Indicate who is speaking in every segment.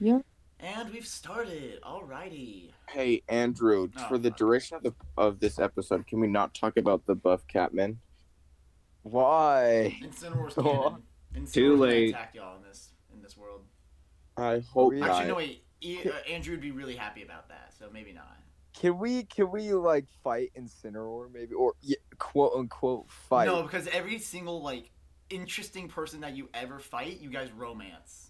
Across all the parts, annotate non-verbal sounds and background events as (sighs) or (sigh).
Speaker 1: Yeah.
Speaker 2: And we've started. Alrighty.
Speaker 3: Hey Andrew,
Speaker 2: Oh,
Speaker 3: for the
Speaker 2: fuck.
Speaker 3: duration of the of this episode, can we not talk about the buff Catman? Why?
Speaker 2: Incineroar's
Speaker 3: (laughs) Oh.
Speaker 2: canon. Incineroar's
Speaker 4: Too
Speaker 2: gonna
Speaker 4: late.
Speaker 2: Attack y'all in this in this world.
Speaker 3: I hope
Speaker 1: Really?
Speaker 3: not.
Speaker 2: Actually, no wait. E- uh, Andrew would be really happy about that, so maybe not.
Speaker 1: Can we can we like fight Incineroar maybe or yeah, quote unquote fight?
Speaker 2: No, because every single like interesting person that you ever fight, you guys romance.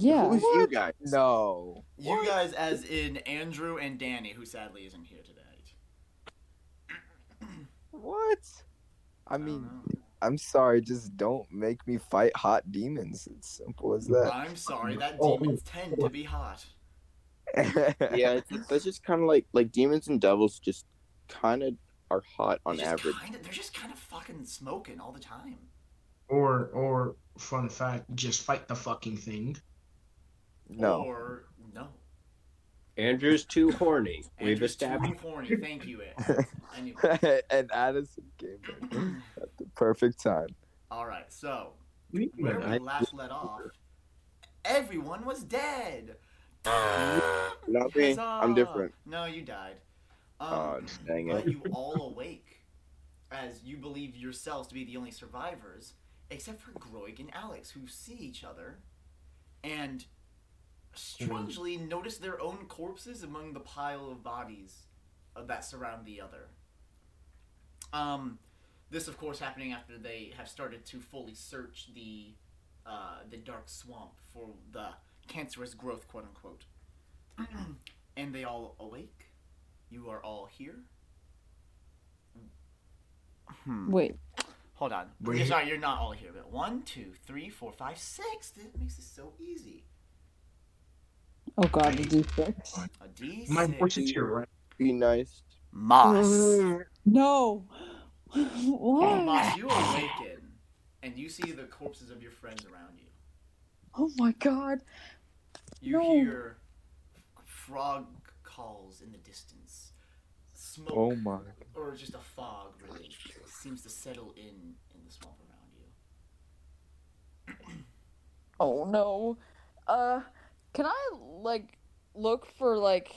Speaker 1: Yeah.
Speaker 3: Who's you
Speaker 1: What?
Speaker 3: guys?
Speaker 1: No.
Speaker 2: You guys, as in Andrew and Danny, who sadly isn't here today.
Speaker 1: What? I
Speaker 2: I don't
Speaker 1: mean,
Speaker 2: know.
Speaker 1: I'm sorry, just don't make me fight hot demons. It's simple as that.
Speaker 3: (laughs)
Speaker 2: I'm sorry that
Speaker 1: Oh.
Speaker 2: demons tend to be hot.
Speaker 3: yeah, it's, that's just kind of like like demons and devils just kind of are hot on
Speaker 2: They're just
Speaker 3: average.
Speaker 2: kinda- they're just kind of fucking smoking all the time.
Speaker 5: Or, or fun fact, just fight the fucking thing.
Speaker 1: no.
Speaker 2: Or no.
Speaker 4: Andrew's too horny. We've
Speaker 2: Andrew's too
Speaker 4: established.
Speaker 2: horny. Thank you. Ed.
Speaker 4: (laughs)
Speaker 2: Anyway.
Speaker 1: (laughs) and Addison came in at the perfect time.
Speaker 2: All right. So where we
Speaker 4: I,
Speaker 2: last let off, everyone was dead.
Speaker 4: Uh,
Speaker 3: Not me. I'm
Speaker 2: Huzzah!
Speaker 3: different.
Speaker 2: No, you died. Um,
Speaker 3: Oh, dang
Speaker 2: but
Speaker 3: it.
Speaker 2: you all awake as you believe yourselves to be the only survivors, except for Groig and Alex, who see each other and strangely notice their own corpses among the pile of bodies uh, that surround the other. Um, this, of course, happening after they have started to fully search the uh, the dark swamp for the cancerous growth, quote unquote. (clears throat) and they all awake. You are all here. Hmm.
Speaker 1: Wait.
Speaker 2: Hold on.
Speaker 5: We're
Speaker 2: You're-
Speaker 5: here.
Speaker 2: Sorry, you're not all here, but one, two, three, four, five, six. That makes this so easy.
Speaker 1: Oh god, the defense.
Speaker 2: A D6.
Speaker 5: My voice is your right.
Speaker 3: Be nice.
Speaker 2: Moss.
Speaker 5: (laughs)
Speaker 1: No.
Speaker 6: (laughs)
Speaker 2: Oh,
Speaker 1: Why?
Speaker 2: Moss, you awaken and you see the corpses of your friends around you.
Speaker 1: Oh my god.
Speaker 2: You
Speaker 1: No.
Speaker 2: hear frog calls in the distance. Smoke
Speaker 1: Oh my.
Speaker 2: or just a fog really seems to settle in in the swamp around you.
Speaker 6: Oh no. Uh, can I like look for like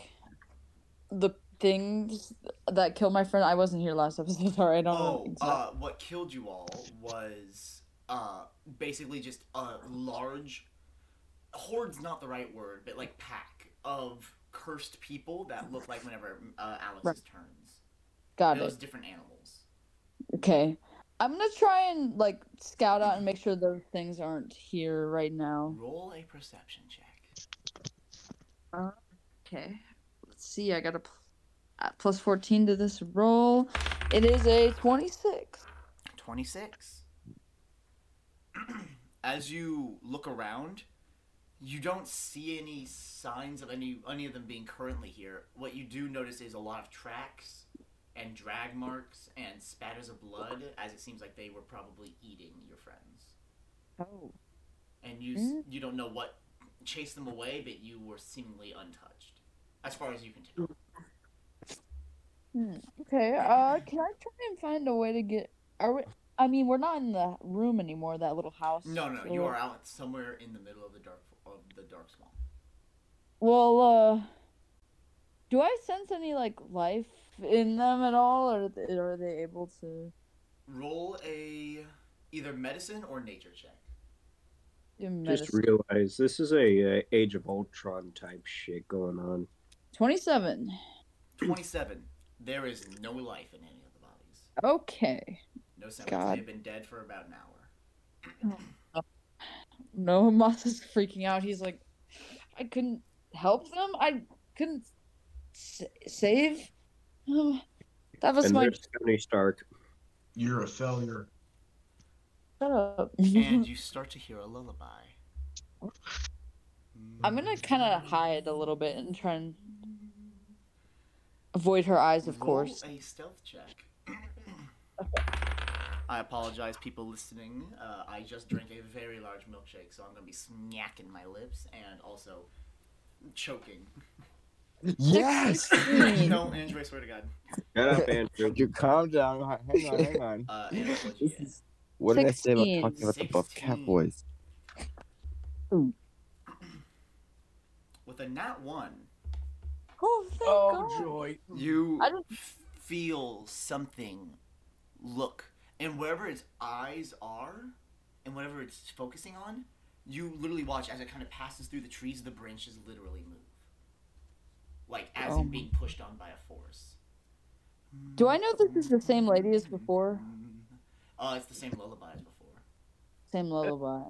Speaker 6: the things that killed my friend? I wasn't here last episode. (laughs) Sorry, I don't know.
Speaker 2: Oh,
Speaker 6: exact-
Speaker 2: uh, what killed you all was uh, basically just a large horde's not the right word, but like pack of cursed people that look like whenever uh, Alex's
Speaker 6: Right.
Speaker 2: turns.
Speaker 6: Got
Speaker 2: It
Speaker 6: it.
Speaker 2: was different animals.
Speaker 6: Okay. I'm gonna try and like scout out and make sure those things aren't here right now.
Speaker 2: Roll a perception check.
Speaker 6: Okay. Let's see. I got a pl- uh, plus 14 to this roll. It is a 26.
Speaker 2: Twenty six. As you look around, you don't see any signs of any any of them being currently here. What you do notice is a lot of tracks and drag marks and spatters of blood, as it seems like they were probably eating your friends.
Speaker 6: Oh.
Speaker 2: And you s you don't know what chased them away, but you were seemingly untouched, as far as you can tell.
Speaker 6: Okay. Uh, can I try and find a way to get? Are we? I mean, we're not in the room anymore. That little house.
Speaker 2: No, no,
Speaker 6: so-
Speaker 2: you are out somewhere in the middle of the dark of the dark swamp.
Speaker 6: Well, uh, do I sense any like life in them at all, or are they, are they able to
Speaker 2: Roll a either medicine or nature check.
Speaker 6: do
Speaker 4: just
Speaker 6: medicine?
Speaker 4: realized this is a, uh Age of Ultron type shit going on.
Speaker 6: Twenty-seven.
Speaker 2: 27. There is no life in any of the bodies.
Speaker 6: Okay.
Speaker 2: No semblance.
Speaker 6: God.
Speaker 2: They've been dead for about an hour.
Speaker 6: No, Moss is (laughs) freaking out. He's like, I couldn't help them. I couldn't sa- save. Um, that was
Speaker 4: and
Speaker 6: my
Speaker 4: there's Tony Stark.
Speaker 5: You're a failure.
Speaker 6: shut
Speaker 7: (laughs)
Speaker 6: up.
Speaker 2: and you start to hear a lullaby.
Speaker 6: (laughs) I'm gonna
Speaker 2: Mm.
Speaker 6: kind of hide a little bit and try and avoid her eyes, of
Speaker 2: Roll
Speaker 6: course.
Speaker 2: a stealth check. I apologize, people listening. Uh, I just drank a very large milkshake, so I'm gonna be smacking my lips and also choking.
Speaker 1: Yes.
Speaker 2: (laughs) no, Andrew, I swear to God.
Speaker 4: Shut up,
Speaker 1: (laughs)
Speaker 4: Andrew.
Speaker 3: You calm down. Hang on, hang on.
Speaker 2: Uh, Andrew, what'd you
Speaker 3: This
Speaker 2: get?
Speaker 3: is- What did I say about
Speaker 6: 16.
Speaker 3: talking about the buff cat
Speaker 2: Sixteen.
Speaker 3: boys?
Speaker 2: with a nat one,
Speaker 6: Oh, thank
Speaker 7: Oh,
Speaker 6: God.
Speaker 7: joy.
Speaker 2: you
Speaker 6: I don't-
Speaker 2: f- feel something look, and wherever its eyes are, and whatever it's focusing on, you literally watch as it kind of passes through the trees. The branches literally move, like as
Speaker 6: Oh
Speaker 2: in
Speaker 6: my-
Speaker 2: being pushed on by a force.
Speaker 6: Do I know this is the same lady as before?
Speaker 2: (laughs) Uh, it's the same lullaby as before.
Speaker 6: Same lullaby.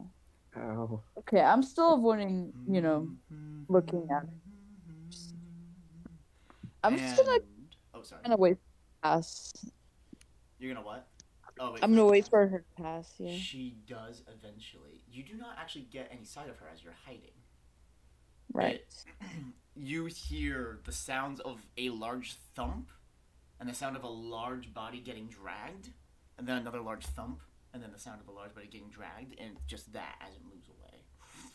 Speaker 3: Ow.
Speaker 6: Okay, I'm still avoiding, you
Speaker 7: Mm,
Speaker 6: know, looking at
Speaker 2: (laughs)
Speaker 6: it. I'm just gonna
Speaker 2: And- Oh, sorry.
Speaker 6: kind of wait for her to pass.
Speaker 2: You're gonna what? Oh, wait.
Speaker 6: I'm gonna wait for her to pass, yeah.
Speaker 2: She does eventually. You do not actually get any sight of her as you're hiding.
Speaker 6: Right.
Speaker 2: you hear the sounds of a large thump and the sound of a large body getting dragged and then another large thump and then the sound of a large body getting dragged and just that as it moves away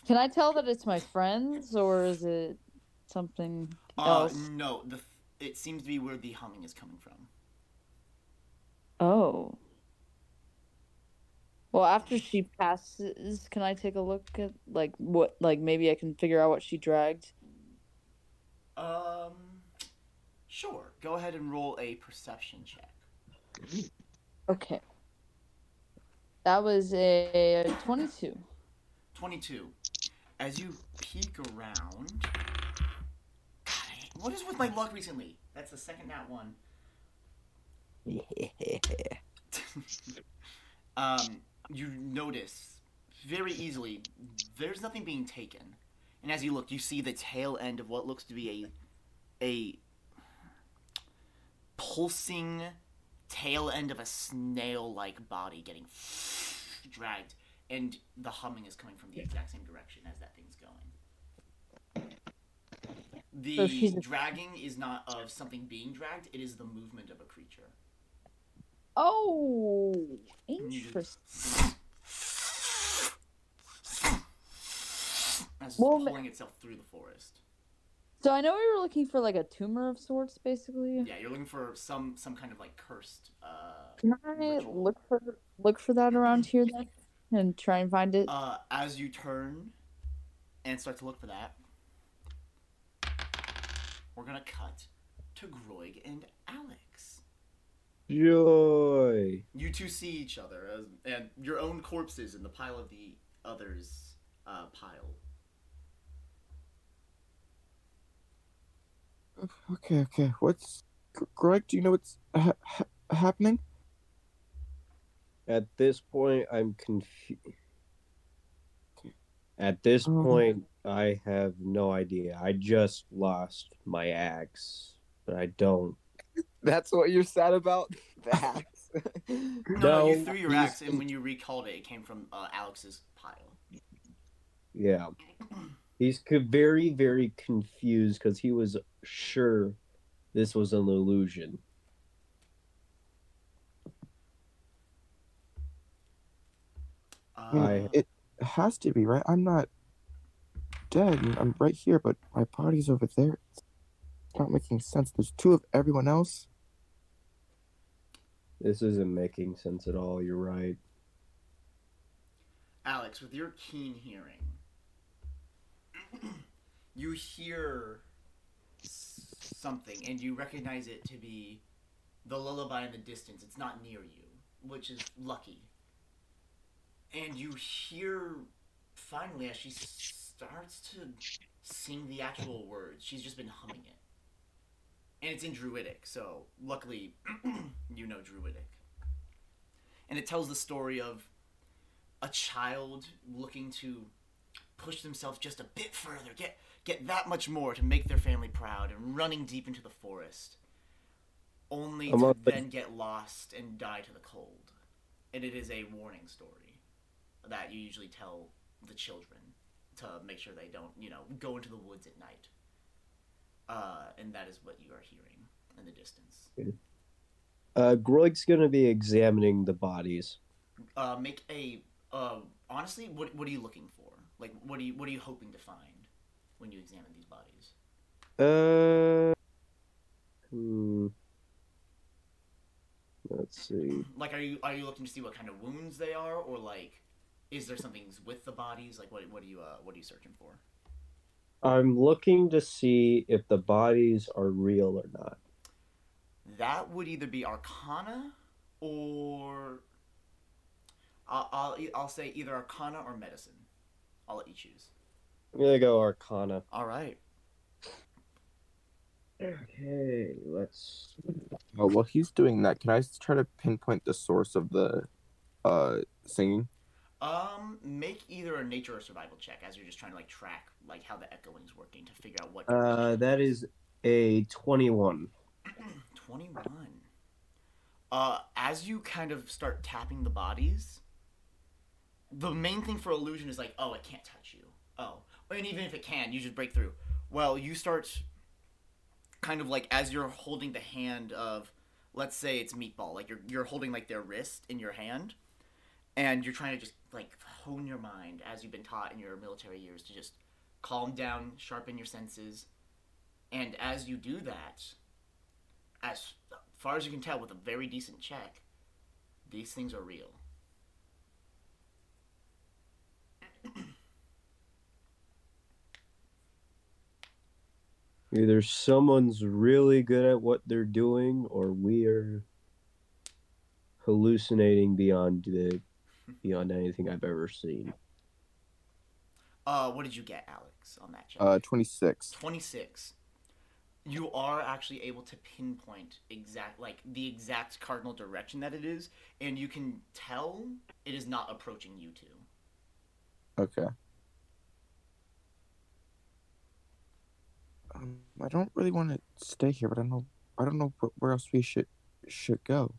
Speaker 6: Can I tell that it's my friends or is it something
Speaker 2: uh,
Speaker 6: else?
Speaker 2: no the th- it seems to be where the humming is coming from
Speaker 6: Oh. Well, after she passes, can I take a look at like what like maybe I can figure out what she dragged?
Speaker 2: um sure go ahead and roll a perception check
Speaker 6: Okay. That was a 22.
Speaker 2: 22 as you peek around God, I hate- what is with my luck recently that's the second nat one (laughs) um, you notice very easily there's nothing being taken, and as you look, you see the tail end of what looks to be a a pulsing tail end of a snail-like body getting (laughs) dragged, and the humming is coming from the exact same direction as that thing's going. The
Speaker 6: So she's a-
Speaker 2: dragging is not of something being dragged; it is the movement of a creature.
Speaker 6: Oh,
Speaker 2: And you just-
Speaker 6: interesting.
Speaker 2: As it's
Speaker 6: Well, ma-
Speaker 2: pulling itself through the forest.
Speaker 6: So I know we were looking for like a tumor of sorts, basically.
Speaker 2: Yeah, you're looking for some some kind of like cursed. Uh,
Speaker 6: Can I
Speaker 2: Ritual.
Speaker 6: look for look for that around here then, and try and find it?
Speaker 2: uh, as you turn and start to look for that, we're gonna cut to Groig and Alex.
Speaker 4: Joy.
Speaker 2: You two see each other as, and your own corpses in the pile of the others' uh, pile.
Speaker 3: Okay, okay. What's Gr- Greg? Do you know what's ha- ha- happening?
Speaker 4: At this point, I'm confused. At this
Speaker 3: Um.
Speaker 4: point, I have no idea. I just lost my axe, but I don't.
Speaker 1: (laughs) That's what you're sad about. (laughs) Facts.
Speaker 2: (laughs) No, no, you
Speaker 4: No,
Speaker 2: threw your
Speaker 4: these-
Speaker 2: axe, and when you recalled it, it came from uh, Alex's pile.
Speaker 4: Yeah, he's co- very, very confused because he was sure this was an illusion.
Speaker 2: Uh,
Speaker 4: I-
Speaker 3: It has to be right. I'm not dead. and I'm right here, but my body's over there. It's not making sense. There's two of everyone else.
Speaker 4: This isn't making sense at all. You're right.
Speaker 2: Alex, with your keen hearing, (clears throat) you hear s- something and you recognize it to be the lullaby in the distance. It's not near you, which is lucky. And you hear finally as she s- starts to sing the actual words, she's just been humming it. And it's in Druidic, so luckily you know Druidic. And it tells the story of a child looking to push themselves just a bit further, get get that much more to make their family proud, and running deep into the forest, only
Speaker 4: I'm
Speaker 2: to
Speaker 4: up-
Speaker 2: then get lost and die to the cold. And it is a warning story that you usually tell the children to make sure they don't, you know, go into the woods at night. Uh, and that is what you are hearing in the distance.
Speaker 4: Uh, Groig's gonna be examining the bodies.
Speaker 2: Uh, make a uh, honestly, what what are you looking for? Like, what are you what are you hoping to find when you examine these bodies?
Speaker 4: Uh, hmm. Let's see.
Speaker 2: Like, are you are you looking to see what kind of wounds they are, or like, is there something with the bodies? Like, what what are you uh, what are you searching for?
Speaker 4: I'm looking to see if the bodies are real or not.
Speaker 2: That would either be Arcana or I'll I'll, I'll say either Arcana or Medicine. I'll let you choose.
Speaker 4: I'm gonna go Arcana.
Speaker 2: All right.
Speaker 4: Okay, let's.
Speaker 1: Oh, while he's doing that, can I s- try to pinpoint the source of the uh singing?
Speaker 2: Um, make either a nature or survival check as you're just trying to like track like how the echoing's working to figure out what.
Speaker 4: Uh, that is a 21.
Speaker 2: 21. Uh, as you kind of start tapping the bodies, the main thing for illusion is like, oh, it can't touch you. Oh, and even if it can, you just break through. Well, you start kind of like as you're holding the hand of, let's say it's meatball, like you're you're holding like their wrist in your hand, and you're trying to just like hone your mind as you've been taught in your military years to just calm down, sharpen your senses, and as you do that, as far as you can tell with a very decent check, these things are real.
Speaker 4: Either someone's really good at what they're doing, or we're hallucinating beyond the beyond anything I've ever seen.
Speaker 2: Uh, what did you get, Alex, on that check?
Speaker 1: Uh, twenty six.
Speaker 2: 26. You are actually able to pinpoint exact, like the exact cardinal direction that it is, and you can tell it is not approaching you two.
Speaker 1: Okay. Um, I don't really want to stay here, but I don't know. I don't know wh- where else we should should go.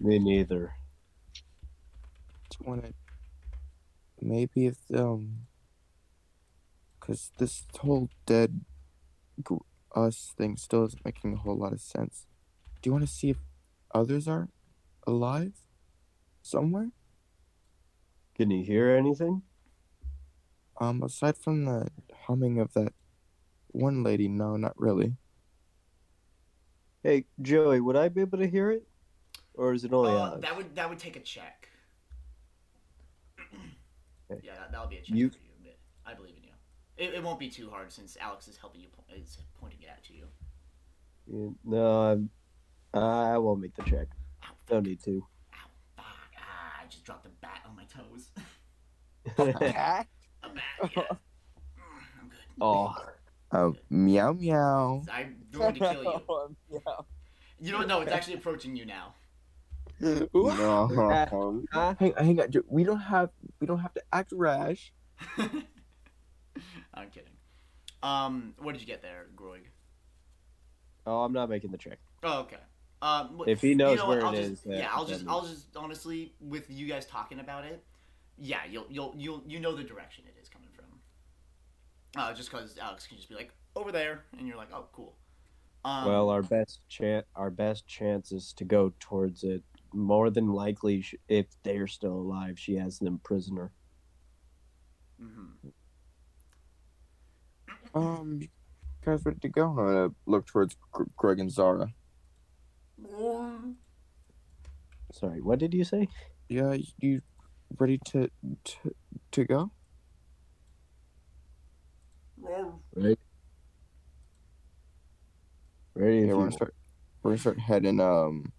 Speaker 4: Me neither.
Speaker 1: just want to maybe if um because this whole dead gr- us thing still isn't making a whole lot of sense do you want to see if others are alive somewhere
Speaker 4: Can you hear anything?
Speaker 1: um aside from the humming of that one lady no not really
Speaker 4: Hey, Joey, would I be able to hear it, or is it only
Speaker 2: uh,
Speaker 4: Alex?
Speaker 2: that would that would take a check.
Speaker 4: (clears throat) Okay.
Speaker 2: yeah, that, that'll be a check
Speaker 4: You-
Speaker 2: for you. But I believe in you. It, it won't be too hard since Alex is helping you po- is pointing it out to you.
Speaker 4: Yeah, No, I'm, I won't make the check.
Speaker 2: Ow,
Speaker 4: Don't need to. (laughs)
Speaker 2: Ow, fuck. Ah, I just dropped a bat on my toes. (laughs) A
Speaker 4: (laughs)
Speaker 2: bat, yeah. Mm, I'm good.
Speaker 4: oh,
Speaker 1: um meow meow
Speaker 2: (laughs) I'm going to kill
Speaker 4: (laughs)
Speaker 2: you.
Speaker 1: (laughs) Oh,
Speaker 2: You don't know, it's actually approaching you now. (laughs)
Speaker 1: no.
Speaker 4: Ah.
Speaker 1: (laughs) hang, hang on Ju- we don't have we don't have to act rash
Speaker 2: I'm kidding. Um, what did you get there, Groig?
Speaker 4: oh, I'm not making the check.
Speaker 2: Oh, okay. Um, wh-
Speaker 4: If he knows
Speaker 2: what,
Speaker 4: where it
Speaker 2: I'll just,
Speaker 4: is, then-
Speaker 2: yeah, I'll just,
Speaker 4: then-
Speaker 2: I'll just honestly, with you guys talking about it, yeah, you'll, you'll, you'll, you know the direction it is coming from. Uh, just because Alex can just be like over there, and you're like, oh, cool. Um,
Speaker 4: Well, our best chance, our best chance is to go towards it. More than likely, sh- if they're still alive, she has them prisoner.
Speaker 2: mhm.
Speaker 1: Um, you guys ready to go? I'm gonna look towards Gr- Greg and Zara.
Speaker 4: Sorry, what did you say?
Speaker 1: Yeah, you ready to to, to go?
Speaker 4: Ready?
Speaker 1: Yeah,
Speaker 4: if you
Speaker 1: we're gonna
Speaker 4: want.
Speaker 1: start. We're gonna start heading um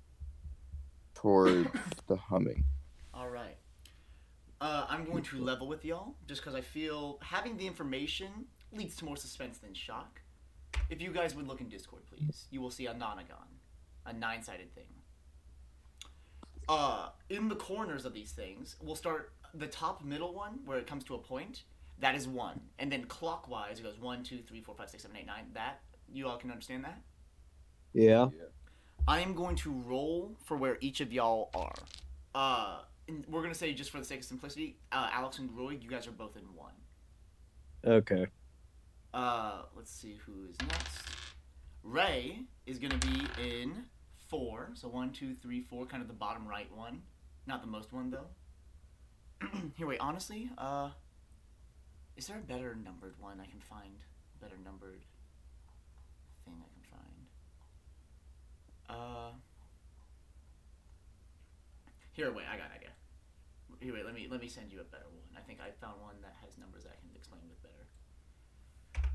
Speaker 1: towards the humming.
Speaker 2: All right. Uh, I'm going to level with y'all just because I feel having the information leads to more suspense than shock. If you guys would look in Discord, please, you will see a nonagon, a nine sided thing. Uh, in the corners of these things, we'll start the top middle one where it comes to a point. That is one. And then clockwise, it goes one, two, three, four, five, six, seven, eight, nine. That, you all can understand that?
Speaker 4: Yeah.
Speaker 2: I am going to roll for where each of y'all are. Uh, and we're gonna say just for the sake of simplicity, uh, Alex and Roy, you guys are both in one.
Speaker 4: Okay.
Speaker 2: Uh, let's see who is next. Ray is gonna be in four, so one, two, three, four, kind of the bottom right one, not the most one though. (clears throat) Here, wait. Honestly, uh, is there a better numbered one I can find? Better numbered thing I can find. Uh, here, wait. I got an idea. Here, wait. Let me let me send you a better one. I think I found one that has numbers that I can mix explained it better.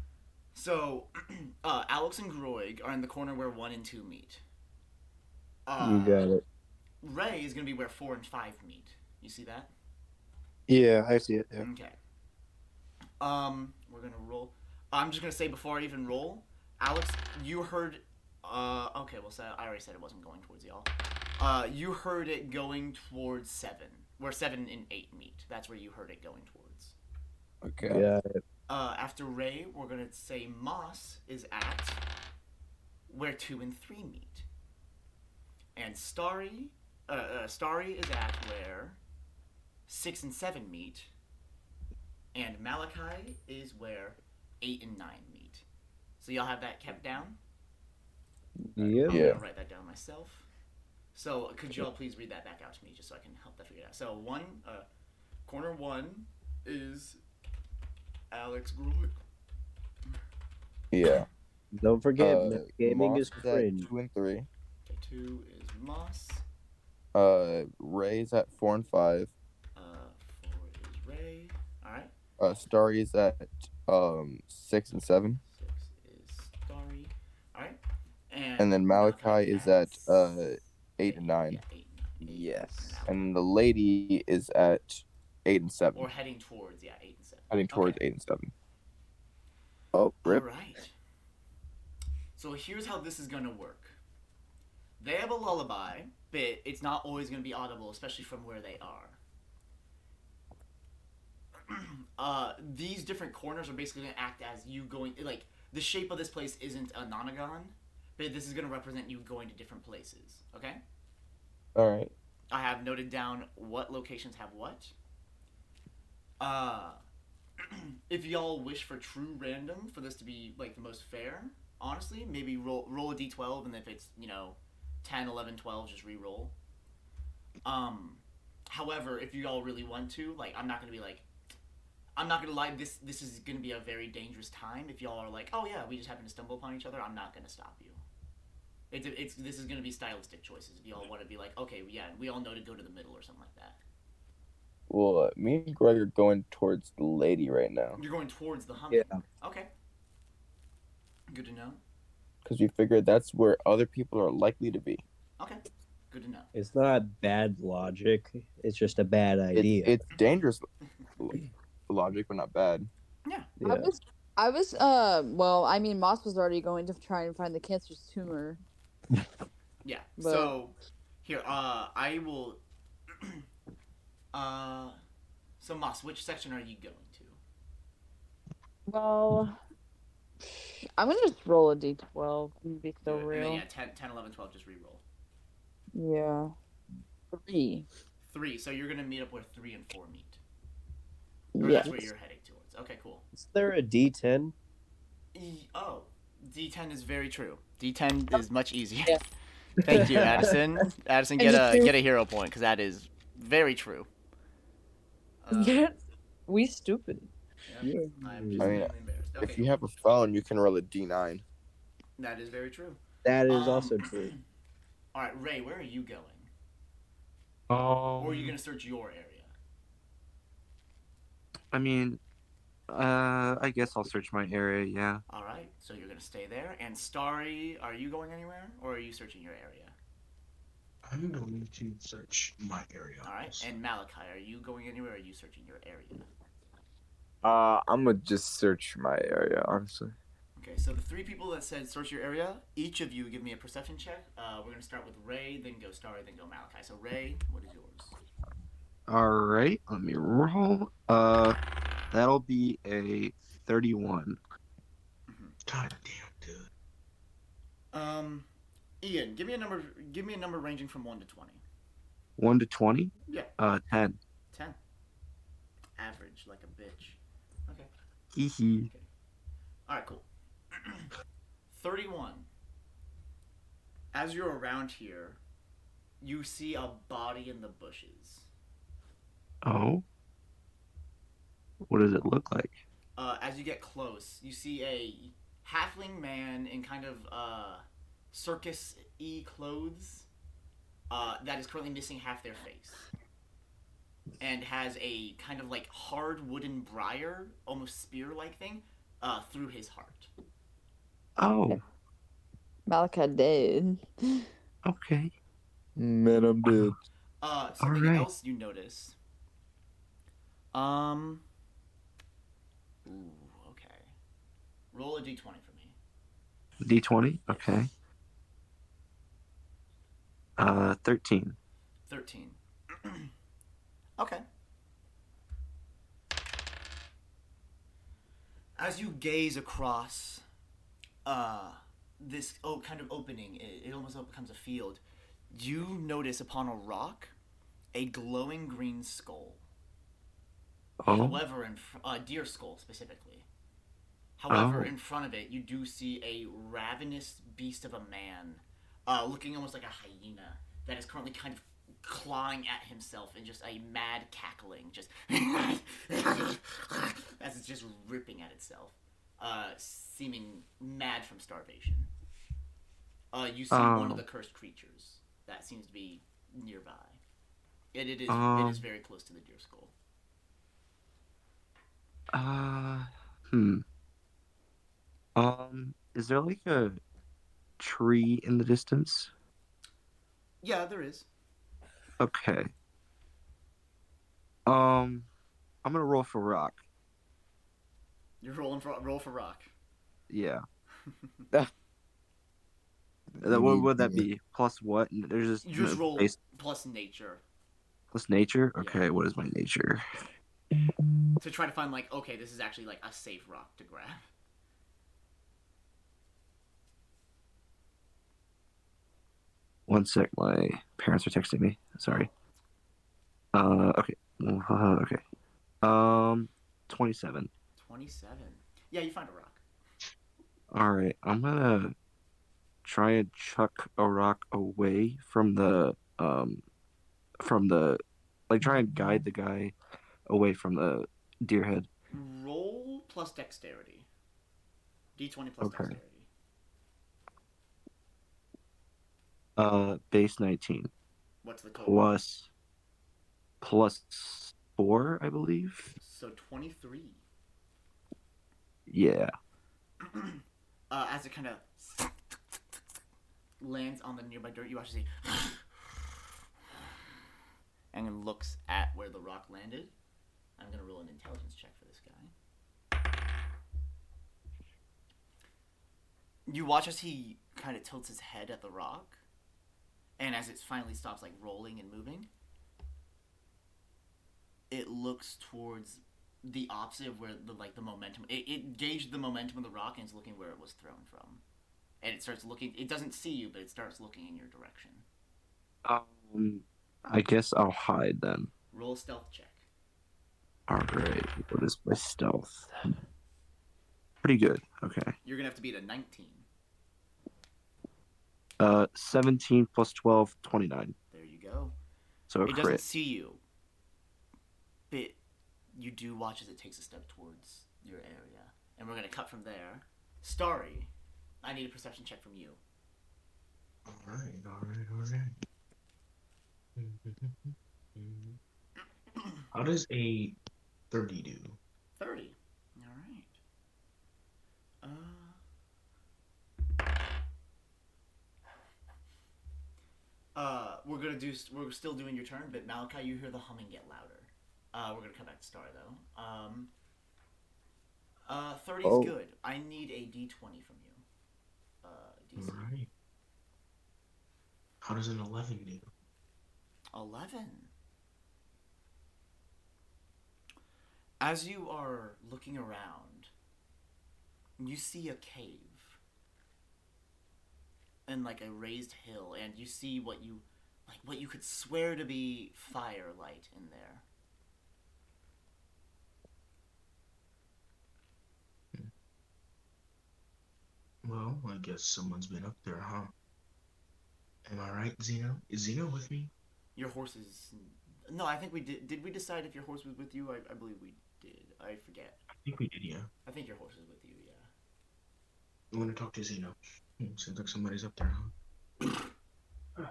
Speaker 2: So, (clears throat) uh, Alex and Groig are in the corner where one and two meet.
Speaker 4: You
Speaker 2: Uh,
Speaker 4: got it.
Speaker 2: Ray is going to be where four and five meet. You see that?
Speaker 3: Yeah, I see it. Yeah.
Speaker 2: Okay. Um, we're gonna roll. I'm just gonna say before I even roll, Alex, you heard. Uh, okay. Well, so I already said it wasn't going towards y'all. Uh, you heard it going towards seven, where seven and eight meet. That's where you heard it going towards.
Speaker 3: Okay.
Speaker 4: Yeah.
Speaker 2: Uh, after Ray, we're gonna say Moss is at where two and three meet, and Starry, uh, uh, Starry is at where six and seven meet, and Malachi is where eight and nine meet. So y'all have that kept down.
Speaker 4: Yeah.
Speaker 2: I'm
Speaker 3: Yeah.
Speaker 2: gonna write that down myself. So could y'all please read that back out to me just so I can help that figure it out. So one, uh, corner one is Alex Gruick.
Speaker 3: Yeah.
Speaker 4: Don't forget,
Speaker 3: Uh,
Speaker 4: Matt gaming
Speaker 3: Moss
Speaker 4: is
Speaker 3: at
Speaker 4: cringe.
Speaker 3: Two and three.
Speaker 2: Okay, two is Moss.
Speaker 3: Uh, Ray's at four and five.
Speaker 2: Uh, four is Ray. All right.
Speaker 3: Uh, Starry's at um six and seven,
Speaker 2: Six is Starry. All right. And,
Speaker 3: and then Malachi is at uh eight and nine,
Speaker 2: Yeah, eight and nine. Eight and
Speaker 1: Yes.
Speaker 2: nine.
Speaker 3: and the lady is at eight and
Speaker 2: or
Speaker 3: seven.
Speaker 2: heading towards yeah eight and seven.
Speaker 3: Heading towards eight and seven. Oh,
Speaker 2: All
Speaker 3: rip.
Speaker 2: right. So here's how this is gonna work. They have a lullaby, but it's not always gonna be audible, especially from where they are. (clears throat) uh, these different corners are basically gonna act as you going like the shape of this place isn't a nonagon, but this is gonna represent you going to different places. Okay.
Speaker 3: All right.
Speaker 2: I have noted down what locations have what. Uh, (clears throat) if y'all wish for true random for this to be like the most fair, honestly, maybe roll roll a d12 and if it's, you know, 10, 11, 12, just re-roll. Um, however, if y'all really want to, like I'm not going to be like I'm not going to lie this this is going to be a very dangerous time. If y'all are like, "Oh yeah, we just happen to stumble upon each other," I'm not going to stop you. It's, it's this is gonna be stylistic choices. If y'all want to be like, okay, yeah, we all know to go to the middle or something like that.
Speaker 3: Well, uh, me and Greg are going towards the lady right now
Speaker 2: You're going towards the hump.
Speaker 4: Yeah.
Speaker 2: Okay. Good to know.
Speaker 3: because we figured that's where other people are likely to be.
Speaker 2: Okay. Good to know.
Speaker 4: It's not bad logic. It's just a bad idea.
Speaker 3: It's, it's dangerous lo- logic, but not bad.
Speaker 4: yeah.
Speaker 6: I was, I was, uh, well, I mean, Moss was already going to try and find the cancerous tumor.
Speaker 2: Yeah.
Speaker 6: But-
Speaker 2: So here, uh, I will. (clears throat) uh, so Moss, which section are you going to?
Speaker 6: Well, I'm gonna just roll a d12 and be so
Speaker 2: Do it. And then,
Speaker 6: real.
Speaker 2: yeah, 10, 10, 11, 12, just re-roll.
Speaker 6: Yeah. Three.
Speaker 2: Three. So you're gonna meet up where three and four meet. Or
Speaker 6: Yeah.
Speaker 2: That's
Speaker 6: (laughs)
Speaker 2: where you're heading towards. Okay, cool.
Speaker 4: Is there a D10?
Speaker 2: E- oh, D10 is very true. D10 is much easier. (laughs) Thank you, Addison. Addison, get
Speaker 6: just
Speaker 2: a
Speaker 6: do-
Speaker 2: get a hero point because that is very true. Uh,
Speaker 6: we stupid.
Speaker 2: yeah, I'm just
Speaker 3: I mean,
Speaker 2: really embarrassed. Okay,
Speaker 3: If you have a phone, you can roll a D9.
Speaker 2: that is very true.
Speaker 4: That is
Speaker 2: Um,
Speaker 4: also true.
Speaker 2: All right, Ray, where are you going?
Speaker 5: Oh,
Speaker 7: Um,
Speaker 2: Or are you gonna search your area?
Speaker 7: I mean, uh, I guess I'll search my area. Yeah.
Speaker 2: All right, so you're gonna stay there. And Starry, are you going anywhere, or are you searching your area?
Speaker 5: I'm going to search my area.
Speaker 2: All right. And Malachi, are you going anywhere? Or are you searching your area?
Speaker 1: Uh, I'm gonna just search my area, honestly.
Speaker 2: Okay, so the three people that said search your area, each of you give me a perception check. Uh, we're gonna start with Ray, then go Starry, then go Malachi. So Ray, what is yours?
Speaker 7: All right. Let me roll. Uh, that'll be a thirty-one.
Speaker 5: God damn, dude.
Speaker 2: Um, Ian, give me a number. Give me a number ranging from one to twenty.
Speaker 7: One to twenty.
Speaker 2: Yeah.
Speaker 7: Uh, ten.
Speaker 2: Ten. Average, like a bitch. Okay.
Speaker 7: Hee hee.
Speaker 2: All right, cool. (clears throat) Thirty-one. As you're around here, you see a body in the bushes.
Speaker 7: Oh. What does it look like?
Speaker 2: uh, as you get close, you see a halfling man in kind of uh, circus y clothes uh, that is currently missing half their face. and has a kind of like hard wooden briar, almost spear like thing, uh, through his heart.
Speaker 7: Oh,
Speaker 6: Malika dead.
Speaker 7: okay.
Speaker 3: Man, I'm dead.
Speaker 2: Uh, something
Speaker 7: Alright.
Speaker 2: else you notice. Um. Ooh, okay. Roll a d20 for me.
Speaker 7: D twenty. Okay. Uh, thirteen.
Speaker 2: 13. (clears throat) okay. As you gaze across uh, this oh, kind of opening, it, it almost becomes a field, you notice upon a rock a glowing green skull.
Speaker 7: Oh,
Speaker 2: However, in fr- uh, deer skull specifically. However,
Speaker 7: Oh.
Speaker 2: in front of it, you do see a ravenous beast of a man, uh, looking almost like a hyena that is currently kind of clawing at himself in just a mad cackling, just (laughs) as it's just ripping at itself, uh, seeming mad from starvation. Uh, you see one
Speaker 7: Oh.
Speaker 2: of the cursed creatures that seems to be nearby, and it is it
Speaker 7: Um.
Speaker 2: is very close to the deer skull.
Speaker 7: uh, hmm. Um, is there like a tree in the distance?
Speaker 2: Yeah, there is.
Speaker 7: Okay. Um, I'm gonna roll for rock.
Speaker 2: You're rolling for roll for rock. (laughs)
Speaker 7: Yeah. That, what would that be? Plus what? There's just,
Speaker 2: You just
Speaker 7: no
Speaker 2: roll
Speaker 7: base-
Speaker 2: plus nature
Speaker 7: plus nature.
Speaker 2: Yeah.
Speaker 7: Okay, what is my nature?
Speaker 2: to try to find like okay, this is actually like a safe rock to grab.
Speaker 7: One sec, my parents are texting me. Sorry. Uh, okay. Uh, okay. Um, twenty-seven.
Speaker 2: Twenty-seven. Yeah, you find a rock.
Speaker 7: All right, I'm gonna try and chuck a rock away from the um from the like try and guide the guy away from the deer head.
Speaker 2: Roll plus dexterity. D twenty plus
Speaker 7: Okay.
Speaker 2: dexterity.
Speaker 7: Uh, base nineteen
Speaker 2: What's the code?
Speaker 7: plus plus four, I believe.
Speaker 2: So twenty-three.
Speaker 7: Yeah.
Speaker 2: (clears throat) uh, as it kind of lands on the nearby dirt, you actually see, and then looks at where the rock landed. I'm gonna roll an intelligence check for this guy. You watch as he kind of tilts his head at the rock, and as it finally stops like rolling and moving, it looks towards the opposite of where the like the momentum it, it gauged the momentum of the rock and it's looking where it was thrown from and it starts looking it doesn't see you but it starts looking in your direction
Speaker 7: Um, I guess I'll hide then.
Speaker 2: roll a stealth check
Speaker 7: All right. What is my stealth? Pretty good. Okay.
Speaker 2: you're gonna have to beat a 19
Speaker 7: Uh, 17 plus 12, 29.
Speaker 2: there you go
Speaker 7: So a
Speaker 2: it doesn't
Speaker 7: Oh, crit.
Speaker 2: see you but you do watch as it takes a step towards your area and we're gonna cut from there starry i need a perception check from you
Speaker 5: All right, all right, all right. How does a thirty do?
Speaker 2: 30. All right. Uh, uh, we're gonna do. We're still doing your turn, but Malachi, you hear the humming get louder. Uh, we're gonna come back to Star though. Um, uh, thirty is
Speaker 1: Oh.
Speaker 2: good. I need a D twenty from you. Uh,
Speaker 5: All
Speaker 2: DC.
Speaker 5: right. How does an eleven do?
Speaker 2: Eleven. As you are looking around, you see a cave and like a raised hill, and you see what you like what you could swear to be firelight in there.
Speaker 5: Well, I guess someone's been up there, huh? Am I right, Zeno? Is Zeno with me?
Speaker 2: Your horse is no. I think we did. Did we decide if your horse was with you? I, I believe we did. I forget.
Speaker 5: I think we did, yeah.
Speaker 2: I think your horse is with you. Yeah.
Speaker 5: I want to talk to Zeno. Hmm, seems like somebody's up there, huh?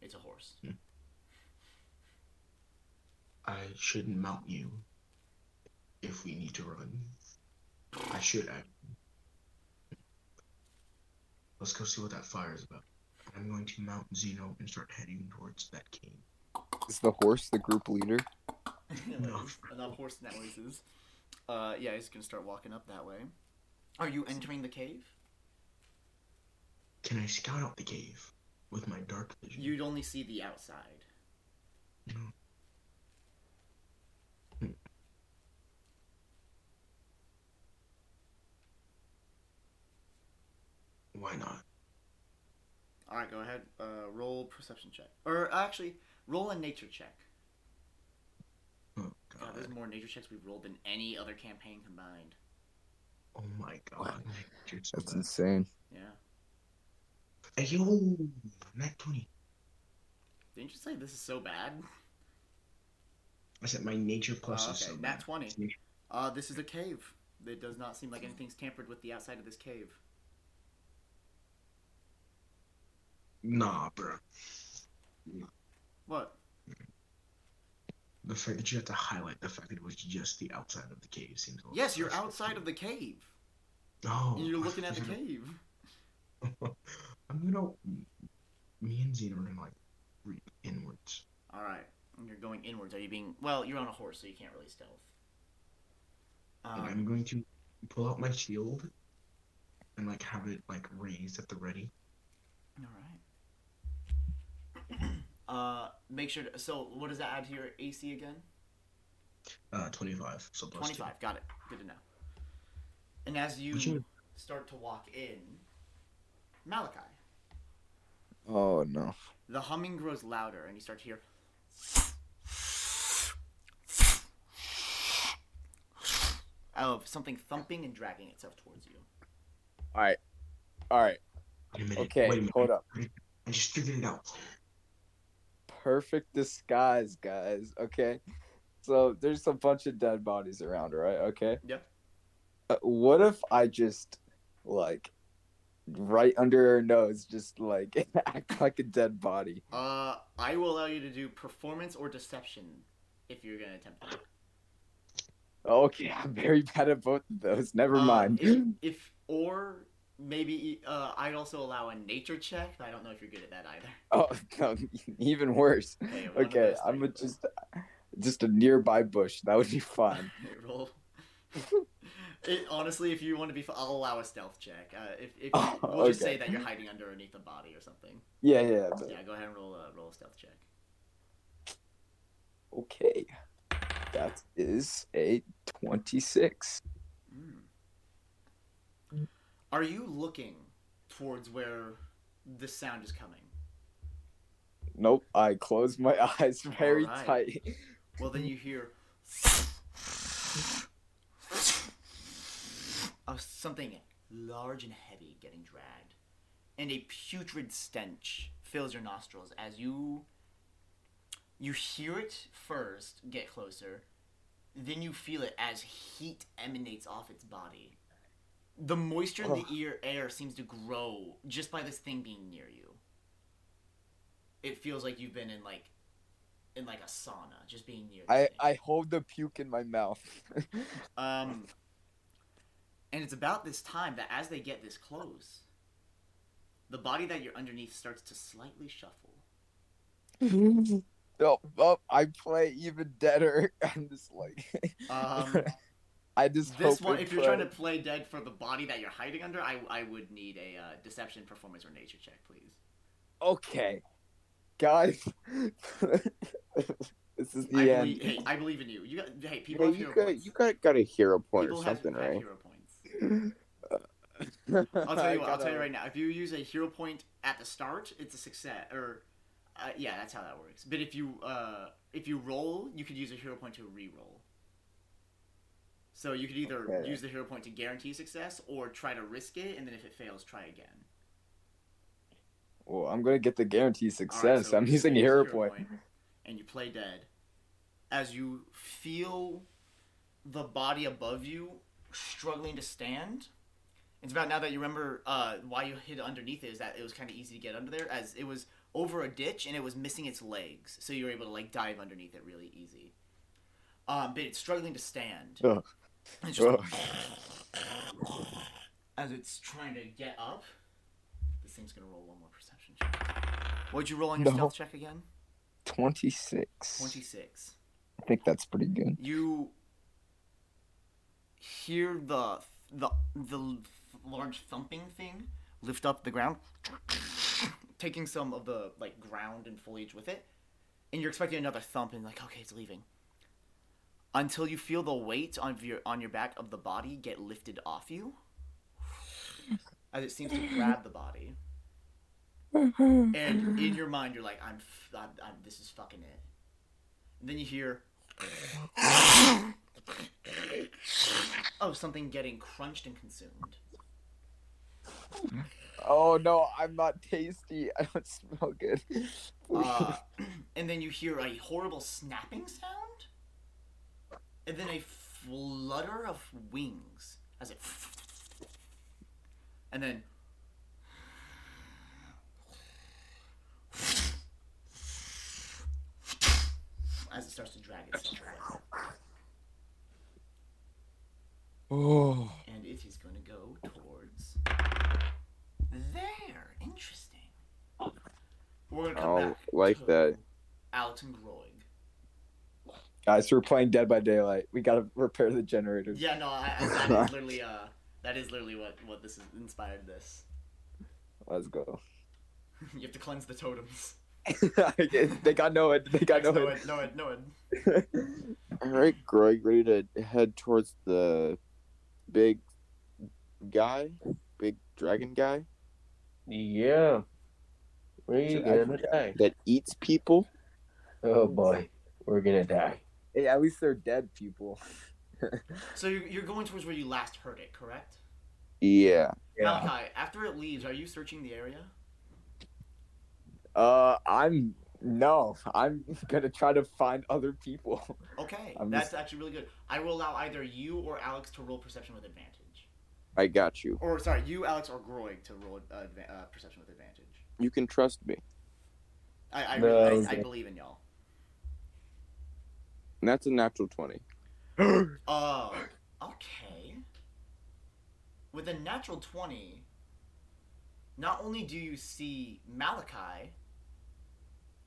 Speaker 2: It's a horse.
Speaker 5: I shouldn't mount you if we need to run. I should act. Let's go see what that fire is about. I'm going to mount Zeno and start heading towards that cave.
Speaker 1: Is the horse the group leader?
Speaker 2: Anyways, Enough horse noises. Uh, yeah, he's gonna start walking up that way. Are you entering the cave?
Speaker 5: Can I scout out the cave with my dark vision?
Speaker 2: You'd only see the outside.
Speaker 5: Why not?
Speaker 2: All right, go ahead. Uh, roll perception check, or actually, roll a nature check.
Speaker 5: Oh
Speaker 2: God, there's
Speaker 5: god.
Speaker 2: more nature checks we've rolled than any other campaign combined.
Speaker 5: Oh my god. You're so
Speaker 1: That's
Speaker 5: bad.
Speaker 1: insane.
Speaker 2: Yeah,
Speaker 5: Hey, yo, Nat 20.
Speaker 2: didn't you say this is so bad?
Speaker 5: I said my nature plus
Speaker 2: Uh,
Speaker 5: is
Speaker 2: okay,
Speaker 5: so
Speaker 2: nat
Speaker 5: bad.
Speaker 2: twenty.
Speaker 5: nature.
Speaker 2: Uh, this is a cave. It does not seem like anything's tampered with the outside of this cave.
Speaker 5: Nah, bro.
Speaker 2: What?
Speaker 5: The fact that you have to highlight the fact that it was just the outside of the cave seems. A little
Speaker 2: Yes, you're outside of the cave.
Speaker 5: Oh,
Speaker 2: And you're looking at the cave.
Speaker 5: I'm gonna. Me and Zeno are gonna like reap inwards.
Speaker 2: All right, and you're going inwards. Are you being well? You're on a horse, so you can't really stealth.
Speaker 5: and
Speaker 2: Um,
Speaker 5: I'm going to pull out my shield and like have it like raised at the ready.
Speaker 2: All right. (clears throat) uh, make sure. To, so, what does that add to your AC again?
Speaker 5: Uh, 25. So plus two.
Speaker 2: Twenty-five. Got it. Good to know. And as you
Speaker 5: Would you-
Speaker 2: start to walk in, Malachi,
Speaker 1: Oh no.
Speaker 2: the humming grows louder, and you start to hear. Of something thumping and dragging itself towards you.
Speaker 1: All right.
Speaker 5: Wait a minute.
Speaker 1: Okay.
Speaker 5: Wait a minute.
Speaker 1: Hold up.
Speaker 5: I just figured it out.
Speaker 1: Perfect disguise, guys. Okay. So there's a bunch of dead bodies around, right? Okay.
Speaker 2: Yep.
Speaker 1: Uh, what if I just like right under her nose, just like (laughs) act like a dead body?
Speaker 2: Uh, I will allow you to do performance or deception if you're gonna attempt that.
Speaker 1: Okay, I'm very bad at both of those. Never
Speaker 2: Uh,
Speaker 1: mind.
Speaker 2: If, if or maybe uh, I'd also allow a nature check. but I don't know if you're good at that either.
Speaker 1: (laughs)
Speaker 2: (laughs)
Speaker 1: Oh, no, (laughs) even worse.
Speaker 2: Okay, one of
Speaker 1: Okay,
Speaker 2: those
Speaker 1: I'm
Speaker 2: three.
Speaker 1: gonna
Speaker 2: (laughs)
Speaker 1: just just a nearby bush. That would be fun.
Speaker 2: Okay, roll. (laughs) It- honestly, if you want to be, fu- I'll allow a stealth check. Uh, if,
Speaker 1: (laughs)
Speaker 2: if
Speaker 1: Oh,
Speaker 2: we'll just
Speaker 1: okay.
Speaker 2: say that you're hiding underneath a body or something.
Speaker 1: Yeah, yeah. but-
Speaker 2: Yeah, go ahead and roll a roll a stealth check.
Speaker 1: Okay, that is a twenty-six.
Speaker 2: Mm. Are you looking towards where the sound is coming?
Speaker 1: Nope, I closed my (laughs) eyes very
Speaker 2: Alright.
Speaker 1: tight.
Speaker 2: Well, then you hear of something large and heavy getting dragged, and a putrid stench fills your nostrils as you you hear it first, get closer, then you feel it as heat emanates off its body. The moisture in the ear air seems to grow just by this thing being near you. It feels like you've been in like in like a sauna, just being near. this
Speaker 1: I
Speaker 2: thing.
Speaker 1: I hold the puke in my mouth. (laughs)
Speaker 2: Um, and it's about this time that as they get this close, the body that you're underneath starts to slightly shuffle.
Speaker 1: oh, oh, I play even deader. (laughs) I'm just like,
Speaker 8: (laughs)
Speaker 2: Um,
Speaker 1: (laughs) I just
Speaker 2: this
Speaker 1: hope
Speaker 2: one,
Speaker 1: and
Speaker 2: if you're
Speaker 1: pray.
Speaker 2: trying to play dead for the body that you're hiding under, I, I would need a uh, deception, performance, or nature check, please.
Speaker 1: Okay, guys, (laughs) this
Speaker 2: I
Speaker 1: is the
Speaker 2: believe,
Speaker 1: end.
Speaker 2: hey, I believe in you. You got hey, people
Speaker 8: Yeah,
Speaker 2: have
Speaker 8: you
Speaker 2: hero
Speaker 8: got
Speaker 2: points.
Speaker 8: you got got a hero point
Speaker 2: people
Speaker 8: or
Speaker 2: have-
Speaker 8: something,
Speaker 2: have,
Speaker 8: right?
Speaker 2: hero points.
Speaker 1: I'll (laughs)
Speaker 2: I'll tell you what. I'll tell you
Speaker 1: um,
Speaker 2: right now. If you use a hero point at the start, it's a success. Or, uh, yeah, that's how that works. But if you uh, if you roll, you could use a hero point to re-roll. So you could either
Speaker 1: Okay.
Speaker 2: use the hero point to guarantee success, or try to risk it, and then if it fails, try again.
Speaker 1: Well, I'm gonna get the guarantee
Speaker 2: Alright,
Speaker 1: success.
Speaker 2: so
Speaker 1: I'm
Speaker 2: you
Speaker 1: using a
Speaker 2: use
Speaker 1: hero point.
Speaker 2: And you play dead, as you feel the body above you struggling to stand. It's about now that you remember uh, why you hid underneath it is that it was kind of easy to get under there as it was over a ditch and it was missing its legs, so you were able to like dive underneath it really easy. um, but it's struggling to stand.
Speaker 1: Ugh.
Speaker 2: It's just
Speaker 1: Ugh. (laughs)
Speaker 2: as it's trying to get up. This thing's gonna roll one more perception check. What'd you roll on your
Speaker 1: No.
Speaker 2: stealth check again?
Speaker 1: 26.
Speaker 2: Twenty-six.
Speaker 1: I think that's pretty good.
Speaker 2: You hear the the the l- large thumping thing lift up the ground, taking some of the like ground and foliage with it, and you're expecting another thump and like okay it's leaving. Until you feel the weight on your on your back of the body get lifted off you, as it seems to grab the body, and in your mind you're like I'm, f- I'm, I'm this is fucking it. And then you hear of oh, something getting crunched and consumed.
Speaker 1: Oh no, I'm not tasty. (laughs) I don't smell good.
Speaker 2: Uh, and then you hear a horrible snapping sound, and then a flutter of wings as it. And then. As it starts to drag itself away.
Speaker 3: Oh.
Speaker 2: And it is going to go towards there. Interesting. We're going to come
Speaker 1: I'll
Speaker 2: back.
Speaker 1: Oh, like
Speaker 2: to
Speaker 1: that.
Speaker 2: Out and Groig.
Speaker 1: Guys, we're playing Dead by Daylight. We gotta repair the generator.
Speaker 2: Yeah, no, I, I, that
Speaker 1: (laughs)
Speaker 2: is literally uh, that is literally what what this is, inspired this. (laughs)
Speaker 1: Let's go. (laughs)
Speaker 2: you have to cleanse the totems.
Speaker 1: they got no it. They got
Speaker 2: Thanks,
Speaker 1: no
Speaker 2: Noed, Noed, Noed.
Speaker 1: it.
Speaker 3: All right, Greg, ready to head towards the big guy, big dragon guy
Speaker 4: Yeah. We're gonna die.
Speaker 3: that eats people.
Speaker 4: Oh boy. We're gonna die.
Speaker 1: Hey, at least they're dead people.
Speaker 2: So you're, you're going towards where you last heard it, correct?
Speaker 3: Yeah.
Speaker 2: Malachi, after it leaves, are you searching the area?
Speaker 1: Uh, I'm no. I'm gonna try to find other people.
Speaker 2: Okay,
Speaker 1: I'm
Speaker 2: that's
Speaker 1: just-
Speaker 2: actually really good. I will allow either you or Alex to roll perception with advantage.
Speaker 3: I got you.
Speaker 2: Or sorry, you, Alex, or Groig to roll uh, adva- uh, perception with advantage.
Speaker 3: You can trust me.
Speaker 2: I I,
Speaker 4: No,
Speaker 2: really- I-
Speaker 4: I was
Speaker 2: I
Speaker 4: gonna-
Speaker 2: believe in y'all.
Speaker 3: And that's a natural 20.
Speaker 2: Oh, okay. With a natural twenty, not only do you see Malachi,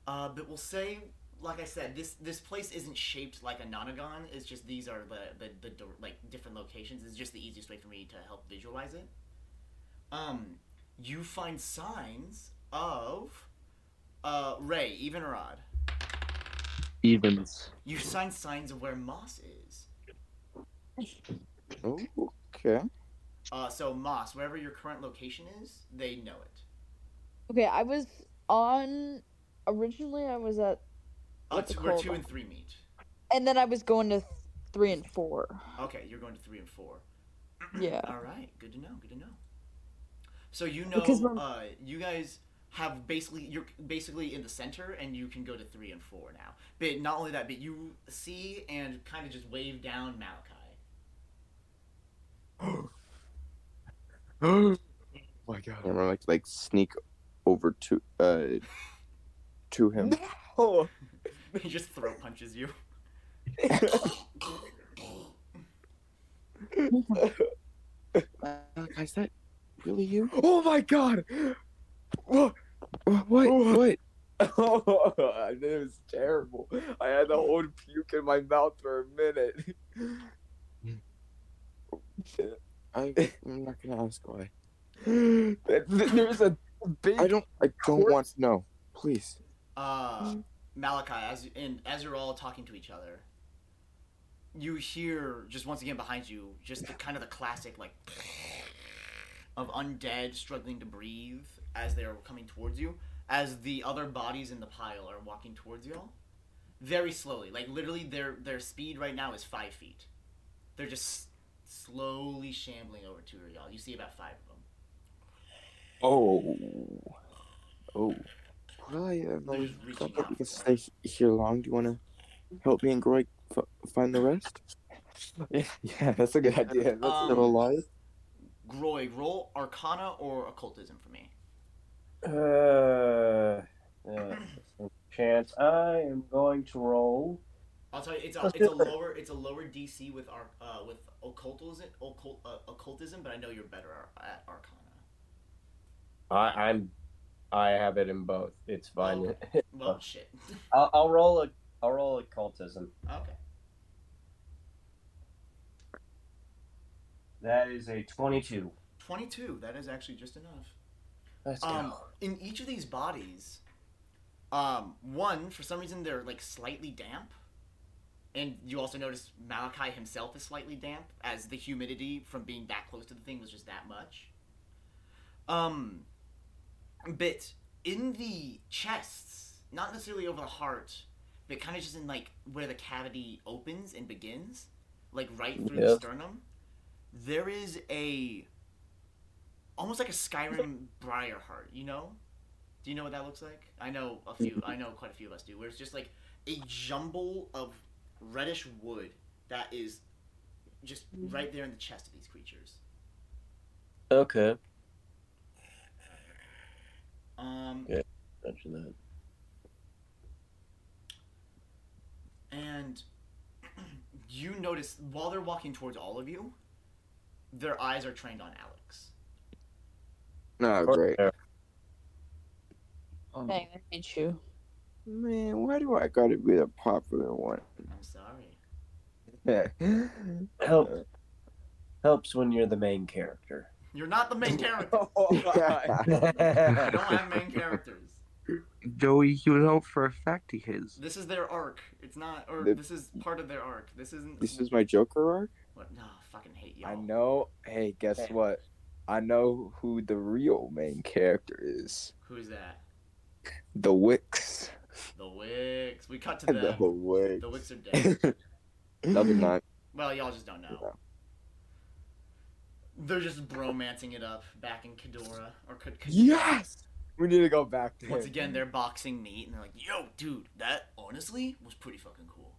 Speaker 2: uh, but we'll say, like I said, this this place isn't shaped like a nonagon. It's just these are the the, the dir- like different locations. It's just the easiest way for me to help visualize it. Um, you find signs of, uh, Ray, even or odd.
Speaker 7: Evens.
Speaker 2: You find signs of where Moss is.
Speaker 3: Oh, okay.
Speaker 2: Uh, so Moss, wherever your current location is, they know it.
Speaker 6: Okay, I was on. Originally, I was at,
Speaker 2: Uh,
Speaker 6: What's
Speaker 2: two,
Speaker 6: it
Speaker 2: where
Speaker 6: called?
Speaker 2: two and three meet.
Speaker 6: and then I was going to th- three and four.
Speaker 2: Okay, you're going to three and four. (clears throat)
Speaker 6: Yeah.
Speaker 2: All right, good to know. Good to know. So you know,
Speaker 6: Because when-
Speaker 2: uh, you guys have basically you're basically in the center, and you can go to three and four now. But not only that, but you see and kind of just wave down Malachi. (laughs)
Speaker 7: Oh my
Speaker 3: I'm
Speaker 7: god.
Speaker 3: gonna like, like sneak over to uh to him.
Speaker 1: (laughs) Oh,
Speaker 2: he just throat punches you.
Speaker 3: Like, is that really you?
Speaker 1: oh my god! Whoa.
Speaker 3: What? What?
Speaker 1: Oh, it was terrible. I had the whole puke in my mouth for a
Speaker 3: (gasps)
Speaker 1: minute.
Speaker 3: I,
Speaker 1: (laughs)
Speaker 3: I'm not gonna ask why.
Speaker 1: Th- th- There's a big. (laughs)
Speaker 3: I don't. I don't want to know. Please.
Speaker 2: uh, Malachi, as and as you're all talking to each other, you hear just once again behind you, just the kind of the classic like of undead struggling to breathe as they are coming towards you, as the other bodies in the pile are walking towards you, all very slowly. Like literally, their their speed right now is five feet. They're just s- slowly shambling over to y'all. You see about five of them.
Speaker 1: Oh. Oh.
Speaker 3: Really? I don't
Speaker 2: They're just
Speaker 3: know.
Speaker 2: reaching
Speaker 3: I
Speaker 2: out.
Speaker 3: can stay here long. Do you wanna help me and Groy f- find the rest?
Speaker 1: Yeah, (laughs) yeah, that's a good idea. That's
Speaker 2: Um,
Speaker 3: Still alive?
Speaker 2: Groig, roll Arcana or Occultism for me.
Speaker 4: Uh, uh, chance. I am going to roll
Speaker 2: I'll tell you, it's a,
Speaker 4: Let's
Speaker 2: it's a
Speaker 4: do it.
Speaker 2: lower it's a lower DC with our uh, with occultism occult, uh, occultism, but I know you're better ar- at Arcana.
Speaker 4: I, I'm, I have it in both. It's fine.
Speaker 2: Well, shit. (laughs)
Speaker 4: I'll, I'll roll a, I'll roll occultism.
Speaker 2: okay.
Speaker 4: That is a twenty-two.
Speaker 2: 22 that is actually just enough
Speaker 4: Let's
Speaker 2: um, in each of these bodies um, one for some reason they're like slightly damp and you also notice malachi himself is slightly damp as the humidity from being that close to the thing was just that much um but in the chests not necessarily over the heart but kind of just in like where the cavity opens and begins like right through the
Speaker 4: Yeah.
Speaker 2: sternum there is a almost like a Skyrim Briarheart, you know? Do you know what that looks like? I know a few I know quite a few of us do, where it's just like a jumble of reddish wood that is just right there in the chest of these creatures.
Speaker 4: Okay.
Speaker 2: Um
Speaker 4: Yeah. Mention that.
Speaker 2: and (clears throat) you notice while they're walking towards all of you, their eyes are trained on Alex.
Speaker 1: No, Oh, great.
Speaker 2: Oh.
Speaker 3: Um,
Speaker 6: Dang, that made
Speaker 2: Ah.
Speaker 6: you.
Speaker 1: Man, why do I gotta be the popular one? (laughs)
Speaker 2: I'm sorry.
Speaker 4: Help helps when you're the main character. (laughs)
Speaker 2: You're not the
Speaker 1: (laughs)
Speaker 2: main character.
Speaker 1: Oh,
Speaker 2: You don't have main characters.
Speaker 7: Joey, you know for a fact he is.
Speaker 2: This is their arc. It's not or
Speaker 1: The-
Speaker 2: this is part of their arc. This isn't
Speaker 1: this is my Joker arc.
Speaker 2: What? No, I fucking hate y'all.
Speaker 1: I know. Hey, guess what? I know who the real main character is.
Speaker 2: Who's that?
Speaker 1: The Wicks.
Speaker 2: The Wicks. We cut to them.
Speaker 1: (laughs) The
Speaker 2: The,
Speaker 1: Wicks.
Speaker 2: Wicks are dead.
Speaker 1: (laughs)
Speaker 3: (gasps)
Speaker 1: no, they're not.
Speaker 2: well, y'all just don't know. They're just bromancing it up back in Kedora or K-
Speaker 1: Yes, we need to go back to
Speaker 2: Once
Speaker 1: him.
Speaker 2: again, they're boxing meat, and they're like, "Yo, dude, that honestly was pretty fucking cool.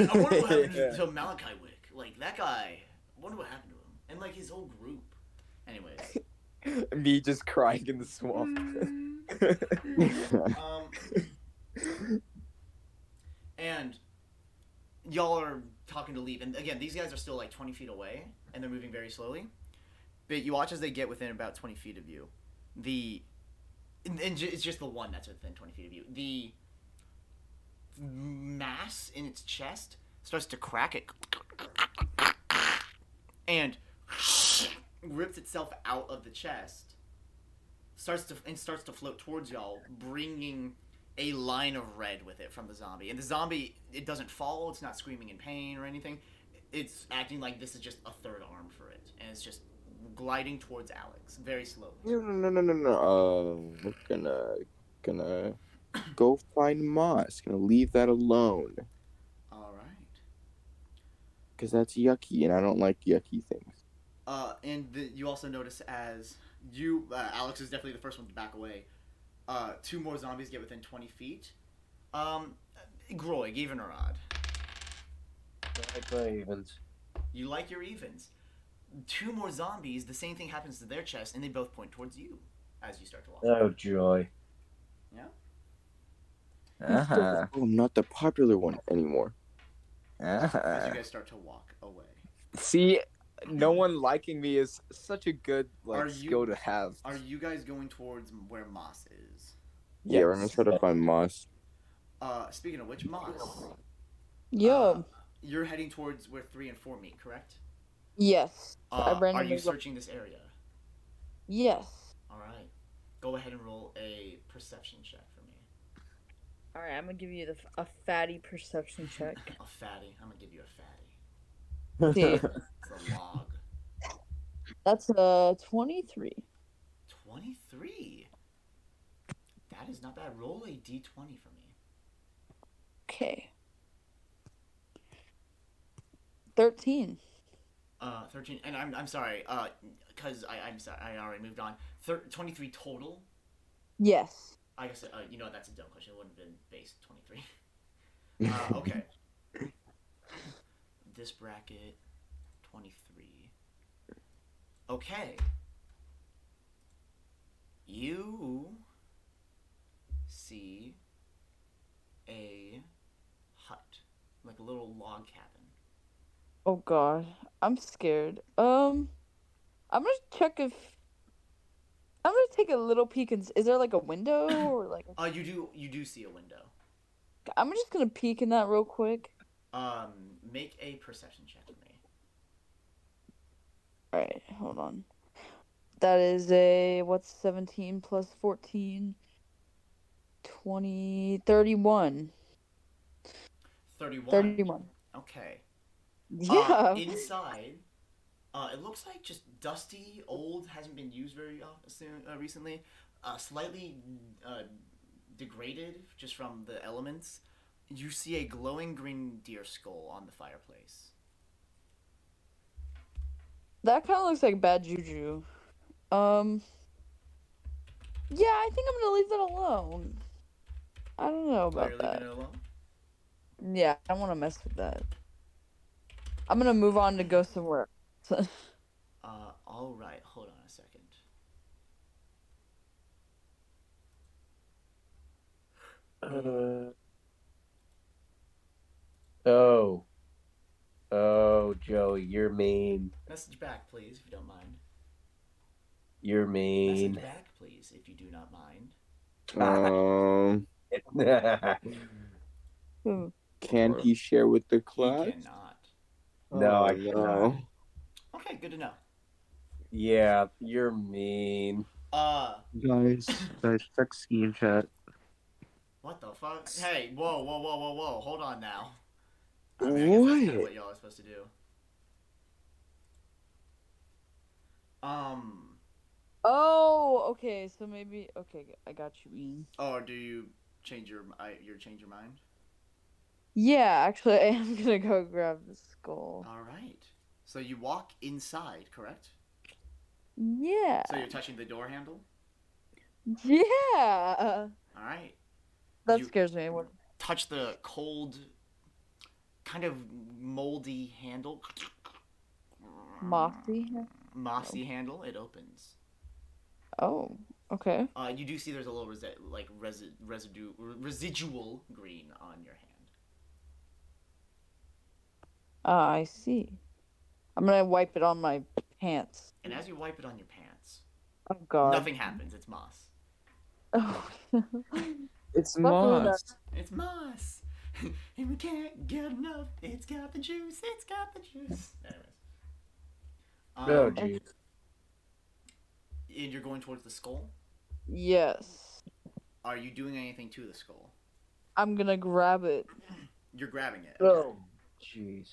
Speaker 2: Man, I wonder what happened
Speaker 1: Yeah.
Speaker 2: to Malachi Wick. Like that guy. I wonder what happened to him, and like his whole group. Anyways,
Speaker 1: me just crying in the swamp.
Speaker 2: Um, and y'all are talking to leave, and again, these guys are still like twenty feet away, and they're moving very slowly. But you watch as they get within about twenty feet of you. The and, and ju- it's just the one that's within twenty feet of you. The mass in its chest starts to crack it, and rips itself out of the chest starts to and starts to float towards y'all, bringing a line of red with it from the zombie. And the zombie, it doesn't fall. It's not screaming in pain or anything. It's acting like this is just a third arm for it, and it's just gliding towards Alex very slowly.
Speaker 1: No, no, no, no, no. Uh, we're gonna gonna go find Moss. Gonna leave that alone
Speaker 2: All right.
Speaker 1: because that's yucky, and I don't like yucky things.
Speaker 2: Uh, and the, you also notice as you, uh, Alex is definitely the first one to back away. Uh, two more zombies get within twenty feet. Um, Groig, even or odd. You like your evens. Two more zombies, the same thing happens to their chest, and they both point towards you as you start to walk.
Speaker 4: Oh joy.
Speaker 3: Uh-huh.
Speaker 1: Oh, I'm not the popular one anymore.
Speaker 2: as you guys start to walk away.
Speaker 1: See, no one liking me is such a good like
Speaker 2: Are you-
Speaker 1: skill to have.
Speaker 2: Are you guys going towards where Moss is?
Speaker 1: Yeah, we're gonna try to find Moss. (laughs)
Speaker 2: Uh, speaking of which, Moss, Uh,
Speaker 6: Yo.
Speaker 2: you're heading towards where three and four meet, correct?
Speaker 6: yes. I
Speaker 2: Uh, are
Speaker 6: randomly
Speaker 2: you
Speaker 6: looked-
Speaker 2: searching this area?
Speaker 6: Yes.
Speaker 2: All right. Go ahead and roll a perception check for me.
Speaker 6: All right, I'm gonna give you the, a fatty perception
Speaker 2: (laughs)
Speaker 6: check.
Speaker 2: A fatty. I'm gonna give you a
Speaker 6: (laughs)
Speaker 2: fatty.
Speaker 6: Dude,
Speaker 2: It's a log.
Speaker 6: that's a 23.
Speaker 2: 23. That is not bad. Roll a d20 for me.
Speaker 6: Okay. 13.
Speaker 2: Uh, 13, and I'm, I'm sorry, uh, cause I, I'm sorry, I already moved on. Thir- 23 total.
Speaker 6: Yes.
Speaker 2: I guess, uh, you know, what, that's a dumb question. It wouldn't have been base 23. uh, okay. this bracket, 23. Okay. You see a hut, like a little log cabin.
Speaker 6: Oh god, I'm scared. Um, I'm gonna check if I'm gonna take a little peek and s- is there like a window or like a-
Speaker 2: Uh, you do you do see a window.
Speaker 6: I'm just gonna peek in that real quick.
Speaker 2: Um, make a perception check with me.
Speaker 6: All right, hold on. That is a what's 17 plus 14 20 31
Speaker 2: Thirty-one.
Speaker 6: 31.
Speaker 2: Okay.
Speaker 6: Yeah.
Speaker 2: Uh, inside, uh, it looks like just dusty, old, hasn't been used very often soon, uh, recently. Uh, slightly uh, degraded just from the elements. You see a glowing green deer skull on the fireplace.
Speaker 6: That kind of looks like bad juju. Um. Yeah, I think I'm gonna leave that alone. I don't know
Speaker 2: Are
Speaker 6: about
Speaker 2: you
Speaker 6: that.
Speaker 2: leaving it alone?
Speaker 6: Yeah, I don't want to mess with that. I'm gonna move on to go somewhere.
Speaker 2: Uh, all right, hold on a second.
Speaker 4: Uh, oh. Oh, Joey, you're mean.
Speaker 2: Message back, please, if you don't mind.
Speaker 4: You're
Speaker 2: Message
Speaker 4: mean.
Speaker 2: back, please, if you do not mind.
Speaker 7: Um,
Speaker 4: (laughs)
Speaker 6: Hmm.
Speaker 1: Can he share with the class?
Speaker 2: You cannot.
Speaker 4: no, I
Speaker 7: oh,
Speaker 4: cannot.
Speaker 2: Okay, good to know.
Speaker 4: Yeah, you're mean.
Speaker 2: Uh,
Speaker 7: Guys,
Speaker 1: (laughs)
Speaker 7: guys, check ski and chat.
Speaker 2: What the fuck? Hey, whoa, whoa, whoa, whoa, whoa! Hold on now. I mean, I guess that's kinda
Speaker 7: What?
Speaker 2: what y'all are supposed to do. Um.
Speaker 6: Oh, okay. So maybe. Okay, I got you, Ian.
Speaker 2: Oh, do you change your I, your change your mind?
Speaker 6: Yeah, actually, (laughs) I am gonna go grab the skull.
Speaker 2: All right. So you walk inside, correct?
Speaker 6: Yeah.
Speaker 2: So you're touching the door handle.
Speaker 6: (laughs) Yeah.
Speaker 2: All right.
Speaker 6: That
Speaker 2: You-
Speaker 6: scares me. What-
Speaker 2: Touch the cold, kind of moldy handle.
Speaker 6: Mossy.
Speaker 2: Mossy handle. It opens.
Speaker 6: Oh. Okay.
Speaker 2: Uh, you do see there's a little resi- like resi- residue re- residual green on your hand.
Speaker 6: Ah, I see. I'm gonna wipe it on my
Speaker 2: (laughs)
Speaker 6: pants.
Speaker 2: And as you wipe it on your pants,
Speaker 6: Oh God.
Speaker 2: nothing happens. It's moss.
Speaker 1: It's
Speaker 6: Luckily
Speaker 1: moss.
Speaker 2: It's moss. (laughs) and we can't get enough. It's got the juice. It's got the juice. Anyways. Um,
Speaker 4: Oh, geez.
Speaker 2: and you're going towards the skull?
Speaker 6: yes.
Speaker 2: Are you doing anything to the skull?
Speaker 6: I'm gonna grab it.
Speaker 2: You're grabbing it.
Speaker 4: Oh, jeez.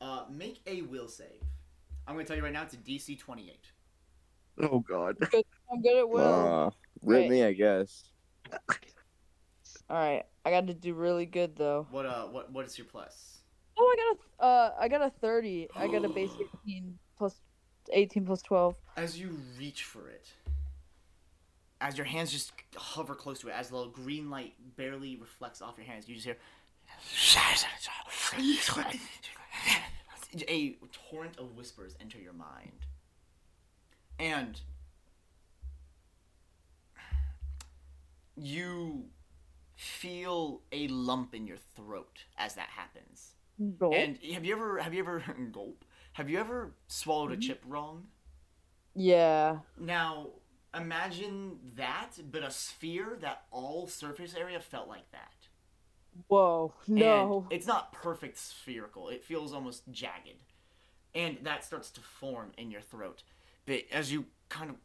Speaker 2: Uh, make a will save. I'm going to tell you right now, it's a DC 28.
Speaker 7: Oh God.
Speaker 6: I'm good at will.
Speaker 1: Uh, rip me, I guess.
Speaker 6: All right. I got to do really good though.
Speaker 2: What uh, what what is your plus?
Speaker 6: Oh, I got a uh, I got a thirty. I got a base eighteen plus eighteen plus twelve.
Speaker 2: As you reach for it, as your hands just hover close to it, as the little green light barely reflects off your hands, you just hear a torrent of whispers enter your mind. And you feel a lump in your throat as that happens.
Speaker 6: Gold.
Speaker 2: And have you ever have you ever (laughs) gulp? Have you ever swallowed a chip wrong?
Speaker 6: yeah.
Speaker 2: Now, imagine that, but a sphere that all surface area felt like that.
Speaker 6: Whoa.
Speaker 2: And
Speaker 6: No.
Speaker 2: it's not perfect spherical. It feels almost jagged. And that starts to form in your throat. But as you kind of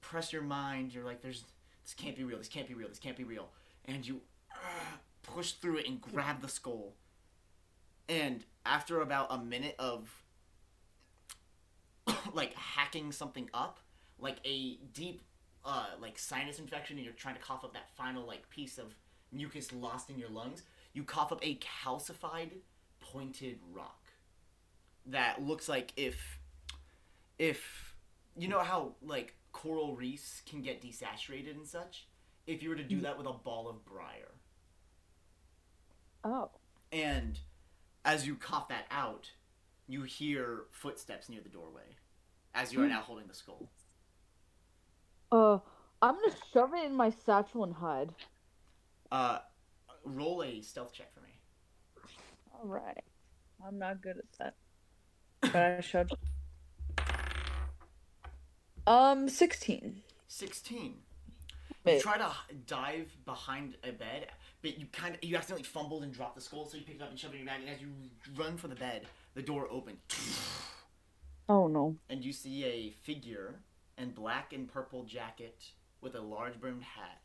Speaker 2: press your mind, you're like, there's this can't be real, this can't be real, this can't be real. And you uh, push through it and grab the skull. And after about a minute of (coughs) like hacking something up, like a deep uh, like sinus infection, and you're trying to cough up that final like piece of mucus lost in your lungs, you cough up a calcified pointed rock that looks like if if you know how like coral reefs can get desaturated and such if you were to do that with a ball of briar
Speaker 6: oh.
Speaker 2: and as you cough that out you hear footsteps near the doorway as you are now holding the skull
Speaker 6: Uh, I'm gonna shove it in my satchel and hide.
Speaker 2: uh roll a stealth check for me
Speaker 6: All right. I'm not good at that. But I showed. Um, 16.
Speaker 2: 16. You
Speaker 6: Wait.
Speaker 2: try to h- dive behind a bed, but you kind of you accidentally fumbled and dropped the skull, so you picked it up and shoved it in your bag. And as you run for the bed, the door opened, (sniffs)
Speaker 6: Oh no.
Speaker 2: and you see a figure in black and purple jacket with a large brimmed hat,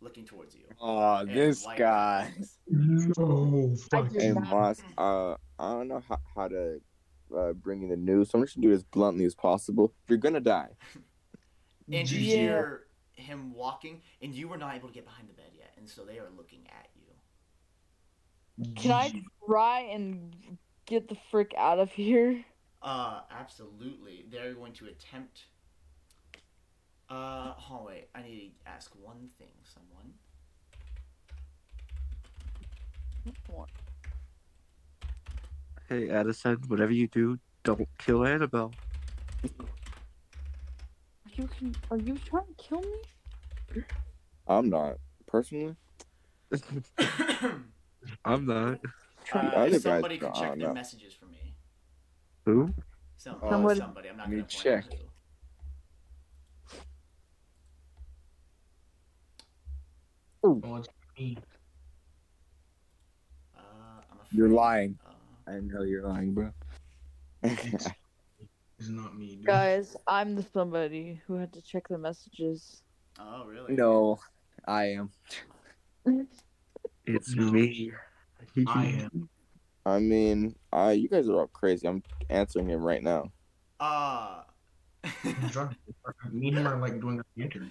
Speaker 2: looking towards you.
Speaker 1: Oh,
Speaker 2: and
Speaker 1: this
Speaker 3: (laughs)
Speaker 2: white
Speaker 1: guy. (laughs)
Speaker 2: eyes.
Speaker 5: No, fuck
Speaker 6: did
Speaker 5: you.
Speaker 6: Hey,
Speaker 3: Hey,
Speaker 6: not-
Speaker 3: Moss, uh, I don't know how, how to uh, bring you the news, so I'm just gonna do it as bluntly as possible. You're gonna die.
Speaker 2: And you
Speaker 5: GG.
Speaker 6: Yeah.
Speaker 2: hear him walking, and you were not able to get behind the bed yet, and so they are looking at you.
Speaker 6: Can I try and get the frick out of here?
Speaker 2: Uh, absolutely. They're going to attempt. Uh, oh wait, I need to ask one thing, someone.
Speaker 7: Hey, Addison, whatever you do, don't kill Annabelle.
Speaker 6: Are you con- are you trying to kill me?
Speaker 3: I'm not personally.
Speaker 7: (coughs) I'm not.
Speaker 2: Uh,
Speaker 3: other
Speaker 2: if
Speaker 3: guy's
Speaker 2: somebody could
Speaker 3: gone,
Speaker 2: check their
Speaker 3: no.
Speaker 2: messages for me.
Speaker 7: Who?
Speaker 2: Some,
Speaker 1: Oh,
Speaker 2: somebody,
Speaker 6: Somebody-
Speaker 2: I'm not
Speaker 1: me
Speaker 2: gonna point out
Speaker 1: check.
Speaker 2: who.
Speaker 5: Oh, it's
Speaker 1: (laughs)
Speaker 5: me.
Speaker 2: Uh, I'm afraid,
Speaker 1: You're lying.
Speaker 2: Uh,
Speaker 1: I know you're lying, bro.
Speaker 5: It's not me, dude.
Speaker 6: Guys, I'm the somebody who had to check the messages.
Speaker 2: oh really?
Speaker 1: no, I am.
Speaker 7: It's
Speaker 5: No.
Speaker 7: me.
Speaker 5: I am.
Speaker 3: I mean, uh, you guys are all crazy. I'm answering him right now.
Speaker 2: Uh. (laughs)
Speaker 5: I'm drunk. Me and him are like doing a lantern.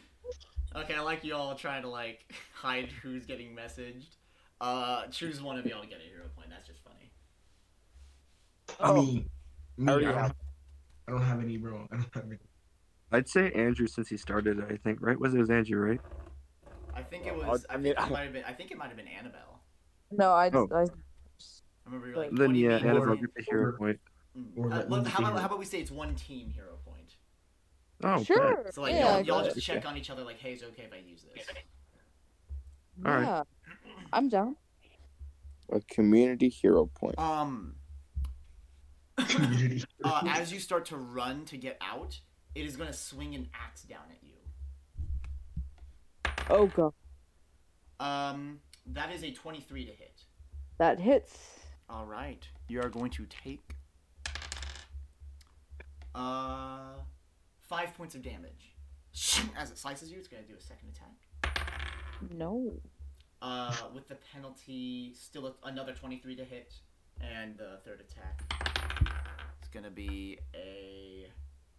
Speaker 2: okay, I like you all trying to like (laughs) hide who's getting messaged. Uh, choose one of y'all to get a hero point. That's just funny.
Speaker 5: I mean, me, I,
Speaker 1: already
Speaker 5: don't,
Speaker 1: have.
Speaker 5: have- I don't have any, bro. I don't have any.
Speaker 7: I'd say Andrew since he started it, I think, right? Was it was Andrew, right?
Speaker 2: I think it
Speaker 1: Well,
Speaker 2: was.
Speaker 1: I-
Speaker 2: I
Speaker 1: I mean,
Speaker 2: think it
Speaker 1: I-
Speaker 2: might have been. I think it might have been Annabelle.
Speaker 6: No, I,
Speaker 7: Oh.
Speaker 6: I
Speaker 2: I remember you're like.
Speaker 6: Then,
Speaker 2: what
Speaker 7: Then
Speaker 2: do you
Speaker 7: yeah,
Speaker 2: mean,
Speaker 7: Annabelle
Speaker 2: Morgan?
Speaker 7: gets the hero point.
Speaker 2: Mm.
Speaker 5: Or
Speaker 2: Uh,
Speaker 5: that
Speaker 2: well,
Speaker 5: means
Speaker 2: how about
Speaker 5: hero.
Speaker 2: how about we say it's one team hero point?
Speaker 7: Oh, bet.
Speaker 6: sure.
Speaker 2: So like
Speaker 6: yeah,
Speaker 2: y'all, y'all
Speaker 6: yeah.
Speaker 2: just check on each other like, hey, is it okay if I use this?
Speaker 7: All right.
Speaker 6: Yeah. I'm down.
Speaker 3: A community hero point.
Speaker 2: Um, (laughs) uh,
Speaker 5: Community.
Speaker 2: as you start to run to get out, it is gonna swing an axe down at you.
Speaker 6: Oh god,
Speaker 2: Um, that is a twenty-three to hit.
Speaker 6: that hits.
Speaker 2: All right, you are going to take uh five points of damage. (laughs) As it slices you, it's gonna do a second attack.
Speaker 6: No.
Speaker 2: Uh, with the penalty, still a, another 23 to hit, and the third attack. It's gonna be a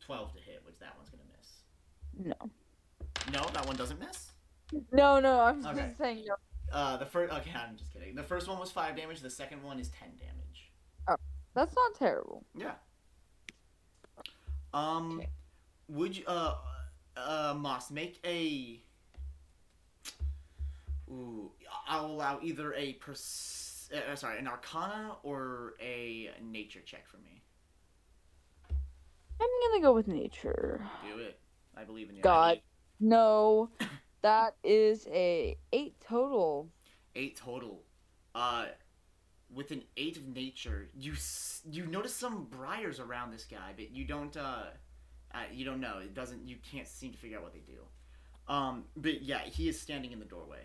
Speaker 2: 12 to hit, which that one's gonna miss.
Speaker 6: No.
Speaker 2: No, that one doesn't miss.
Speaker 6: No, no, I'm just
Speaker 2: Okay.
Speaker 6: saying no.
Speaker 2: Uh, the first. Okay, I'm just kidding. The first one was five damage. The second one is 10 damage.
Speaker 6: That's not terrible.
Speaker 2: Yeah. Um,
Speaker 6: Okay.
Speaker 2: would you uh uh Moss make a? Ooh, I'll allow either a pers- uh, sorry an Arcana or a Nature check for me.
Speaker 6: I'm gonna go with nature.
Speaker 2: Do it. I believe in you.
Speaker 6: God. No. That is a eight total.
Speaker 2: Eight total. Uh, with an eight of nature, you s- you notice some briars around this guy, but you don't uh, uh, you don't know. It doesn't. You can't seem to figure out what they do. Um, but yeah, he is standing in the doorway.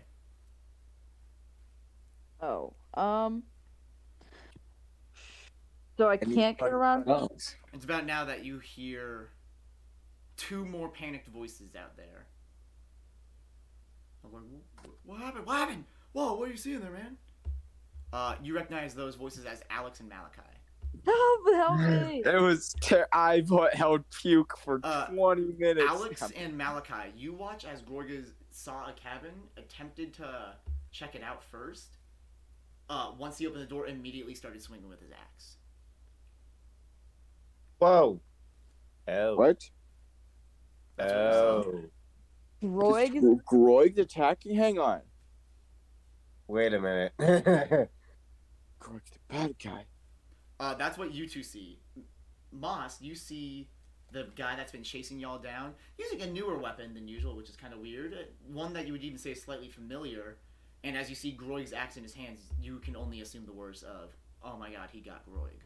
Speaker 6: Oh. Um so I
Speaker 1: And you
Speaker 6: can't get
Speaker 1: fucking
Speaker 6: around.
Speaker 1: sucks.
Speaker 2: It's about now that you hear two more panicked voices out there. I'm like, "Wh- what happened? What happened? Whoa, what are you seeing there, man? Uh, you recognize those voices as Alex and Malachi.
Speaker 6: (laughs) Help, help me.
Speaker 1: It was. Ter- I held puke for
Speaker 2: Uh,
Speaker 1: 20 minutes.
Speaker 2: Alex and Malachi, you watch as Gorgas saw a cabin, attempted to check it out first. Uh, once he opened the door, immediately started swinging with his axe.
Speaker 4: Whoa. Oh.
Speaker 3: What?
Speaker 2: That's what you saw.
Speaker 6: Roig is
Speaker 3: Is Groig attacking? Hang on.
Speaker 4: (laughs) Wait a minute. (laughs)
Speaker 3: Groig's the bad guy.
Speaker 2: Uh, that's what you two see. M- Moss, you see the guy that's been chasing y'all down using a newer weapon than usual, which is kind of weird. Uh, One that you would even say is slightly familiar, And as you see Groig's axe in his hands, you can only assume the worst of, "Oh my God, he got Groig."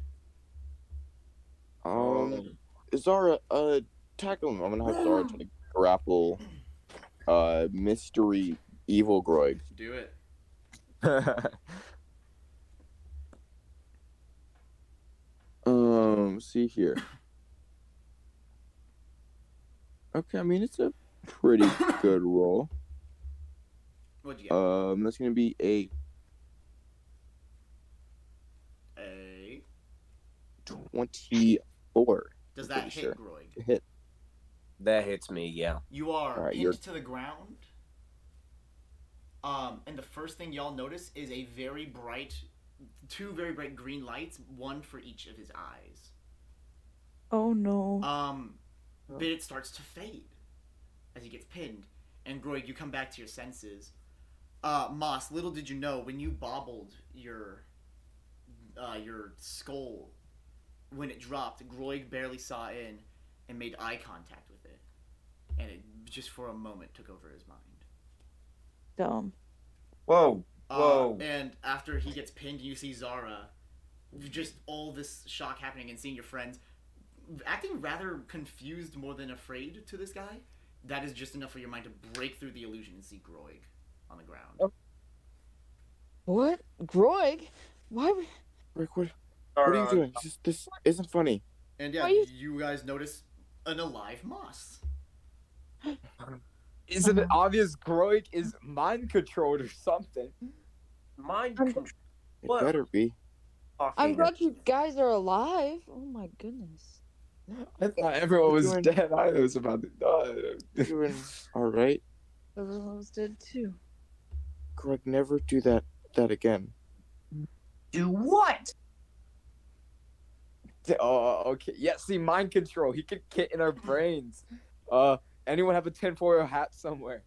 Speaker 3: Oh,
Speaker 8: Um, Zara, uh, tackle him. I'm gonna have Zara try to grapple, uh, mystery evil
Speaker 1: (laughs)
Speaker 8: Groig.
Speaker 2: Do it.
Speaker 8: Um, see here. Okay, I mean it's a pretty good roll.
Speaker 2: What'd you get?
Speaker 8: Um, that's gonna be a
Speaker 2: a.
Speaker 8: twenty-four
Speaker 2: Does
Speaker 8: I'm
Speaker 2: that hit
Speaker 8: pretty sure.
Speaker 2: Groig?
Speaker 8: hit.
Speaker 9: That hits me, (laughs) yeah.
Speaker 2: You are
Speaker 8: Alright,
Speaker 2: pinned
Speaker 8: you're-
Speaker 2: to the ground. Um, and the first thing y'all notice is a very bright, two very bright green lights, one for each of his eyes.
Speaker 6: Oh no.
Speaker 2: Um, but it starts to fade as he gets pinned. And Groig, you come back to your senses. Uh, Moss, little did you know when you bobbled your uh, your skull when it dropped, Groig barely saw in and made eye contact with it, and it just for a moment took over his mind.
Speaker 6: Dumb.
Speaker 9: Whoa.
Speaker 2: Uh,
Speaker 9: Whoa.
Speaker 2: and after he gets pinned, you see Zara, just all this shock happening and seeing your friends acting rather confused more than afraid to this guy. That is just enough for your mind to break through the illusion and see Groig on the ground.
Speaker 6: What? Groig? Why? would-
Speaker 8: Rick, what, what are you doing? This, this isn't funny.
Speaker 2: And yeah,
Speaker 6: Why you-
Speaker 2: you guys notice an alive moss.
Speaker 1: Isn't it obvious Groig is mind controlled or something?
Speaker 9: Mind
Speaker 6: I'm-
Speaker 9: control.
Speaker 8: It
Speaker 9: What?
Speaker 8: better
Speaker 9: (laughs)
Speaker 8: be.
Speaker 6: I'm glad you guys are alive. Oh my goodness.
Speaker 1: I thought everyone was
Speaker 8: Doing-
Speaker 1: dead. I was about to die. (laughs)
Speaker 8: Doing all right.
Speaker 6: Everyone's dead too.
Speaker 8: Greg, never do that that again.
Speaker 9: Do what?
Speaker 1: Oh, okay. Yeah, see, mind control. He could get in our brains. Uh, anyone have a tinfoil hat somewhere?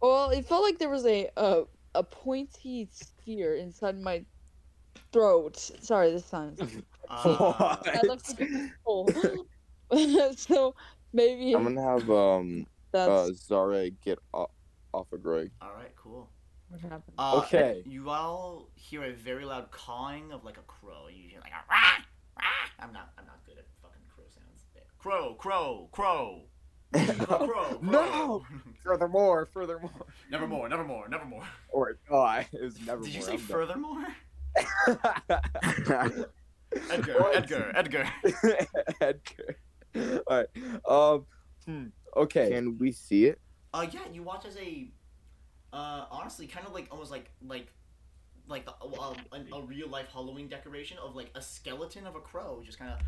Speaker 6: Well, it felt like there was a a, a pointy sphere inside my throat. Sorry, this time.
Speaker 2: Uh,
Speaker 6: I left it full. (laughs) so maybe
Speaker 8: I'm gonna have um
Speaker 6: that's
Speaker 8: uh Zara get off, off
Speaker 9: (laughs)
Speaker 8: of Greg.
Speaker 2: all right, cool.
Speaker 6: what happened.
Speaker 2: Uh,
Speaker 1: Okay.
Speaker 2: You all hear a very loud cawing of like a crow. You hear like a rah, rah. I'm not. I'm not good at fucking crow sounds. Crow, crow, crow,
Speaker 1: (laughs)
Speaker 2: crow, crow.
Speaker 1: No!
Speaker 2: (laughs)
Speaker 1: Furthermore, furthermore.
Speaker 2: nevermore, nevermore, nevermore.
Speaker 1: Or, oh, I, it was never
Speaker 2: Did you
Speaker 1: more.
Speaker 2: say
Speaker 1: I'm (laughs)
Speaker 2: furthermore?
Speaker 1: done.
Speaker 2: Edgar,
Speaker 1: What?
Speaker 2: Edgar, Edgar.
Speaker 1: Edgar. (laughs) All right. Um. Hmm. Okay.
Speaker 8: Can we see it?
Speaker 2: Uh, yeah. You watch as a, uh, honestly, kind of like almost like like. Like the, um, an- a real life Halloween decoration of like a skeleton of a crow, just kind of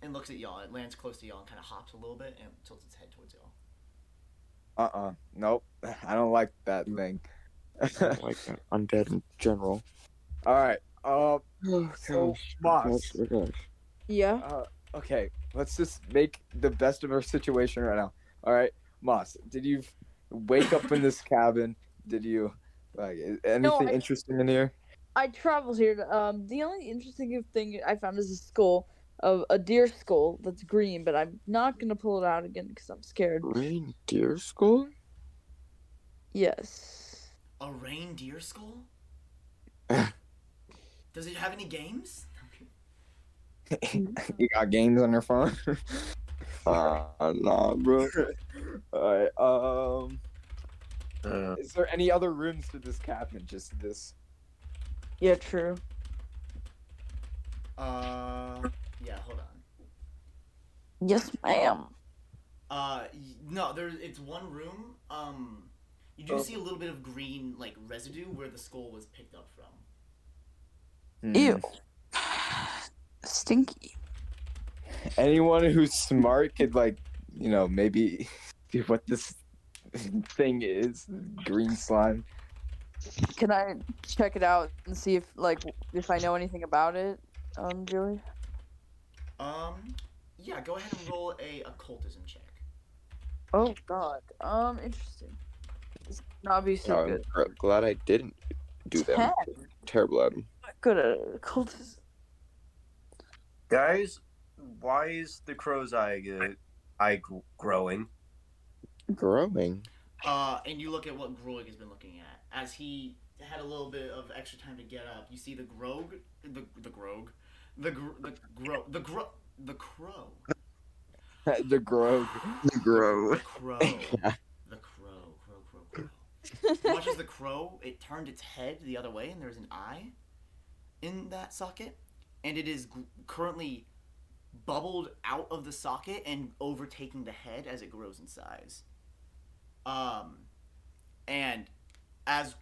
Speaker 2: and looks at y'all. It lands close to y'all and kind of hops a little bit and tilts its head towards y'all.
Speaker 1: Uh. uh Nope. I don't like that thing.
Speaker 8: I don't like that. undead in general.
Speaker 1: All right. Um.
Speaker 8: Oh,
Speaker 1: So
Speaker 8: That's-
Speaker 1: Moss.
Speaker 8: oh, gosh.
Speaker 6: Yeah.
Speaker 1: Uh. Okay. Let's just make the best of our situation right now. All right, Moss. Did you wake up in this cabin? Did you like is- anything
Speaker 6: I-
Speaker 1: interesting in here?
Speaker 6: I traveled here. Um, the only interesting thing I found is a skull of a deer skull that's green, but I'm not gonna pull it out again because I'm scared.
Speaker 8: Reindeer skull?
Speaker 6: (laughs) Yes.
Speaker 2: A reindeer skull? Does it have any games?
Speaker 1: You got games on your phone.
Speaker 8: (laughs) Uh nah, bro.
Speaker 1: All right. Um.
Speaker 10: Uh,
Speaker 1: Is there any other rooms to this cabin? Just this.
Speaker 6: Yeah, true.
Speaker 2: Uh, yeah, hold on.
Speaker 6: Yes, ma'am.
Speaker 2: Uh, y- no, there's it's one room. Um, you do see a little bit of green like residue where the skull was picked up from.
Speaker 1: Hmm.
Speaker 6: Ew. Mm. (sighs) Stinky.
Speaker 1: anyone who's smart could like you know maybe (laughs) see what this thing is green slime
Speaker 6: Can I check it out and see if like if I know anything about it, um, Julie?
Speaker 2: Um, yeah, go ahead and roll a occultism check.
Speaker 6: Oh God. Um, interesting. This would not be so
Speaker 8: I'm
Speaker 6: good.
Speaker 8: gr- glad I didn't do that. I'm Terrible at him.
Speaker 6: Not good uh, at occultism.
Speaker 9: Guys, why is the crow's eye, uh, eye gr- growing?
Speaker 8: Growing.
Speaker 2: Uh, and you look at what Grog has been looking at. As he had a little bit of extra time to get up, you see the Grog, the the Grog, the gr- the Gro, the Gro, the Crow,
Speaker 1: (laughs) the grove.
Speaker 2: the
Speaker 3: Grow.
Speaker 2: Crow, the Crow, Crow, Crow, Crow. Watch as the Crow it turned its head the other way, and there's an eye in that socket, and it is g- currently bubbled out of the socket and overtaking the head as it grows in size. Um, and as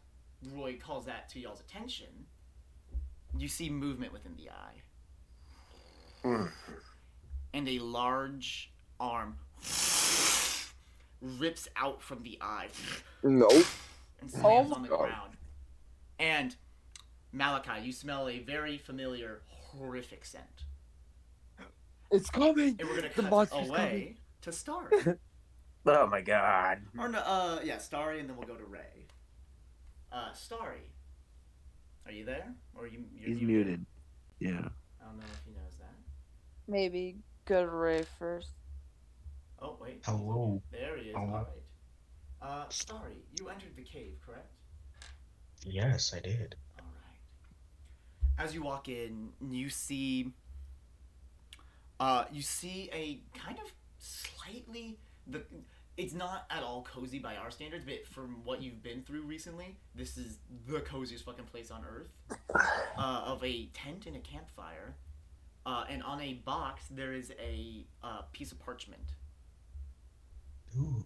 Speaker 2: Roy calls that to y'all's attention, you see movement within the eye. and a large arm rips out from the eye
Speaker 3: Nope.
Speaker 2: and
Speaker 6: Oh
Speaker 2: slams
Speaker 6: my
Speaker 2: on the
Speaker 3: God.
Speaker 2: ground. And Malachi, you smell a very familiar, horrific scent.
Speaker 1: It's coming.
Speaker 2: And we're gonna
Speaker 1: The
Speaker 2: cut away
Speaker 1: monster's
Speaker 2: to Starry.
Speaker 8: Oh my god.
Speaker 2: or no, uh, yeah, Starry, and then we'll go to Ray. Uh, Starry, are you there? Or you? You're
Speaker 7: He's muted. Yeah.
Speaker 2: I don't know if he knows that.
Speaker 6: Maybe go to Ray first.
Speaker 2: Oh wait.
Speaker 5: Hello.
Speaker 2: There he is.
Speaker 5: Hello.
Speaker 2: All right. Uh, Starry, you entered the cave, correct?
Speaker 5: Yes, I did.
Speaker 2: All right. As you walk in, you see. Uh, you see a kind of slightly the. It's not at all cozy by our standards, but from what you've been through recently, this is the coziest fucking place on earth. Uh, of a tent and a campfire, uh, and on a box there is a uh, piece of parchment.
Speaker 5: Ooh.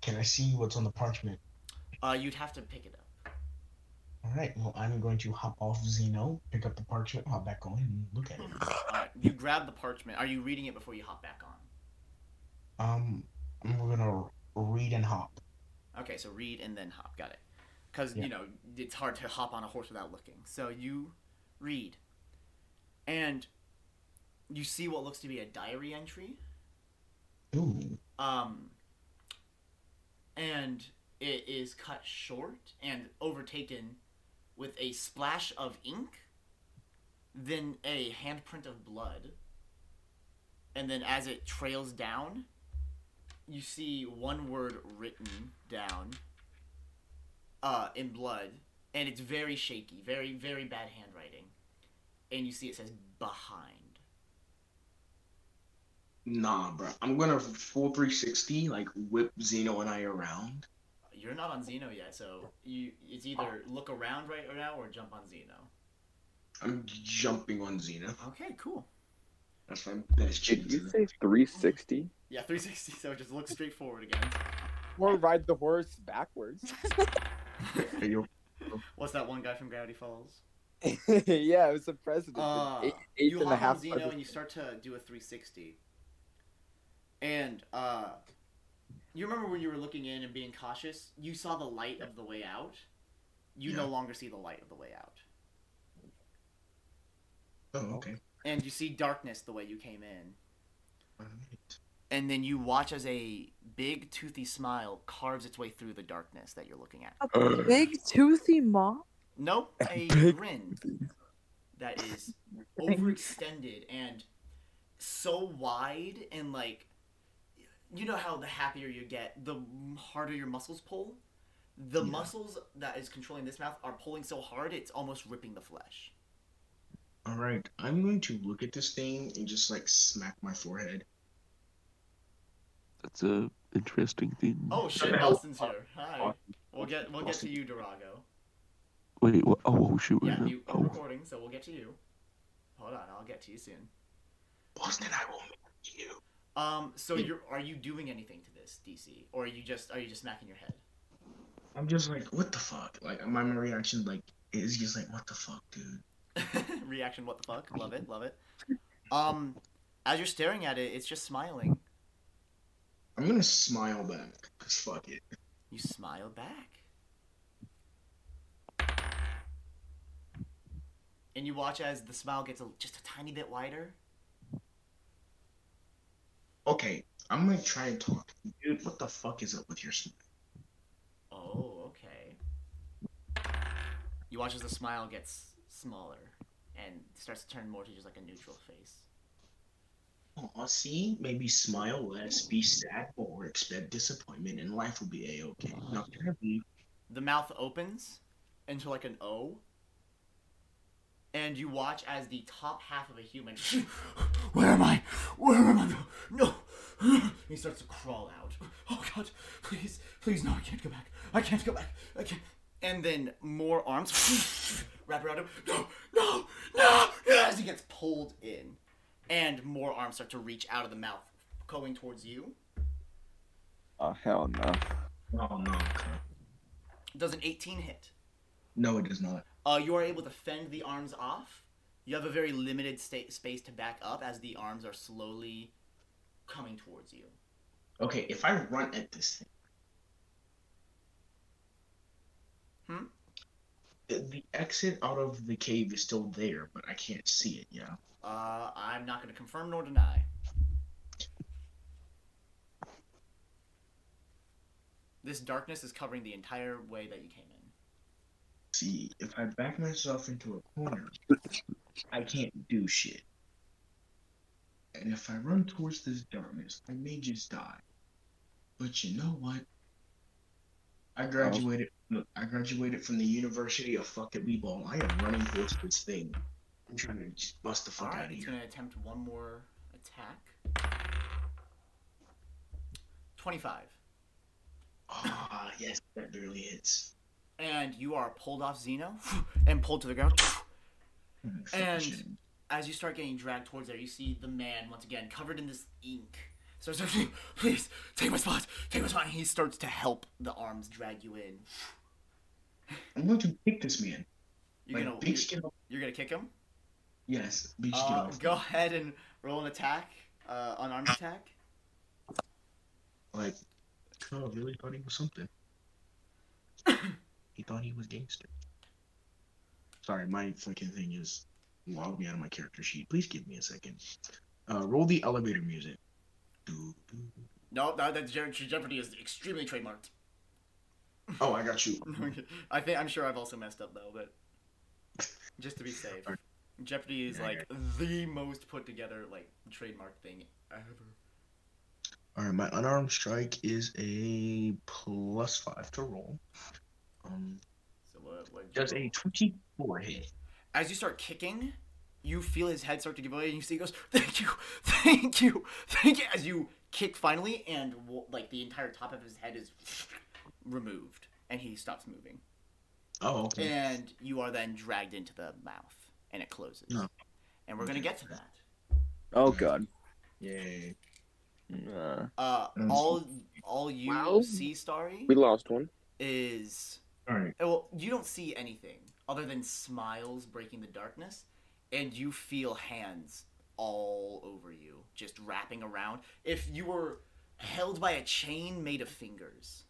Speaker 5: Can I see what's on the parchment?
Speaker 2: Uh, you'd have to pick it up.
Speaker 5: All right. Well, I'm going to hop off Zeno, pick up the parchment, hop back on, and look at it.
Speaker 2: All right, you grab the parchment. Are you reading it before you hop back on?
Speaker 5: Um, I'm gonna read and hop.
Speaker 2: Okay, so read and then hop. Got it. Because,
Speaker 5: Yeah.
Speaker 2: you know, it's hard to hop on a horse without looking. So you read. And you see what looks to be a diary entry.
Speaker 5: Ooh.
Speaker 2: Um, and it is cut short and overtaken with a splash of ink, then a handprint of blood. And then as it trails down, you see one word written down uh, in blood. And it's very shaky, very, very bad handwriting. And you see it says behind.
Speaker 5: Nah, bro. I'm gonna full 360, like whip Zeno and I around.
Speaker 2: You're not on Xeno yet, so you it's either look around right now or jump on Xeno.
Speaker 5: I'm jumping on Xena.
Speaker 2: Okay, cool.
Speaker 5: That's my best
Speaker 1: Did you
Speaker 5: chance.
Speaker 1: say 360?
Speaker 2: Yeah, 360, so just look straight forward again.
Speaker 1: Or ride the horse backwards?
Speaker 5: Are you
Speaker 2: What's that one guy from Gravity Falls?
Speaker 1: (laughs) yeah, it was the president.
Speaker 8: Ah.
Speaker 2: Uh,
Speaker 1: eight, eighth
Speaker 2: You
Speaker 1: and a
Speaker 2: hop on
Speaker 1: half.
Speaker 2: Xeno and you start to do a 360. And uh, you remember when you were looking in and being cautious? You saw the light of the way out. You no longer see the light of the way out.
Speaker 5: Oh, okay.
Speaker 2: And you see darkness the way you came in.
Speaker 5: All
Speaker 2: And then you watch as a big toothy smile carves its way through the darkness that you're looking at.
Speaker 7: Uh.
Speaker 6: Big toothy mom.
Speaker 2: Nope, a grin that is overextended and so wide and like you know how the happier you get, the harder your muscles pull. The
Speaker 5: Yeah.
Speaker 2: muscles that is controlling this mouth are pulling so hard it's almost ripping the flesh.
Speaker 5: All right. I'm going to look at this thing and just like smack my forehead.
Speaker 7: That's a interesting thing.
Speaker 2: Oh shit, Austin's here. Hi. We'll get we'll get to
Speaker 7: Austin.
Speaker 2: you, Durago.
Speaker 7: Wait. What? Oh shoot.
Speaker 2: Yeah,
Speaker 7: we're
Speaker 2: you I'm
Speaker 7: oh,
Speaker 2: recording, so we'll get to you. Hold on, I'll get to you soon.
Speaker 5: Boston, I will meet you.
Speaker 2: Um, so you're are you doing anything to this DC, or are you just are you just smacking your head? (laughs)
Speaker 5: I'm just like, what the fuck? Like my my reaction like is just like, what the fuck, dude?
Speaker 2: reaction what the fuck love it love it um as you're staring at it it's just smiling
Speaker 5: I'm gonna smile back. Cause fuck it.
Speaker 2: you smile back and you watch as the smile gets a, just a tiny bit wider
Speaker 5: Okay. I'm gonna try and talk. Dude, what the fuck is up with your smile?
Speaker 2: oh okay you watch as the smile gets smaller and starts to turn more to just like a neutral face
Speaker 5: Aw, see, maybe smile less, be sad more, expect disappointment, and life will be a okay. Now, can I be-
Speaker 2: the mouth opens into like an O, and you watch as the top half of a human. Where am I? Where am I? No! He starts to crawl out. Oh God! Please, please, no! I can't go back. I can't go back. I can't. And then more (laughs) arms wrap around him. No! No! No! no, As he gets pulled in, and more arms start to reach out of the mouth, going towards you.
Speaker 1: Oh hell no.
Speaker 5: Oh no, okay.
Speaker 2: Does an 18 hit?
Speaker 5: no, it does not.
Speaker 2: Uh, you are able to fend the arms off. You have a very limited sta- space to back up as the arms are slowly coming towards you.
Speaker 5: Okay, if I run at this thing.
Speaker 2: Hmm?
Speaker 5: The, the exit out of the cave is still there, but I can't see it, yeah.
Speaker 2: Uh, I'm not going to confirm nor deny. This darkness is covering the entire way that you came in.
Speaker 5: See, if I back myself into a corner, I can't do shit. And if I run towards this darkness, I may just die. But you know what? I graduated. Look, I graduated from the University of Fuck It We Ball. I am running towards this thing. I'm trying to just bust the fuck out
Speaker 2: Alright,
Speaker 5: of
Speaker 2: he's
Speaker 5: here.
Speaker 2: going to attempt one more attack. 25.
Speaker 5: Ah, yes, that barely hits.
Speaker 2: And you are pulled off Xeno and pulled to the ground. And-
Speaker 5: Shit.
Speaker 2: as you start getting dragged towards there, you see the man once again covered in this ink. So (laughs) starts like, please take my spot, take my spot. And he starts to help the arms drag you in.
Speaker 5: I'm going to kick this man.
Speaker 2: You're
Speaker 5: like,
Speaker 2: gonna
Speaker 5: bitch, get off.
Speaker 2: you're gonna kick him.
Speaker 5: Yes, bitch, get
Speaker 2: Uh,
Speaker 5: off.
Speaker 2: go ahead and roll an attack, uh, unarmed attack.
Speaker 5: Like, oh, really thought he was (laughs) something. he thought he was gangster. Sorry, my fucking thing is logged me out of my character sheet. Please give me a second. Uh, roll the elevator music. Doo, doo.
Speaker 2: No, no, that Je- Jeopardy is extremely trademarked. (laughs)
Speaker 5: Oh, I got (laughs) you.
Speaker 2: I think I'm sure I've also messed up though, but just to be safe,
Speaker 5: Alright.
Speaker 2: Jeopardy is
Speaker 5: Yeah,
Speaker 2: like the most put together like trademark thing ever.
Speaker 5: All right, my unarmed strike is a plus five to roll. Um,
Speaker 2: So uh, what? what
Speaker 5: does a twenty-four hit?
Speaker 2: as you start kicking, you feel his head start to give away, and you see he goes, "Thank you, thank you, thank you." As you kick finally, and wo- like the entire top of his head is removed, and he stops moving,
Speaker 5: Oh, okay.
Speaker 2: and you are then dragged into the mouth, and it closes.
Speaker 5: No.
Speaker 2: And we're gonna get to that.
Speaker 1: Oh god.
Speaker 5: Yay.
Speaker 1: Nah.
Speaker 2: Uh,
Speaker 5: Mm.
Speaker 2: all all you
Speaker 8: Wow.
Speaker 2: see, Starry,
Speaker 8: We lost one.
Speaker 2: is
Speaker 5: All right.
Speaker 2: well, you don't see anything other than smiles breaking the darkness, and you feel hands all over you, just wrapping around. If you were held by a chain made of fingers.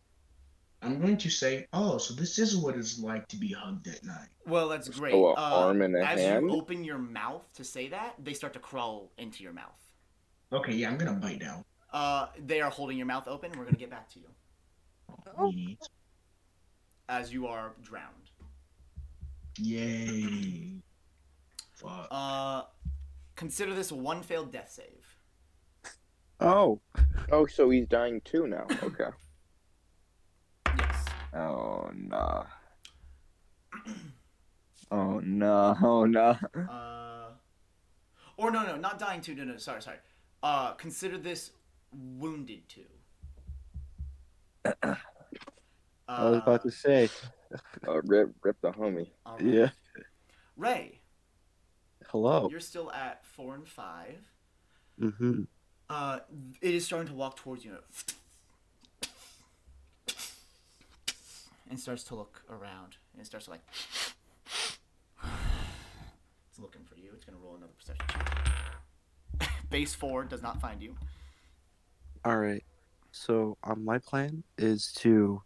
Speaker 5: I'm going to say, oh, so this is what it's like to be hugged at night.
Speaker 2: Well, that's great.
Speaker 8: Oh,
Speaker 2: Uh,
Speaker 8: a arm and a
Speaker 2: as
Speaker 8: hand?
Speaker 2: you open your mouth to say that, they start to crawl into your mouth.
Speaker 5: Okay, yeah, I'm gonna bite now.
Speaker 2: Uh, they are holding your mouth open. We're gonna get back to you as you are drowned.
Speaker 5: Yay. Fuck.
Speaker 2: Uh, consider this one failed death save.
Speaker 7: Oh,
Speaker 8: Oh, so he's dying too now. Okay.
Speaker 2: Yes.
Speaker 1: Oh nah. Oh no, (laughs) oh no.
Speaker 2: Uh, or no, no, not dying two. No, no, sorry, sorry. Uh, consider this wounded
Speaker 4: (clears throat)
Speaker 2: two. Uh,
Speaker 4: I was about to say.
Speaker 8: Uh, rip, rip the homie.
Speaker 2: all right.
Speaker 7: yeah.
Speaker 2: Ray,
Speaker 4: Hello. Oh.
Speaker 2: you're still at four and five.
Speaker 7: Mm-hmm.
Speaker 2: Uh, it is starting to walk towards you. And starts to look around. And it starts to like. (sighs) It's looking for you. It's going to roll another perception check. (laughs) Base four does not find you.
Speaker 7: All right. So um, my plan is to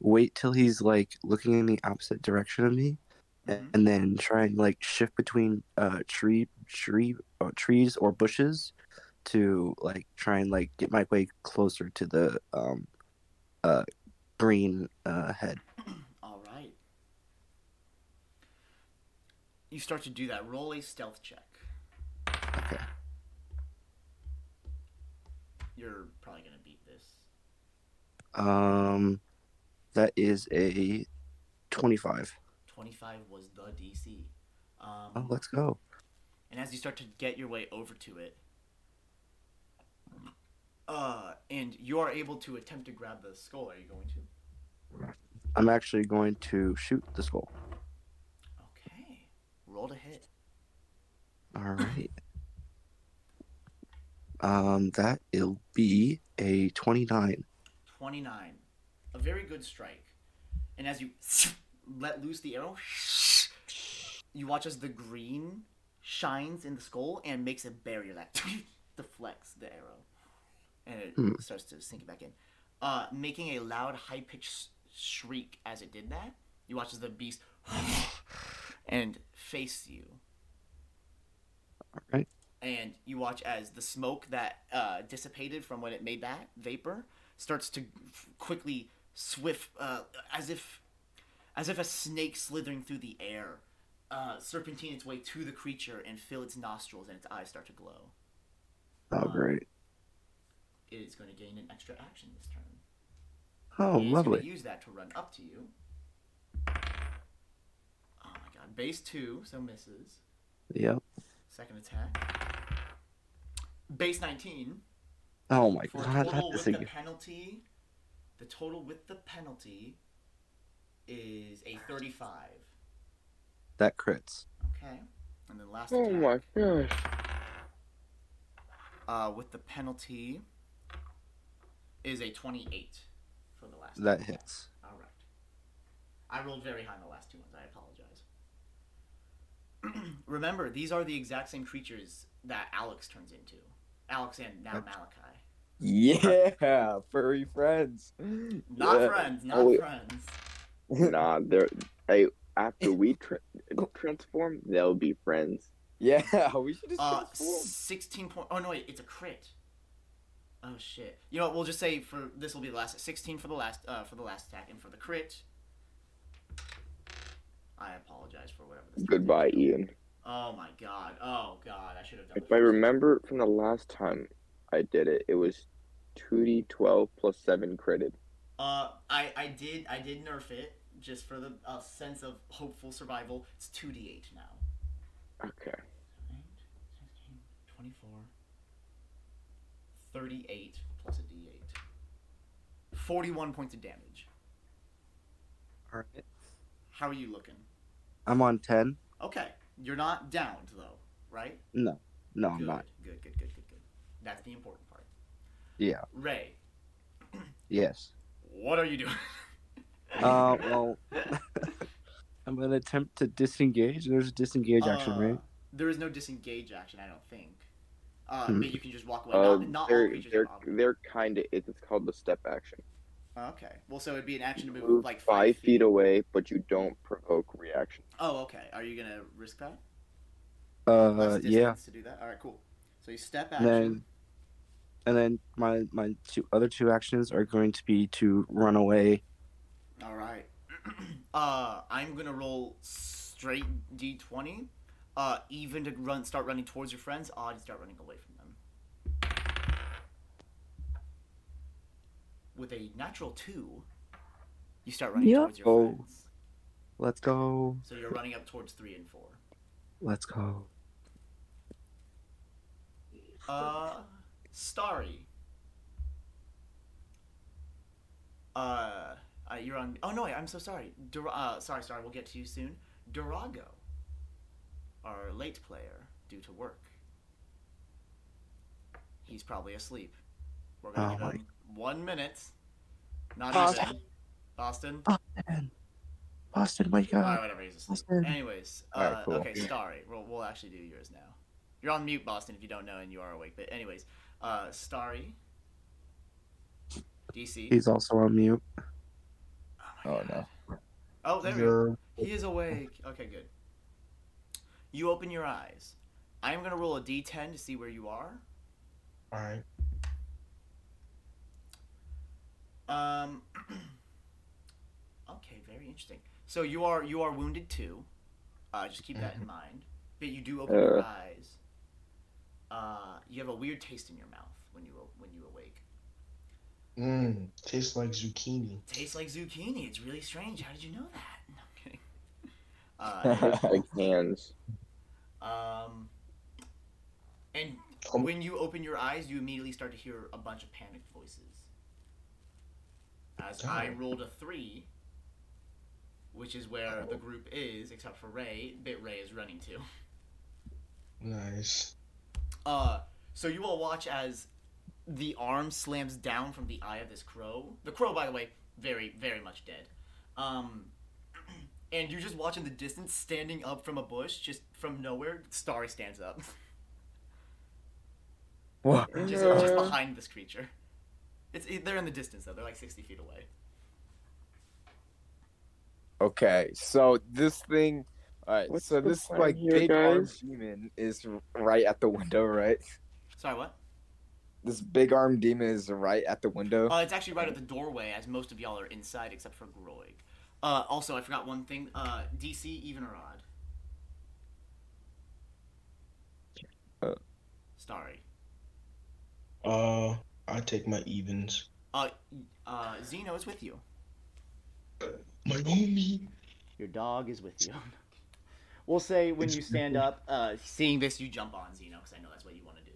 Speaker 7: wait till he's like looking in the opposite direction of me, a-
Speaker 4: Mm-hmm.
Speaker 2: Mhm.
Speaker 7: and then try and like shift between uh tree tree uh, trees or bushes to like try and like get my way closer to the um uh green uh head.
Speaker 2: All right. You start to do that. Roll a stealth check.
Speaker 7: Okay.
Speaker 2: You're probably gonna beat this.
Speaker 7: Um, that is a twenty-five.
Speaker 2: Twenty-five was the DC. Um,
Speaker 7: Oh, let's go.
Speaker 2: and as you start to get your way over to it uh and you are able to attempt to grab the skull are you going to
Speaker 7: I'm actually going to shoot the skull.
Speaker 2: okay roll to hit
Speaker 7: All right. Um, that will be a twenty-nine.
Speaker 2: 29 a very good strike and as you (laughs) let loose the arrow you watch as the green shines in the skull and makes a barrier that (laughs) deflects the arrow and it
Speaker 7: Hmm.
Speaker 2: starts to sink back in uh, making a loud high-pitched shriek as it did that you watch as the beast (laughs) and face you
Speaker 7: All right.
Speaker 2: and you watch as the smoke that uh, dissipated from when it made that vapor starts to f- quickly swift uh, as if as if a snake slithering through the air uh, serpentine its way to the creature and fill its nostrils and its eyes start to glow
Speaker 7: Oh, great.
Speaker 2: it is going to gain an extra action this turn
Speaker 7: Oh,
Speaker 2: It is
Speaker 7: lovely.
Speaker 2: going to use that to run up to you oh my god base two so misses
Speaker 7: Yep.
Speaker 2: second attack base 19
Speaker 7: Oh my
Speaker 2: For
Speaker 7: god,
Speaker 2: total
Speaker 7: that is
Speaker 2: with
Speaker 7: a
Speaker 2: the penalty, the total with the penalty is a 35.
Speaker 7: that crits.
Speaker 2: Okay. And then last
Speaker 8: Oh
Speaker 2: attack,
Speaker 8: my gosh. (laughs)
Speaker 2: uh, with the penalty is a 28 for the last
Speaker 7: That
Speaker 2: attack.
Speaker 7: hits.
Speaker 2: All right. I rolled very high in the last two ones. I apologize. (clears throat) Remember, these are the exact same creatures that Alex turns into. Alex and now Malachi.
Speaker 1: (laughs) Yeah, furry friends.
Speaker 2: Not
Speaker 1: Yeah.
Speaker 2: friends, not
Speaker 8: Oh, wait.
Speaker 2: friends.
Speaker 8: Nah, they're hey. After we tra- transform, they'll be friends.
Speaker 1: Yeah, (laughs) we should just
Speaker 8: (laughs)
Speaker 2: Uh,
Speaker 1: transform.
Speaker 2: 16 point. Oh, no, wait, it's a crit. Oh, shit. You know what? We'll just say for this will be the last 16 for the last uh, for the last attack and for the crit. I apologize for whatever this
Speaker 8: Goodbye,
Speaker 2: is.
Speaker 8: Ian.
Speaker 2: Oh my god. Oh god. I should have done
Speaker 8: If
Speaker 2: the
Speaker 8: I
Speaker 2: first-
Speaker 8: remember from the last time I did it, it was 2d12 plus 7 credit.
Speaker 2: Uh, I I did I did nerf it just for the uh, sense of hopeful survival. It's 2d8 now.
Speaker 8: Okay.
Speaker 2: 24 38 plus a d8 41 points of damage
Speaker 7: All right.
Speaker 2: How are you looking?
Speaker 7: I'm on ten.
Speaker 2: Okay, you're not downed though, right?
Speaker 7: No, no, I'm
Speaker 2: good.
Speaker 7: not.
Speaker 2: Good, good, good, good, good. That's the important part.
Speaker 7: Yeah.
Speaker 2: Ray, (laughs)
Speaker 7: Yes.
Speaker 2: what are you doing?
Speaker 7: Uh,
Speaker 2: (laughs)
Speaker 7: well, (laughs) I'm gonna attempt to disengage. There's a disengage action,
Speaker 2: Uh,
Speaker 7: right?
Speaker 2: There is no disengage action, I don't think. Uh,
Speaker 7: Hmm.
Speaker 2: but you can just walk away.
Speaker 8: Uh,
Speaker 2: not, not all
Speaker 8: they're
Speaker 2: creatures
Speaker 8: they're,
Speaker 2: have ob-
Speaker 8: they're kind of, it's called the step action.
Speaker 2: Okay. Well, so it'd be an action to move,
Speaker 8: Move
Speaker 2: like
Speaker 8: five feet away, but you don't provoke reaction.
Speaker 2: Oh, okay. Are you gonna risk that? Less
Speaker 7: Uh, yeah.
Speaker 2: distance To do that. All right, cool. So you step
Speaker 7: And
Speaker 2: action.
Speaker 7: then, and then my my two other two actions are going to be to run away.
Speaker 2: All right. (clears throat) uh, I'm gonna roll straight d20. Uh, even to run, start running towards your friends. Odd, to start running away from them. With a natural two, you start running
Speaker 6: Yep.
Speaker 2: towards your
Speaker 7: Oh.
Speaker 2: friends.
Speaker 7: Let's go.
Speaker 2: So you're running up towards three and four.
Speaker 7: Let's go.
Speaker 2: Uh, Starry. Uh, uh, you're on. Oh no, I'm so sorry. Dur- uh, sorry, sorry. We'll get to you soon. Durago, our late player, due to work. He's probably asleep. We're gonna
Speaker 7: Oh
Speaker 2: give
Speaker 7: my-
Speaker 2: him one minute. Not
Speaker 6: Boston.
Speaker 2: even. Boston.
Speaker 7: Boston, wake
Speaker 2: All right,
Speaker 7: up.
Speaker 2: whatever. He's asleep.
Speaker 7: Boston.
Speaker 2: Anyways, uh,
Speaker 8: All right, cool.
Speaker 2: okay, Starry. We'll, we'll actually do yours now. You're on mute, Boston, if you don't know, and you are awake. But anyways, uh, Starry. DC.
Speaker 7: He's also on mute.
Speaker 2: my
Speaker 1: Oh,
Speaker 2: God.
Speaker 1: no.
Speaker 2: Oh, there we go.
Speaker 4: You're-
Speaker 2: He is awake. Okay, good. You open your eyes. I am gonna roll a D10 to see where you are.
Speaker 5: Alright.
Speaker 2: Um. (clears throat) okay, very interesting. So you are you are wounded too. Uh, just keep that in mind. But you do open your eyes. Uh, you have a weird taste in your mouth when when you when you awake.
Speaker 5: Mmm, tastes like zucchini.
Speaker 2: Tastes like zucchini. It's really strange. How did you know that? (laughs) No, I'm kidding.
Speaker 8: It's
Speaker 2: Uh,
Speaker 8: like hands.
Speaker 2: um, and
Speaker 5: Um,
Speaker 2: when you open your eyes, you immediately start to hear a bunch of panicked voices. As I
Speaker 5: Damn.
Speaker 2: rolled a three, which is where the group is, except for Ray. That Ray is running to.
Speaker 5: Nice.
Speaker 2: Uh, so you all watch as the arm slams down from the eye of this crow. The crow, by the way, very, very much dead. Um, (clears throat) and you just watch in the distance, standing up from a bush, just from nowhere, Starry stands up.
Speaker 7: What?
Speaker 2: just, just behind this creature. It's it, They're in the distance, though. They're like 60 feet away.
Speaker 1: Okay, so this thing. All right,
Speaker 8: What's
Speaker 1: so
Speaker 8: the
Speaker 1: this
Speaker 8: plan
Speaker 1: like
Speaker 8: here,
Speaker 1: big armed
Speaker 8: guys?
Speaker 1: demon is right at the window, right?
Speaker 2: Sorry, what?
Speaker 1: This big armed demon is right at the window.
Speaker 2: Uh, it's actually right at the doorway, as most of y'all are inside, except for Groig. Uh, also, I forgot one thing. Uh, DC, even or odd?
Speaker 1: Uh.
Speaker 2: Starry.
Speaker 5: Uh, I take my evens.
Speaker 2: Uh, uh, Zeno is with you.
Speaker 5: My homie.
Speaker 2: Your dog is with you. (laughs) we'll say when you stand up, uh, seeing this, you jump on Zeno, because I know that's what you want to do.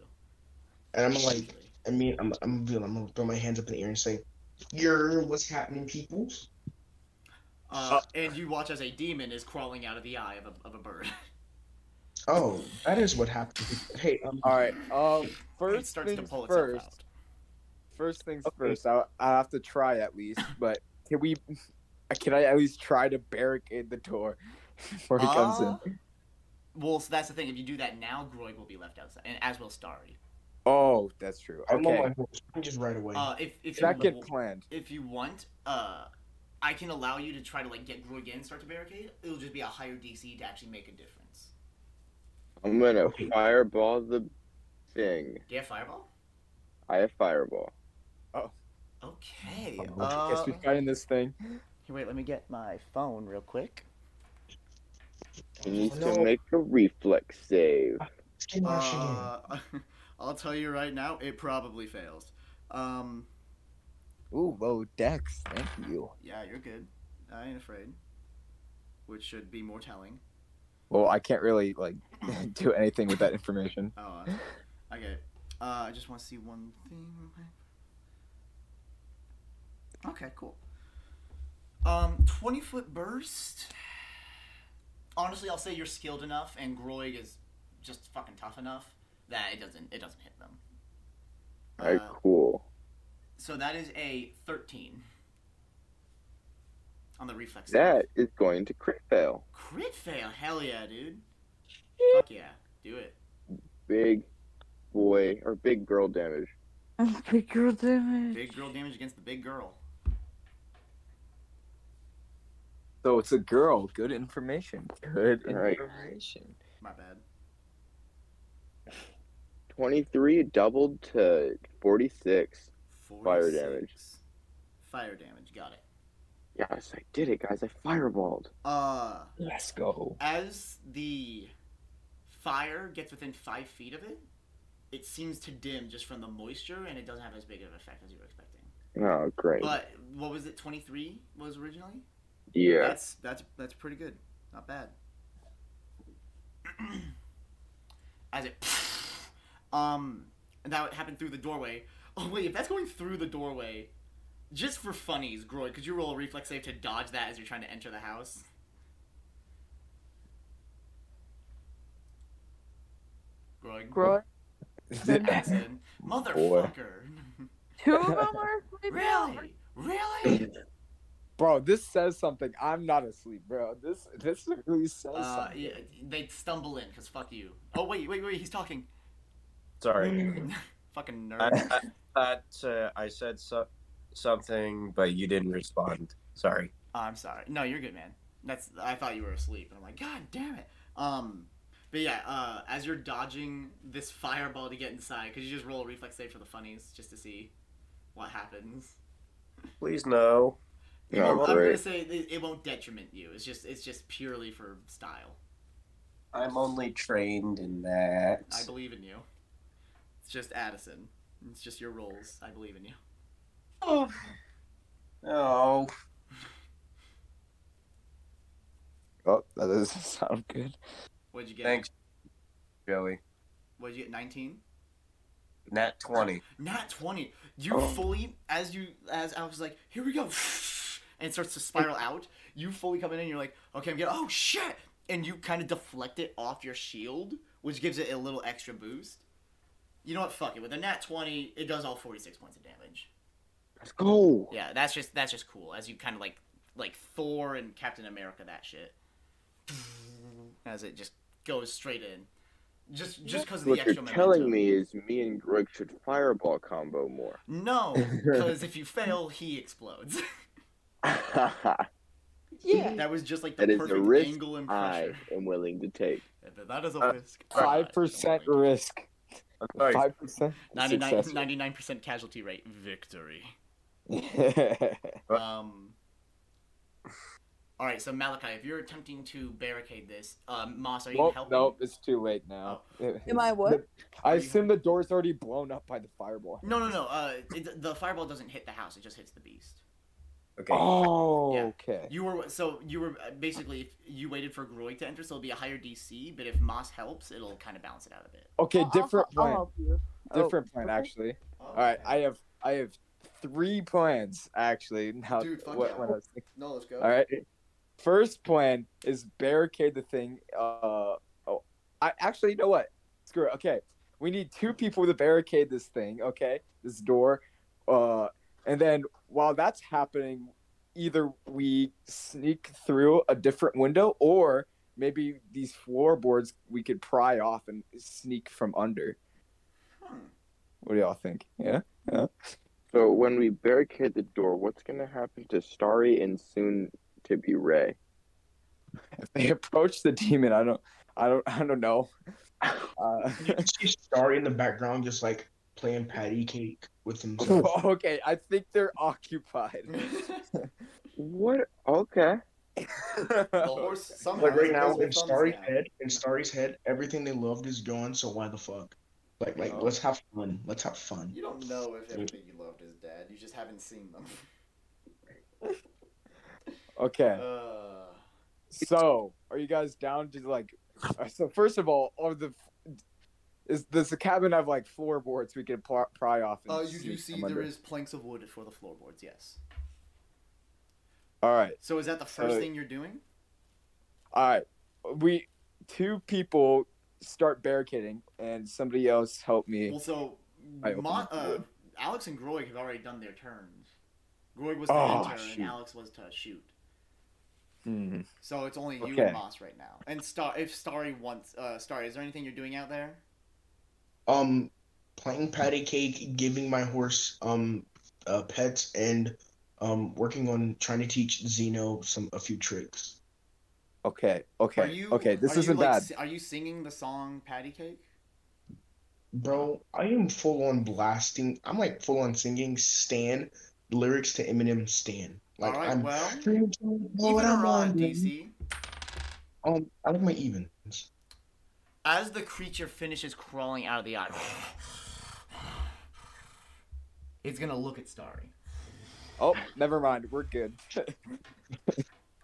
Speaker 5: And I'm like, I mean, I'm, I'm, I'm, I'm gonna throw my hands up in the air and say, "You're what's happening, peoples?"
Speaker 2: Uh, and you watch as a demon is crawling out of the eye of a, of a bird.
Speaker 5: Oh, that is what happened. Hey, um,
Speaker 1: All right. Um,
Speaker 2: it
Speaker 1: first
Speaker 2: starts to
Speaker 1: things
Speaker 2: pull itself
Speaker 1: first.
Speaker 2: out.
Speaker 1: First things
Speaker 5: Okay.
Speaker 1: first. I I have to try at least, but can we? (laughs) Can I at least try to barricade the door (laughs) before he comes
Speaker 8: Uh-huh.
Speaker 1: in?
Speaker 2: Uh, Well, so that's the thing. If you do that now, Groig will be left outside, and as will Starry.
Speaker 1: Oh, that's true.
Speaker 5: I'm on
Speaker 1: Okay,
Speaker 5: my horse. I'm just right away.
Speaker 2: Uh, if if you,
Speaker 1: second
Speaker 2: w-
Speaker 1: plan.
Speaker 2: if you want, uh, I can allow you to try to like get Groig in, start to barricade. It'll just be a higher DC to actually make a difference.
Speaker 8: I'm gonna
Speaker 5: Okay.
Speaker 8: fireball the thing.
Speaker 2: Do you have fireball?
Speaker 8: I have fireball.
Speaker 2: Okay.
Speaker 1: I
Speaker 2: Uh,
Speaker 1: guess we're fighting this thing.
Speaker 2: here, wait, let me get my phone real quick.
Speaker 8: He needs
Speaker 5: no,
Speaker 8: to make a reflex save.
Speaker 5: skin washing in.
Speaker 2: Uh, (laughs) I'll tell you right now, it probably fails. Um,
Speaker 1: Ooh, low dex. Thank you.
Speaker 2: yeah, you're good. I ain't afraid. Which should be more telling.
Speaker 1: Well, I can't really like (laughs) do anything with that information.
Speaker 2: Oh, uh, I get it. Uh, I just want to see one thing. real quick. Okay, cool. Um, 20 foot burst. Honestly, I'll say you're skilled enough, and Groig is just fucking tough enough that it doesn't it doesn't hit them.
Speaker 8: Alright,
Speaker 2: Uh,
Speaker 8: cool.
Speaker 2: so that is a 13 on the reflex. save.
Speaker 8: That is going to crit fail.
Speaker 2: crit fail. Hell yeah, dude. Fuck yeah, do it.
Speaker 8: Big boy or big girl damage.
Speaker 6: Big girl damage.
Speaker 2: Big girl damage against the big girl.
Speaker 1: So it's a girl. Good information. Good (laughs)
Speaker 8: Right.
Speaker 1: information.
Speaker 2: My bad.
Speaker 8: 23 doubled to 46.
Speaker 2: 46.
Speaker 8: Fire damage.
Speaker 2: Fire damage. Got it.
Speaker 8: Yes, I did it, guys. I fireballed.
Speaker 2: Uh,
Speaker 1: Let's go.
Speaker 2: as the fire gets within five feet of it, it seems to dim just from the moisture, and it doesn't have as big of an effect as you were expecting.
Speaker 8: Oh, great.
Speaker 2: But what was it? Twenty three was originally.
Speaker 8: yeah.
Speaker 2: That's that's that's pretty good. Not bad. (clears throat) As it (sniffs) um and that happened through the doorway. (laughs) Oh wait, if that's going through the doorway, just for funnies, Groy, could you roll a reflex save to dodge that as you're trying to enter the house? Groy.
Speaker 6: Grow.
Speaker 8: (laughs)
Speaker 2: Acid. (laughs) Motherfucker.
Speaker 6: Two of them are sleeping.
Speaker 2: (laughs) really? Really? Uh,
Speaker 1: Bro, this says something. I'm not asleep, bro. This this really says
Speaker 2: Uh,
Speaker 1: something.
Speaker 2: yeah, they stumble in because fuck you. Oh wait, wait, wait. He's talking. (laughs)
Speaker 9: (laughs) Sorry.
Speaker 5: Mm.
Speaker 2: Fucking
Speaker 9: I,
Speaker 2: nerd.
Speaker 9: I thought uh, I said so- something, but you didn't respond. Sorry. (gasps)
Speaker 2: Oh, I'm sorry. No, you're good, man. That's I thought you were asleep, and I'm like, God damn it. Um, but yeah, uh, as you're dodging this fireball to get inside, could you just roll a reflex save for the funnies just to see what happens?
Speaker 9: Please no.
Speaker 2: You
Speaker 8: Oh,
Speaker 2: know, I'm gonna
Speaker 8: great.
Speaker 2: say it, it won't detriment you. It's just it's just purely for style.
Speaker 9: I'm only trained in that.
Speaker 2: I believe in you. It's just Addison. It's just your rolls. I believe in you.
Speaker 9: Oh. Oh.
Speaker 8: Oh, that doesn't (laughs) sound good.
Speaker 2: What'd you get?
Speaker 9: Thanks, Joey.
Speaker 2: What'd you get? 19?
Speaker 9: Nat 20.
Speaker 2: Not 20. You
Speaker 8: Oh.
Speaker 2: fully, as you, as Alex is like, here we go, (laughs) and it starts to spiral out, you fully come in and you're like, okay, I'm getting, oh shit! And you kind of deflect it off your shield, which gives it a little extra boost. You know what? Fuck it. With a nat 20, it does all 46 points of damage.
Speaker 1: Let's go.
Speaker 2: Yeah, that's just, that's just cool. As you kind of like, like Thor and Captain America, that
Speaker 1: (laughs)
Speaker 2: shit. As it just goes straight in. Just, just because of the
Speaker 1: What
Speaker 2: extra
Speaker 1: you're telling
Speaker 2: momentum.
Speaker 1: me is me and Greg should fireball combo
Speaker 8: (laughs)
Speaker 1: more.
Speaker 2: No,
Speaker 1: (laughs)
Speaker 2: because if you fail, he explodes.
Speaker 6: Yeah.
Speaker 2: That was just like the
Speaker 1: That is the
Speaker 2: perfect
Speaker 1: risk
Speaker 2: angle and
Speaker 1: I
Speaker 2: pressure.
Speaker 1: am willing to take.
Speaker 2: But That is a
Speaker 9: Uh,
Speaker 2: risk.
Speaker 8: Five percent risk.
Speaker 9: I'm sorry.
Speaker 8: Five percent. (laughs)
Speaker 2: 99 percent casualty rate. Victory.
Speaker 9: Right.
Speaker 2: Um. All right, so Malachi, if you're attempting to barricade this, um, Moss, are you
Speaker 8: Nope,
Speaker 2: helping?
Speaker 8: nope, it's too late now.
Speaker 6: Am I what?
Speaker 8: I
Speaker 2: Oh. Are you-
Speaker 8: assume the door's already blown up by the fireball.
Speaker 2: No, no, no. Uh, it, the fireball doesn't hit the house; it just hits the beast.
Speaker 9: Okay.
Speaker 8: Oh,
Speaker 2: Yeah.
Speaker 8: okay.
Speaker 2: You were so you were uh, basically if you waited for Groy to enter, so it'll be a higher DC. But if Moss helps, it'll kind of balance it (laughs) out a
Speaker 5: (laughs)
Speaker 2: bit.
Speaker 8: Okay,
Speaker 6: I'll- I'll
Speaker 8: different
Speaker 6: hel- I'll
Speaker 8: plan.
Speaker 6: help you. Oh,
Speaker 8: different plan,
Speaker 6: okay.
Speaker 8: actually.
Speaker 2: Oh,
Speaker 8: All right, I have I have three plans actually. Now,
Speaker 2: Dude, fuck
Speaker 8: what,
Speaker 2: yeah.
Speaker 8: what I was thinking.
Speaker 2: no, let's go.
Speaker 8: All right. First plan is barricade the thing. Uh oh, I actually you know what? Screw it. Okay, we need two people to barricade this thing. Okay, this door. Uh, and then while that's happening, either we sneak through a different window, or maybe these floorboards we could pry off and sneak from under.
Speaker 2: Hmm.
Speaker 8: What do y'all think? Yeah.
Speaker 1: So when we barricade the door, what's gonna happen to Starry and soon to be Ray?
Speaker 8: If they approach the demon, I don't, I don't, I don't
Speaker 2: (laughs)
Speaker 8: know. Uh, (laughs)
Speaker 5: You can see Starry in the background just like playing patty cake with
Speaker 8: (laughs) Oh,
Speaker 5: himself.
Speaker 8: okay, I think they're occupied. (laughs)
Speaker 1: What? Okay.
Speaker 2: the horse somehow
Speaker 5: Like right now
Speaker 2: has
Speaker 5: in
Speaker 2: thumbs
Speaker 5: Starry's
Speaker 2: down.
Speaker 5: head, in Starry's head, everything they loved is gone. So why the fuck? Like, like, let's have fun. Let's have fun.
Speaker 2: You don't know if everything you loved is dead. You just haven't seen them.
Speaker 8: okay,
Speaker 2: Uh,
Speaker 8: so are you guys down to like? uh, So first of all, are the is does the cabin have like floorboards we can pl- pry off? and
Speaker 2: uh, you do
Speaker 8: sneak
Speaker 2: see
Speaker 8: them
Speaker 2: there is
Speaker 8: under?
Speaker 2: planks of wood for the floorboards. Yes.
Speaker 8: All right,
Speaker 2: So is that the first
Speaker 8: Uh,
Speaker 2: thing you're doing?
Speaker 8: all right. We two people start barricading, and somebody else help me.
Speaker 2: Well, so
Speaker 8: I opened
Speaker 2: Mo-
Speaker 8: the
Speaker 2: uh,
Speaker 8: wood.
Speaker 2: Alex and Groig have already done their turns. Groig was to
Speaker 8: Oh,
Speaker 2: enter
Speaker 8: shoot.
Speaker 2: and Alex was to shoot.
Speaker 8: Hmm.
Speaker 2: So it's only you
Speaker 8: Okay.
Speaker 2: and Moss right now. And Star, if Starry wants, uh, Starry, is there anything you're doing out there?
Speaker 5: Um, playing patty cake, giving my horse um uh, pets, and um working on trying to teach Zeno some a few tricks.
Speaker 8: Okay. Okay.
Speaker 2: Are you,
Speaker 8: okay. This
Speaker 2: are
Speaker 8: isn't
Speaker 2: you, like,
Speaker 8: bad.
Speaker 2: si- Are you singing the song "Patty Cake"?
Speaker 5: Bro, I am full on blasting. I'm like full on singing Stan lyrics to Eminem Stan. Like
Speaker 2: All right.
Speaker 5: I'm
Speaker 2: well,
Speaker 5: what
Speaker 2: even
Speaker 5: I'm
Speaker 2: or odd,
Speaker 5: on, dude.
Speaker 2: DC.
Speaker 5: Um, I like my evens.
Speaker 2: As the creature finishes crawling out of the eye, it's gonna look at Starry.
Speaker 8: Oh, never mind. We're good.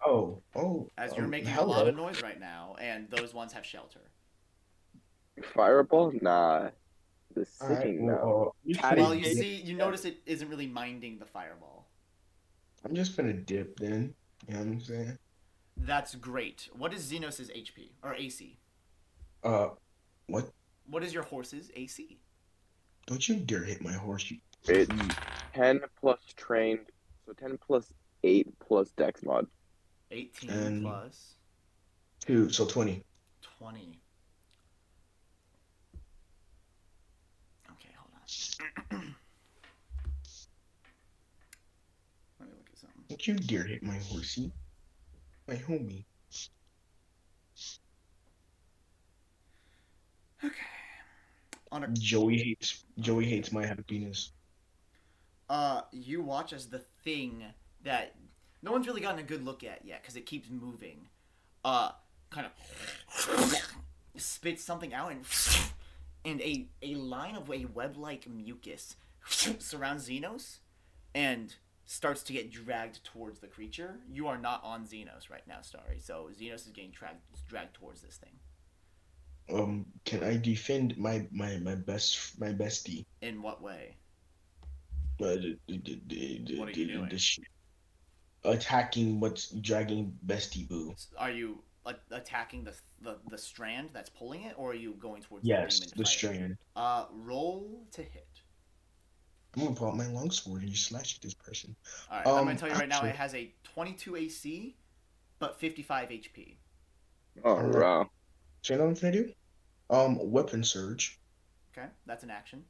Speaker 5: Oh, oh.
Speaker 2: As you're
Speaker 5: um,
Speaker 2: making a
Speaker 5: hello.
Speaker 2: lot of noise right now, and those ones have shelter.
Speaker 1: Fireball? Nah. The
Speaker 5: All right,
Speaker 1: singing
Speaker 5: well,
Speaker 1: now.
Speaker 5: uh, I'm just
Speaker 8: Patty
Speaker 2: Well,
Speaker 5: gonna
Speaker 2: you
Speaker 5: dip-
Speaker 2: see, you notice it isn't really minding the fireball.
Speaker 5: I'm just gonna dip then. You know what I'm saying?
Speaker 2: That's great. What is Xenos' HP or AC?
Speaker 5: Uh, what?
Speaker 2: What is your horse's AC?
Speaker 5: Don't you dare hit my horse, you
Speaker 1: It's ten plus trained, so ten plus eight plus dex mod.
Speaker 2: 18
Speaker 5: Um,
Speaker 2: plus
Speaker 5: two. So twenty.
Speaker 2: 20. Okay, hold on. (clears throat) Let me look at something.
Speaker 5: Don't you dare hit my horsey, my homie.
Speaker 2: Okay. On a
Speaker 5: Joey hates. Joey hates my happiness.
Speaker 2: uh, you watch as the thing that no one's really gotten a good look at yet because it keeps moving, (laughs) uh, kind of spits something out and (laughs) and a, a line of a web like mucus (laughs) surrounds Xenos and starts to get dragged towards the creature. You are not on Xenos right now, Starry, so Xenos is getting dragged dragged towards this thing.
Speaker 5: Um, can I defend my my my best my bestie?
Speaker 2: In what way?
Speaker 5: Uh, the, the, the, the,
Speaker 2: What are you
Speaker 5: the-
Speaker 2: doing?
Speaker 5: the sh- attacking what's dragging bestie boo.
Speaker 2: S- Are you a- attacking the, the the strand that's pulling it, or are you going towards
Speaker 5: Yes,
Speaker 2: the demon? to
Speaker 5: the
Speaker 2: fight it?
Speaker 5: strand.
Speaker 2: Uh, roll to hit.
Speaker 5: I'm gonna pull out my longsword and just slash at this person.
Speaker 2: All right, I'm
Speaker 5: Um,
Speaker 2: gonna tell you right now,
Speaker 5: actually-
Speaker 2: it has a 22 AC, but 55 HP.
Speaker 8: Oh, wow.
Speaker 5: So you know what I'm gonna do? Um, weapon surge.
Speaker 2: Okay, that's an action.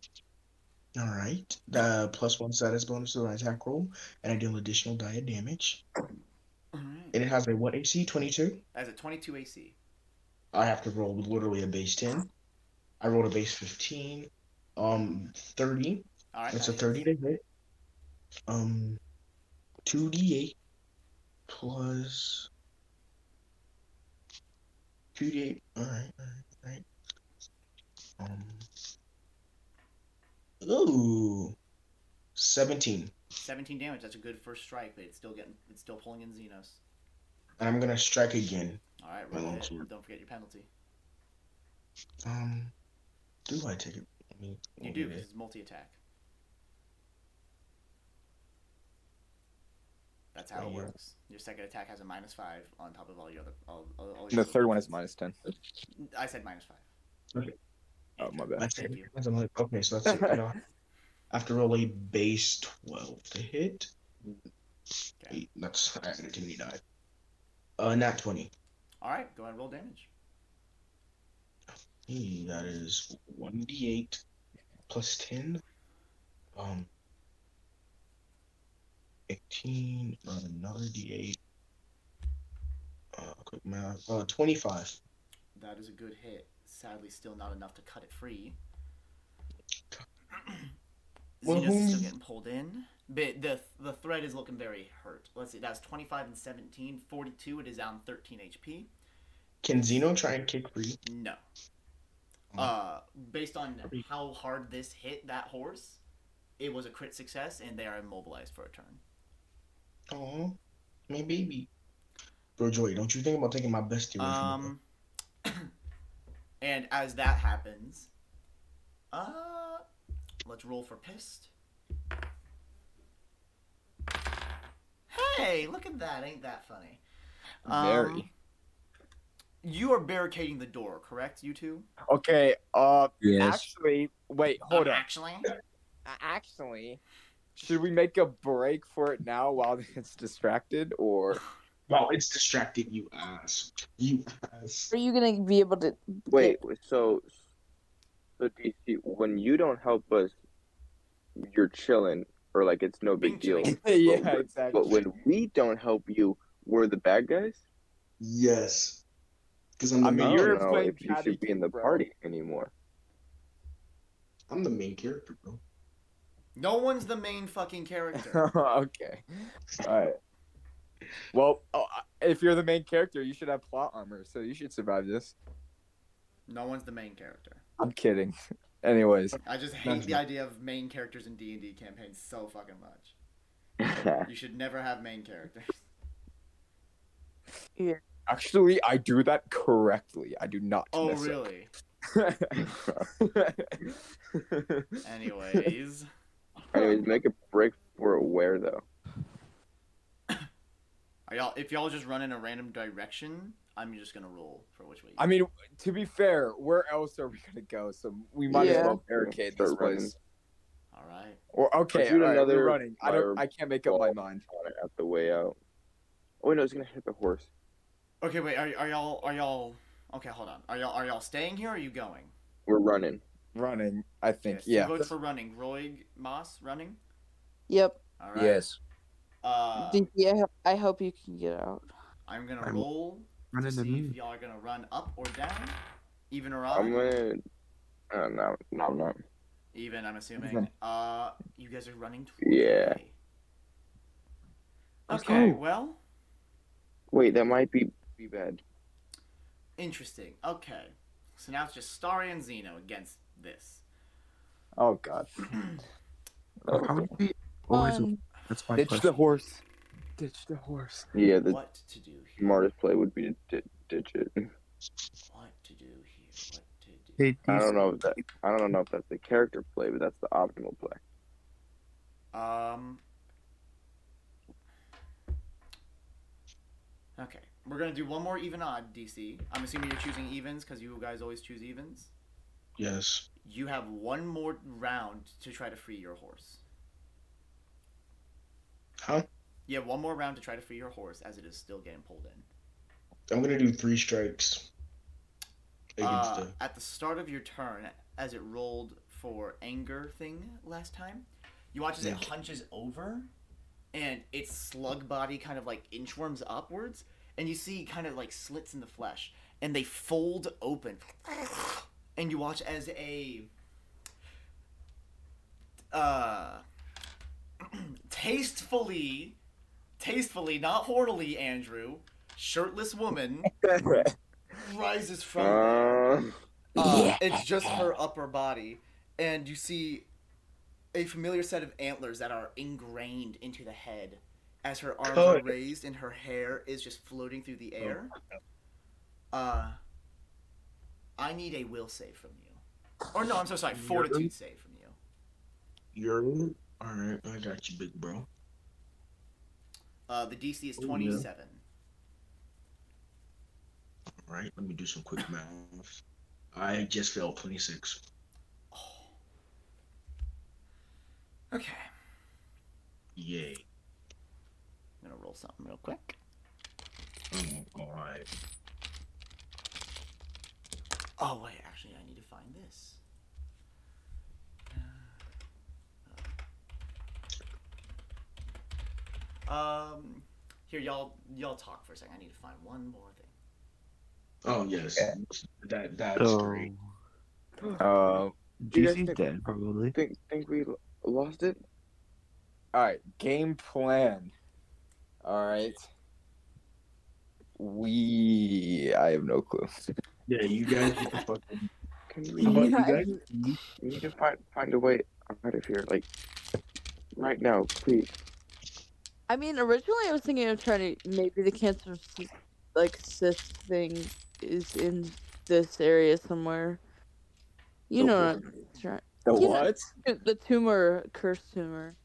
Speaker 5: All right. Uh, plus one status bonus to my attack roll, and I deal additional die of damage.
Speaker 2: All right.
Speaker 5: And it has a what AC? Twenty-two.
Speaker 2: As a 22 AC.
Speaker 5: I have to roll literally a base ten. I rolled a base fifteen. Um, thirty.
Speaker 2: All right.
Speaker 5: That's a
Speaker 2: that
Speaker 5: thirty
Speaker 2: hits.
Speaker 5: to hit. Um, two d eight plus two d eight. All right, all right, all right. Um, ooh, seventeen.
Speaker 2: 17 damage. That's a good first strike, but it's still getting, it's still pulling in Xenos.
Speaker 5: And I'm gonna strike again.
Speaker 2: All right,
Speaker 5: My
Speaker 2: roll it.
Speaker 5: longsword.
Speaker 2: Don't forget your penalty.
Speaker 5: Um, do I take it? I mean, oh,
Speaker 2: You do because it's multi attack. That's how
Speaker 5: Oh,
Speaker 2: it
Speaker 5: well.
Speaker 2: works. Your second attack has a minus five on top of all your other. All, all, all
Speaker 1: And
Speaker 2: your
Speaker 1: the third
Speaker 2: other
Speaker 1: one is
Speaker 2: defenses.
Speaker 1: minus ten.
Speaker 2: I said minus five.
Speaker 5: Okay.
Speaker 1: Oh my bad.
Speaker 5: That's
Speaker 2: Thank
Speaker 5: it.
Speaker 2: you.
Speaker 5: That's- I'm like, okay, so that's it. (laughs) I don't- I have to roll a base 12 to hit. Eight, that's I added too many die. Uh, not 20.
Speaker 2: All right, go ahead and roll damage.
Speaker 5: Hey, that is 1d8 plus 10. Um, 18, uh, another d8. Uh, quick math. Uh, 25.
Speaker 2: That is a good hit. Sadly, still not enough to cut it free.
Speaker 5: Well,
Speaker 2: Xenos is still
Speaker 5: who-
Speaker 2: getting pulled in. But the the thread is looking very hurt. Let's see, that was 25 and 17. 42, it is down 13 HP.
Speaker 5: Can Xeno try and kick free?
Speaker 2: No.
Speaker 5: Hmm.
Speaker 2: Uh, based on
Speaker 5: Probably-
Speaker 2: how hard this hit that horse, it was a crit success, and they are immobilized for a turn.
Speaker 5: Aw, my baby. Bro, Joy, don't you think about taking my bestie away from me?
Speaker 2: Um, (clears throat) and as that happens, uh, let's roll for pissed. Hey, look at that! Ain't that funny? Um,
Speaker 1: Very.
Speaker 2: You are barricading the door, correct? You two.
Speaker 1: Okay. Uh,
Speaker 7: Yes.
Speaker 1: actually, wait, hold
Speaker 2: Um,
Speaker 1: on.
Speaker 2: Actually,
Speaker 1: Actually, should we make a break for it now while (laughs) it's distracted, or
Speaker 5: Well, it's distracting you ass. You ass.
Speaker 6: Are you gonna be able to
Speaker 8: Wait, so, so DC, when you don't help us, you're chilling, or like it's no big deal.
Speaker 2: Bing
Speaker 1: yeah, exactly.
Speaker 8: But when we don't help you, we're the bad guys.
Speaker 5: Yes. Because I'm the
Speaker 1: I mean,
Speaker 8: I
Speaker 5: main,
Speaker 8: don't
Speaker 1: you're
Speaker 8: know
Speaker 1: playing
Speaker 8: if you
Speaker 1: patty
Speaker 8: should be in the
Speaker 1: cake, bro.
Speaker 8: party anymore.
Speaker 5: I'm the main character, bro.
Speaker 2: no one's the main fucking character.
Speaker 1: okay. All right. Well, uh, if you're the main character, you should have plot armor, so you should survive this.
Speaker 2: No one's the main character.
Speaker 1: I'm kidding. (laughs) Anyways,
Speaker 2: I just hate the idea of main characters in D and D campaigns so fucking much. You should never have main characters.
Speaker 1: actually, I do that correctly. I do not.
Speaker 2: Oh
Speaker 1: mess up.
Speaker 2: really? Anyways,
Speaker 8: Anyways, make a break for aware though.
Speaker 2: are y'all if y'all just run in a random direction, I'm just gonna roll for which way. You
Speaker 1: I mean, to be fair, where else are we gonna go? So we might
Speaker 8: Yeah.
Speaker 1: as well barricade this
Speaker 8: Start running.
Speaker 1: place.
Speaker 2: All right.
Speaker 1: Or okay,
Speaker 8: Shoot
Speaker 1: all right,
Speaker 8: another
Speaker 1: we're running. I don't.
Speaker 8: fire
Speaker 1: I can't make up my
Speaker 8: ball.
Speaker 1: mind.
Speaker 8: On it at the way out. Oh wait, no, it's gonna hit the horse.
Speaker 2: Okay, wait. Are, are y'all are y'all okay? Hold on. Are y'all are y'all staying here? or Are you going?
Speaker 8: We're running.
Speaker 1: Running. I think.
Speaker 2: Yes, you
Speaker 1: Yeah.
Speaker 2: voted for running. Roy Moss running.
Speaker 6: Yep.
Speaker 2: All right.
Speaker 9: Yes.
Speaker 2: Uh,
Speaker 6: yeah, I hope- I hope you can get out.
Speaker 2: I'm gonna
Speaker 7: I'm-
Speaker 2: roll
Speaker 7: Run
Speaker 2: to
Speaker 7: into
Speaker 2: see
Speaker 7: me.
Speaker 2: if y'all are gonna run up or down, even or odd.
Speaker 8: I'm gonna. Uh, no, no, I'm not.
Speaker 2: Even, I'm assuming.
Speaker 1: Even.
Speaker 2: Uh, you guys are running towards
Speaker 8: Yeah.
Speaker 2: me. Okay, well,
Speaker 8: Wait, that might be be bad.
Speaker 2: interesting. Okay. So now it's just Starry and Xeno against this.
Speaker 1: Oh God.
Speaker 7: How would we always?
Speaker 6: Um,
Speaker 7: that's my
Speaker 1: Ditch the
Speaker 7: question.
Speaker 1: horse. Ditch the horse.
Speaker 8: Yeah, the
Speaker 2: what to do here?
Speaker 8: smartest play would be to di- ditch it.
Speaker 2: What to do here? What to do?
Speaker 7: Hey,
Speaker 8: I
Speaker 7: these-
Speaker 8: don't know if that I don't know if that's the character play, but that's the optimal play.
Speaker 2: Um. Okay, we're gonna do one more even odd DC. I'm assuming you're choosing evens because you guys always choose evens.
Speaker 5: Yes.
Speaker 2: You have one more round to try to free your horse.
Speaker 5: Huh?
Speaker 2: You have one more round to try to free your horse as it is still getting pulled in.
Speaker 5: I'm gonna do three strikes. Against
Speaker 2: Uh,
Speaker 5: the
Speaker 2: at the start of your turn, as it rolled for anger thing last time, you watch as it
Speaker 5: Yeah.
Speaker 2: hunches over, and its slug body kind of like inchworms upwards, and you see kind of like slits in the flesh, and they fold open, and you watch as a uh (clears throat) tastefully tastefully not hornily andrew shirtless
Speaker 5: (laughs)
Speaker 2: woman rises from there
Speaker 8: Um,
Speaker 2: uh, It's just her upper body, and you see a familiar set of antlers that are ingrained into the head as her arms are
Speaker 5: Good.
Speaker 2: raised and her hair is just floating through the air. Uh, I need a will save from you. Or no, I'm so sorry, fortitude save from you.
Speaker 5: you're alright, I got you, big bro.
Speaker 2: Uh, the DC is
Speaker 5: Oh, yeah.
Speaker 2: 27.
Speaker 5: Alright, let me do some quick math. I just failed twenty six.
Speaker 2: Okay.
Speaker 5: Yay.
Speaker 2: I'm gonna roll something real quick.
Speaker 5: Oh, alright.
Speaker 2: Oh wait, actually, I need to find this. Um, here, y'all, y'all talk for a second. I need to find one more thing.
Speaker 5: Oh yes. That that's
Speaker 7: So,
Speaker 5: great.
Speaker 1: Uh,
Speaker 8: You
Speaker 7: DC's
Speaker 8: guys think-
Speaker 7: dead probably.
Speaker 8: think think we l- lost it.
Speaker 1: all right. Game plan. All right. We. I have no clue.
Speaker 5: Yeah, you guys get the fucking
Speaker 8: Can
Speaker 5: How
Speaker 8: we,
Speaker 5: about you
Speaker 6: Yeah.
Speaker 5: guys?
Speaker 8: we need to find find a way out of here, like right now, please.
Speaker 6: I mean, originally I was thinking of trying to maybe the cancer, c- like cyst thing, is in this area somewhere. You
Speaker 1: The
Speaker 6: know,
Speaker 1: what?
Speaker 6: what I'm trying-
Speaker 1: The
Speaker 6: Yeah.
Speaker 1: what?
Speaker 6: the tumor, cursed tumor.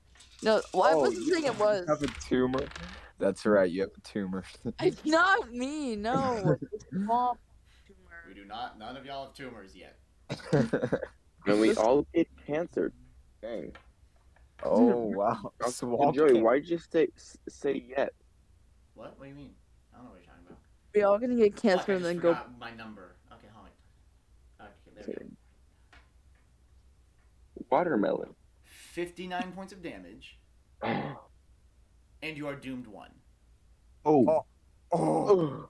Speaker 6: No, well, I
Speaker 1: Oh,
Speaker 6: wasn't
Speaker 1: you
Speaker 6: saying it was.
Speaker 1: have a tumor. That's right. You have a tumor.
Speaker 6: It's not me. No, it's mom
Speaker 2: We
Speaker 6: tumor.
Speaker 2: do not. None of y'all have tumors yet.
Speaker 8: And we all get cancer. Dang.
Speaker 1: oh wow.
Speaker 8: Okay,
Speaker 1: Swamp
Speaker 8: Joey,
Speaker 1: Thing.
Speaker 8: why'd you say s- say yet?
Speaker 2: What? What do you mean? I don't know what you're talking about.
Speaker 6: We all gonna get
Speaker 2: Fuck,
Speaker 6: cancer
Speaker 2: I
Speaker 6: and
Speaker 2: just
Speaker 6: then go.
Speaker 2: forgot My number. Okay, hold on. Okay, there we go.
Speaker 8: Watermelon.
Speaker 2: Fifty-nine points of damage, and you are doomed one.
Speaker 7: Oh,
Speaker 1: Oh.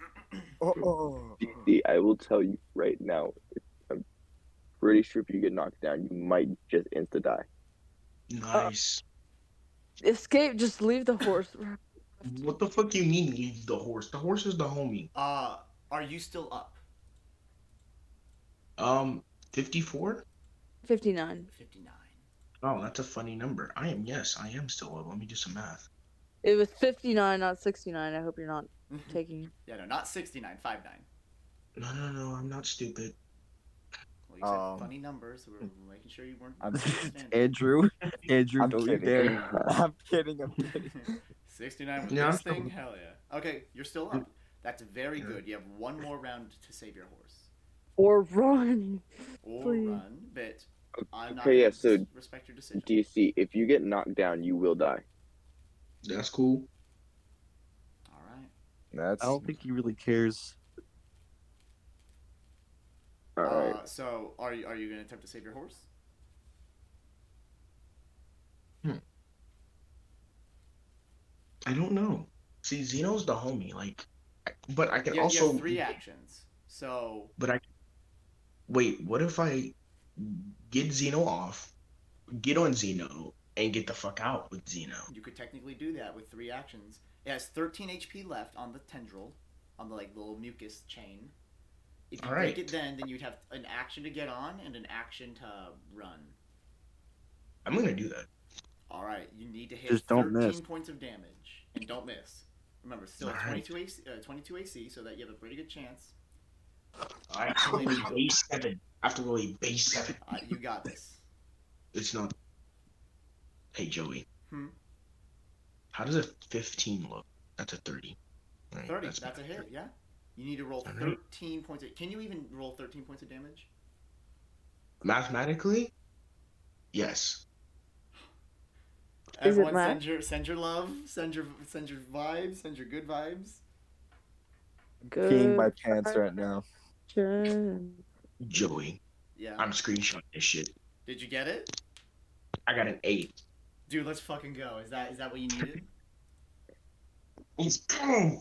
Speaker 1: Oh, oh.
Speaker 8: See, I will tell you right now. If, I'm pretty sure if you get knocked down, you might just insta die.
Speaker 5: Nice.
Speaker 6: Escape. Just leave the horse. (laughs)
Speaker 5: what the fuck you mean leave the horse? The horse is the homie.
Speaker 2: Uh, are you still up?
Speaker 5: Um, fifty four?
Speaker 6: Fifty-nine.
Speaker 2: Fifty-nine.
Speaker 5: Oh, that's a funny number. I am yes, I am still up. Let me do some math.
Speaker 6: It was fifty-nine, not sixty-nine. I hope you're not taking.
Speaker 2: (laughs) yeah, no, not sixty-nine. Five-nine.
Speaker 5: No no no, I'm not stupid.
Speaker 2: Well, you said
Speaker 1: Um,
Speaker 2: funny numbers. So we we're making sure you weren't.
Speaker 1: I'm-
Speaker 2: misunderstanding. (laughs)
Speaker 7: Andrew, (laughs) Andrew,
Speaker 1: I'm
Speaker 7: don't you
Speaker 1: kidding.
Speaker 7: dare.
Speaker 1: I'm kidding.
Speaker 8: (laughs)
Speaker 1: I'm kidding.
Speaker 2: 69 with
Speaker 5: Yeah, I'm
Speaker 2: this
Speaker 5: still-
Speaker 2: thing? Hell yeah. Okay, you're still up. That's very
Speaker 5: Yeah.
Speaker 2: good. You have one more round to save your horse.
Speaker 6: Or run.
Speaker 2: Or
Speaker 6: Please.
Speaker 2: run, but I'm not
Speaker 8: Okay, yeah,
Speaker 2: gonna
Speaker 8: so
Speaker 2: dis- respect your decision.
Speaker 8: DC, if you get knocked down, you will die.
Speaker 5: That's cool.
Speaker 2: Alright.
Speaker 1: That's.
Speaker 7: I don't think he really cares.
Speaker 8: All right.
Speaker 2: Uh, so are you are you gonna attempt to save your horse?
Speaker 5: I don't know. See, Zeno's the homie, like I- but I can
Speaker 2: You, you
Speaker 5: also
Speaker 2: have three actions. So
Speaker 5: but I wait, what if I get Zeno off, get on Zeno, and get the fuck out with Zeno?
Speaker 2: you could technically do that with three actions. It has thirteen HP left on the tendril, on the like little mucus chain. If you
Speaker 5: All
Speaker 2: break
Speaker 5: right.
Speaker 2: it then, then you'd have an action to get on and an action to run.
Speaker 5: I'm gonna do that.
Speaker 2: All right, you need to hit
Speaker 7: Just don't
Speaker 2: 13
Speaker 7: miss.
Speaker 2: points of damage and don't miss. Remember, still
Speaker 5: All right.
Speaker 2: 22 AC, uh, 22 AC, so that you have a pretty good chance. (laughs)
Speaker 5: I have to roll a base seven. I have to roll a base seven.
Speaker 2: Uh, you got this.
Speaker 5: It's not. Hey Joey.
Speaker 2: Hmm?
Speaker 5: How does a 15 look? That's a 30. All right,
Speaker 2: 30. That's,
Speaker 5: better.
Speaker 2: a hit. Yeah. You need to roll
Speaker 5: All right.
Speaker 2: 13 points. Of, can you even roll 13 points of damage?
Speaker 5: Mathematically, yes.
Speaker 2: Everyone,
Speaker 6: math?
Speaker 2: send your send your love, send your send your vibes, send your good vibes.
Speaker 1: Peeing my pants right now. (laughs)
Speaker 5: Joey,
Speaker 2: Yeah.
Speaker 5: I'm screenshotting this shit.
Speaker 2: Did you get it,
Speaker 5: I got an eight.
Speaker 2: dude? Let's fucking go. Is that is that what you needed?
Speaker 5: (laughs) Let's go.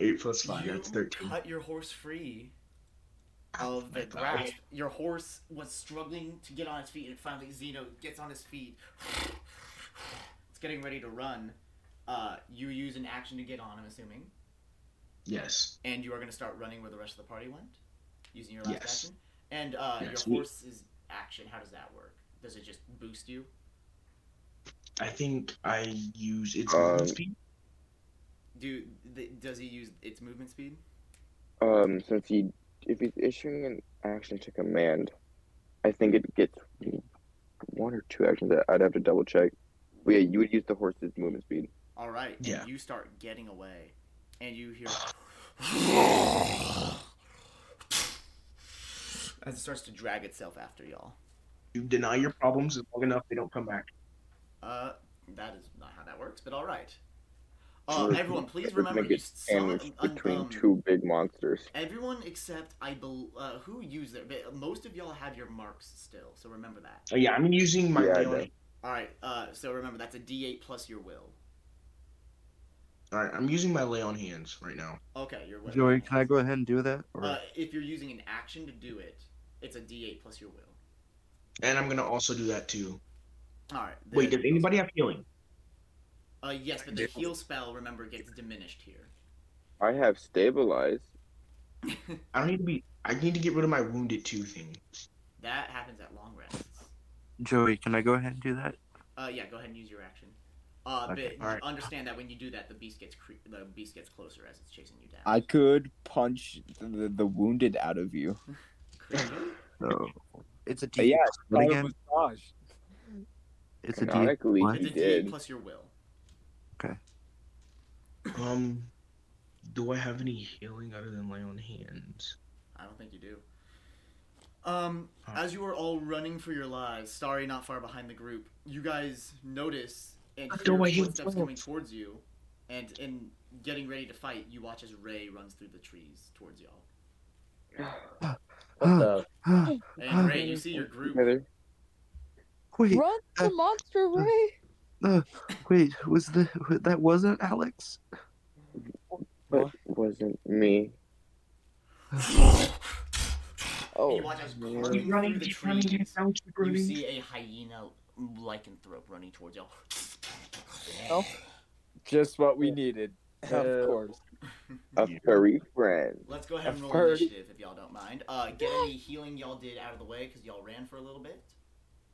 Speaker 5: Eight plus five.
Speaker 2: you
Speaker 5: That's 13.
Speaker 2: cut your horse free of
Speaker 5: my
Speaker 2: the
Speaker 5: God.
Speaker 2: grasp. Your horse was struggling to get on its feet, and finally Zeno gets on his feet. it's getting ready to run. Uh, you use an action to get on, I'm assuming,
Speaker 5: Yes.
Speaker 2: and you are going to start running where the rest of the party went, using your last
Speaker 5: Yes.
Speaker 2: action. And uh,
Speaker 5: Yes,
Speaker 2: your
Speaker 5: we-
Speaker 2: horse's action, how does that work? Does it just boost you?
Speaker 5: I think I use its
Speaker 8: Um,
Speaker 5: movement speed.
Speaker 2: Do th- does he use its movement speed?
Speaker 8: Um, since he, if he's issuing an action to command, I think it gets one or two actions. I- I'd have to double check. But yeah, you would use the horse's movement speed.
Speaker 2: All right. and
Speaker 5: Yeah.
Speaker 2: you start getting away, and you hear (sighs) as it starts to drag itself after y'all.
Speaker 5: You deny your problems long enough, they don't come back.
Speaker 2: Uh, that is not how that works, but all right. Uh, everyone, please
Speaker 8: It's
Speaker 2: remember
Speaker 8: gonna
Speaker 2: you
Speaker 8: get
Speaker 2: saw
Speaker 8: sandwiched
Speaker 2: um,
Speaker 8: between
Speaker 2: um,
Speaker 8: two big monsters.
Speaker 2: Everyone except I bel uh, who used their but most of y'all have your marks still, so remember that.
Speaker 5: Oh, yeah, I'm using my
Speaker 8: Yeah, I
Speaker 5: melee.
Speaker 2: All right. Uh, so remember that's a D8 plus your will.
Speaker 5: All right, I'm using my lay on hands right now.
Speaker 2: Okay, your will.
Speaker 7: Joey, can I go ahead and do that? Or
Speaker 2: Uh, if you're using an action to do it, it's a D8 plus your will.
Speaker 5: And I'm gonna also do that too.
Speaker 2: All right.
Speaker 5: Wait,
Speaker 2: the-
Speaker 5: does anybody have healing?
Speaker 2: Uh, yes, but the heal spell, remember, gets diminished here.
Speaker 8: I have stabilized.
Speaker 5: I don't need to be. I need to get rid of my wounded two thing.
Speaker 2: that happens at long rests.
Speaker 7: Joey, can I go ahead and do that?
Speaker 2: Uh, yeah, go ahead and use your action. Uh,
Speaker 7: Okay,
Speaker 2: but
Speaker 5: all right.
Speaker 2: understand that when you do that, the beast gets cre- the beast gets closer as it's chasing you down.
Speaker 1: I could punch the, the wounded out of you.
Speaker 2: Crazy?
Speaker 7: So it's a D.
Speaker 1: But yeah,
Speaker 7: what
Speaker 1: I
Speaker 7: again?
Speaker 1: was- gosh.
Speaker 7: It's a D. (gasps)
Speaker 8: Canonically,
Speaker 7: what?
Speaker 8: he
Speaker 2: it's a
Speaker 8: did.
Speaker 2: D8 plus your will.
Speaker 5: Um, do I have any healing other than lay on hands?
Speaker 2: I don't think you do. Um, as you are all running for your lives, Starry not far behind the group, you guys notice and
Speaker 5: Don't
Speaker 2: hear
Speaker 5: wait, he
Speaker 2: footsteps
Speaker 5: won't.
Speaker 2: coming towards you, and in getting ready to fight, you watch as Ray runs through the trees towards y'all.
Speaker 9: What the?
Speaker 1: uh,
Speaker 2: And Ray, you see your group
Speaker 8: Heather,
Speaker 7: (gasps) wait, uh,
Speaker 6: Run the monster
Speaker 1: (laughs)
Speaker 6: way.
Speaker 7: wait, was the that wasn't Alex?
Speaker 8: that wasn't me.
Speaker 2: And
Speaker 8: Oh,
Speaker 2: you watch as
Speaker 8: man.
Speaker 2: carving through the trees,
Speaker 5: down, keep
Speaker 2: you see a hyena lycanthrope running towards y'all. (laughs)
Speaker 1: Just what we needed.
Speaker 8: Yeah.
Speaker 1: Of course.
Speaker 8: a furry friend.
Speaker 2: Let's go ahead and roll
Speaker 1: I've heard.
Speaker 2: initiative if y'all don't mind. Uh, get any healing y'all did out of the way because y'all ran for a little bit.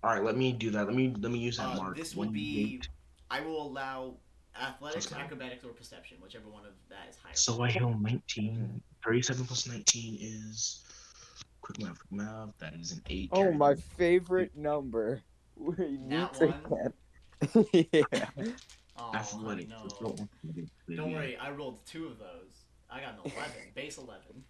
Speaker 5: All right, let me do that. Let me let me use that
Speaker 2: Uh,
Speaker 5: mark.
Speaker 2: this will
Speaker 5: One
Speaker 2: be.
Speaker 5: eight.
Speaker 2: I will allow athletics,
Speaker 5: That's fine.
Speaker 2: acrobatics, or perception, whichever one of that is higher.
Speaker 5: So I heal 19. 37 plus 19 is. Quick math, quick math. That is an 8.
Speaker 1: Oh,
Speaker 5: carry
Speaker 1: my
Speaker 5: me.
Speaker 1: favorite number. We need
Speaker 2: Nat
Speaker 1: to
Speaker 2: one.
Speaker 1: get.
Speaker 2: (laughs) Oh,
Speaker 5: Athletics.
Speaker 2: no.
Speaker 5: That's what we did.
Speaker 2: Don't worry, I rolled two of those. I got an
Speaker 5: (laughs)
Speaker 2: eleven, base eleven.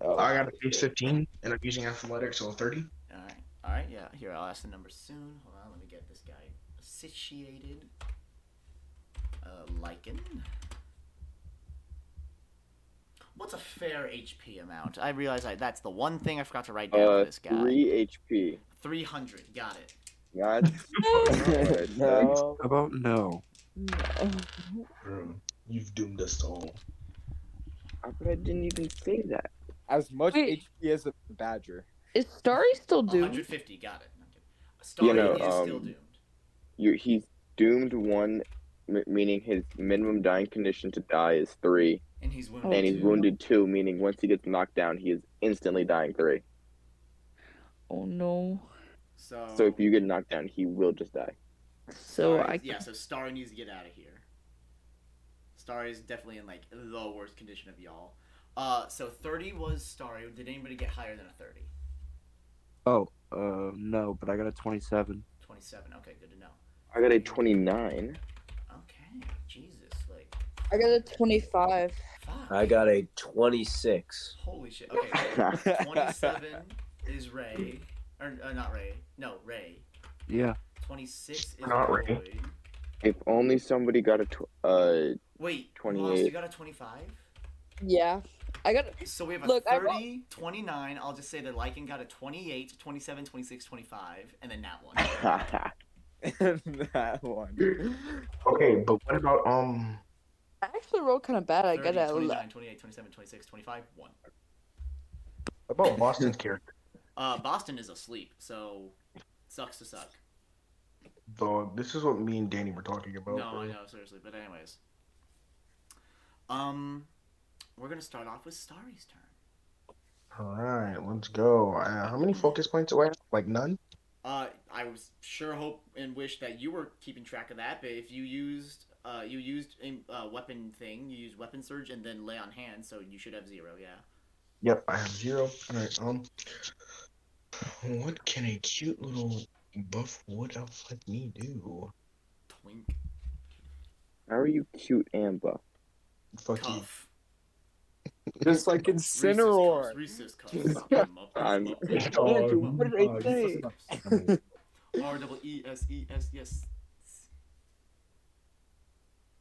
Speaker 8: Oh.
Speaker 5: I got a base 15, and I'm using athletics, so 30.
Speaker 2: All right, all right, yeah. Here, I'll ask the number soon. Hold on, let me get this guy situated. Uh, lichen. What's a fair HP amount? I realize I, that's the one thing I forgot to write down
Speaker 8: Uh,
Speaker 2: for this guy.
Speaker 8: three HP.
Speaker 2: Three hundred. Got it.
Speaker 1: (laughs)
Speaker 8: God. damn it.
Speaker 1: no.
Speaker 7: How about no?
Speaker 8: (sighs)
Speaker 5: Bro, you've doomed us all.
Speaker 8: I bet I didn't even say that.
Speaker 1: As much
Speaker 6: Wait.
Speaker 1: HP as a badger.
Speaker 6: Is Starry still
Speaker 2: One
Speaker 6: doomed?
Speaker 2: hundred fifty. Got it. No, I'm kidding. Starry
Speaker 8: know,
Speaker 2: is still
Speaker 8: um,
Speaker 2: doomed.
Speaker 8: You, he's doomed one, m- meaning his minimum dying condition to die is three.
Speaker 2: and he's wounded.
Speaker 8: and he's
Speaker 2: too.
Speaker 8: wounded two, meaning once he gets knocked down, he is instantly dying three.
Speaker 6: Oh no.
Speaker 2: So,
Speaker 8: So if you get knocked down, he will just die.
Speaker 6: So
Speaker 2: Starry-
Speaker 6: I
Speaker 2: yeah. So Starry needs to get out of here. Starry is definitely in like the worst condition of y'all. Uh, so thirty was Starry. Did anybody get higher than a thirty?
Speaker 7: Oh, uh, no, but I got a 27.
Speaker 2: Twenty-seven. Okay, good to know.
Speaker 8: I got a 29.
Speaker 2: Okay, Jesus, like
Speaker 6: I got a 25.
Speaker 2: fuck.
Speaker 9: I got a 26.
Speaker 2: Holy shit. Okay,
Speaker 8: (laughs)
Speaker 2: twenty-seven is Ray, or uh, not Ray? No, Ray.
Speaker 7: Yeah.
Speaker 2: Twenty-six is
Speaker 5: Not Ray.
Speaker 2: Lloyd.
Speaker 8: If only somebody got a tw- uh
Speaker 2: Wait, Moss,
Speaker 8: 28.
Speaker 2: you got a twenty-five.
Speaker 6: Yeah. I got
Speaker 2: So we have a
Speaker 6: Look, I
Speaker 2: thirty,
Speaker 6: rolled-
Speaker 2: 29. I'll just say that Lycan got a 28, 27, 26, 25, and then that one.
Speaker 1: that one.
Speaker 5: Okay, but what about um?
Speaker 6: I actually rolled kind of bad. I
Speaker 2: 30,
Speaker 6: got a
Speaker 2: 29, 28, 27, 26, 25, 1.
Speaker 5: What about Boston's character?
Speaker 2: Uh, Boston is asleep, so sucks to suck.
Speaker 5: Though this is what me and Danny were talking about.
Speaker 2: No, I know, seriously. But anyways. Um we're gonna start off with Starry's turn.
Speaker 5: All right, let's go. Uh, how many focus points do I have? Like none.
Speaker 2: Uh I was sure hope and wish that you were keeping track of that, but if you used uh you used a uh, weapon thing, you used weapon surge and then lay on hand, so you should have zero, yeah.
Speaker 5: Yep, I have zero. All right. Um, what can a cute little buff wood elf like me do?
Speaker 2: Twink
Speaker 8: How are you cute and buff?
Speaker 5: Fuck you.
Speaker 2: cuff.
Speaker 1: Just like Incineroar.
Speaker 2: Rhesus cuffs. (laughs)
Speaker 1: Jesus.
Speaker 8: I'm-
Speaker 1: Andrew, what did I say?
Speaker 2: R double E S E S yes.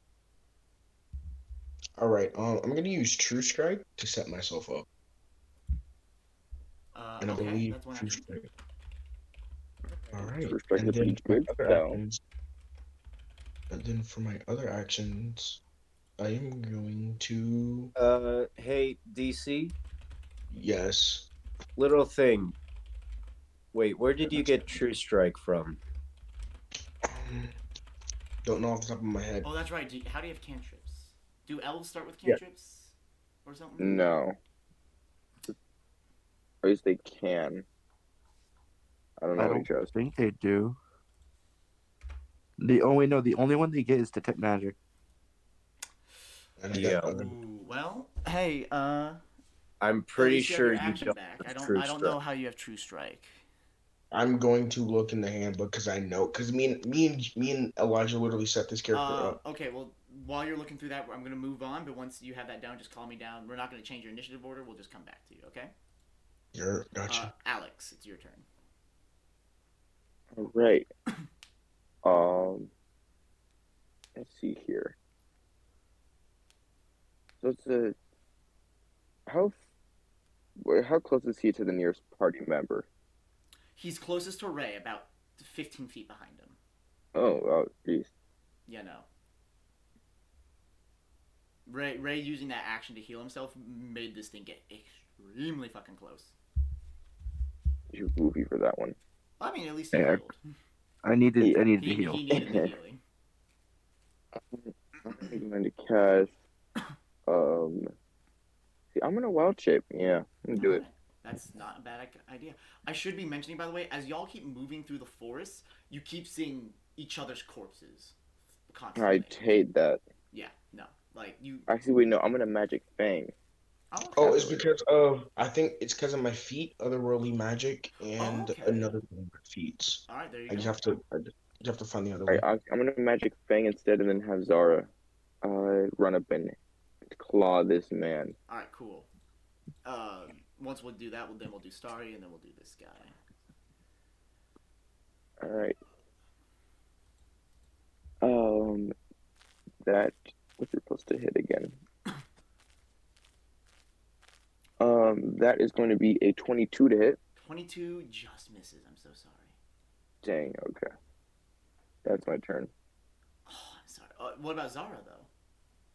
Speaker 5: (laughs) All right. Um, I'm gonna use True Strike to set myself up,
Speaker 2: Uh,
Speaker 5: and I
Speaker 2: okay,
Speaker 5: believe
Speaker 2: that's one
Speaker 5: True
Speaker 2: action.
Speaker 5: Strike. All right.
Speaker 8: True Strike
Speaker 5: and
Speaker 8: is pretty
Speaker 5: then my
Speaker 8: good,
Speaker 5: other
Speaker 8: though.
Speaker 5: actions- And then for my other actions, I am going to
Speaker 9: Uh, hey, DC,
Speaker 5: yes.
Speaker 9: little thing. Wait, where did you get True Strike from?
Speaker 5: Don't know off the top of my head.
Speaker 2: Oh, that's right. Do, how do you have cantrips? Do elves start with
Speaker 9: Yeah.
Speaker 2: cantrips or something?
Speaker 8: No. At least they can. I don't know
Speaker 7: I
Speaker 8: what he
Speaker 7: don't
Speaker 8: chose.
Speaker 7: think they do. The only no, the only one they get is detect magic.
Speaker 5: And I got
Speaker 9: Yeah.
Speaker 5: other-
Speaker 2: Ooh, well, hey, uh,
Speaker 9: I'm pretty
Speaker 2: at least
Speaker 9: sure
Speaker 2: you, have your
Speaker 9: you
Speaker 2: action
Speaker 9: don't.
Speaker 2: Back.
Speaker 9: have
Speaker 2: I don't.
Speaker 9: True
Speaker 2: I don't
Speaker 9: Strike.
Speaker 2: know how you have true strike.
Speaker 5: I'm going to look in the handbook because I know because me and me and me and Elijah literally set this character
Speaker 2: Uh,
Speaker 5: up.
Speaker 2: okay, well, while you're looking through that, I'm gonna move on. But once you have that down, just call me down. We're not gonna change your initiative order. We'll just come back to you, okay?
Speaker 5: You're
Speaker 2: Uh,
Speaker 5: gotcha.
Speaker 2: Alex, it's your turn.
Speaker 8: All right. Um, let's see here. So it's a how f- wait, how close is he to the nearest party member?
Speaker 2: He's closest to Ray, about 15 feet behind him.
Speaker 8: Oh, oh, geez.
Speaker 2: Yeah, no. Ray, Ray using that action to heal himself made this thing get extremely fucking close.
Speaker 8: You're goofy for that one.
Speaker 2: I mean, at least he
Speaker 7: Yeah.
Speaker 2: healed.
Speaker 7: I needed
Speaker 8: Yeah.
Speaker 7: I needed
Speaker 2: He,
Speaker 7: to heal.
Speaker 2: he needed the healing.
Speaker 8: I'm going to cast. Um, see, I'm in a wild shape. Yeah, I'm gonna do it.
Speaker 2: Alright. That's not a bad ac- idea. I should be mentioning, by the way, as y'all keep moving through the forest, you keep seeing each other's corpses constantly.
Speaker 8: I hate that.
Speaker 2: Yeah, no. Like, you.
Speaker 8: Actually, wait, no, I'm gonna magic fang.
Speaker 2: Oh,
Speaker 5: Oh, it's because of I think it's because of my feet, otherworldly magic, and
Speaker 2: Oh, okay.
Speaker 5: another thing with feet.
Speaker 2: Alright, there you
Speaker 5: I
Speaker 2: go.
Speaker 5: just have to I just you have to find the other
Speaker 8: I,
Speaker 5: one.
Speaker 8: I, I'm gonna magic fang instead, and then have Zara, uh, run up and claw this man.
Speaker 2: Alright, cool. Uh, once we'll do that, we'll, then we'll do Starry, and then we'll do this guy.
Speaker 8: All right. Um, that what's it supposed to hit again? Um, that is going to be a 22 to hit.
Speaker 2: 22 just misses. I'm so sorry.
Speaker 8: Dang. Okay. That's my turn.
Speaker 2: Oh, I'm sorry. Uh, what about Zara, though?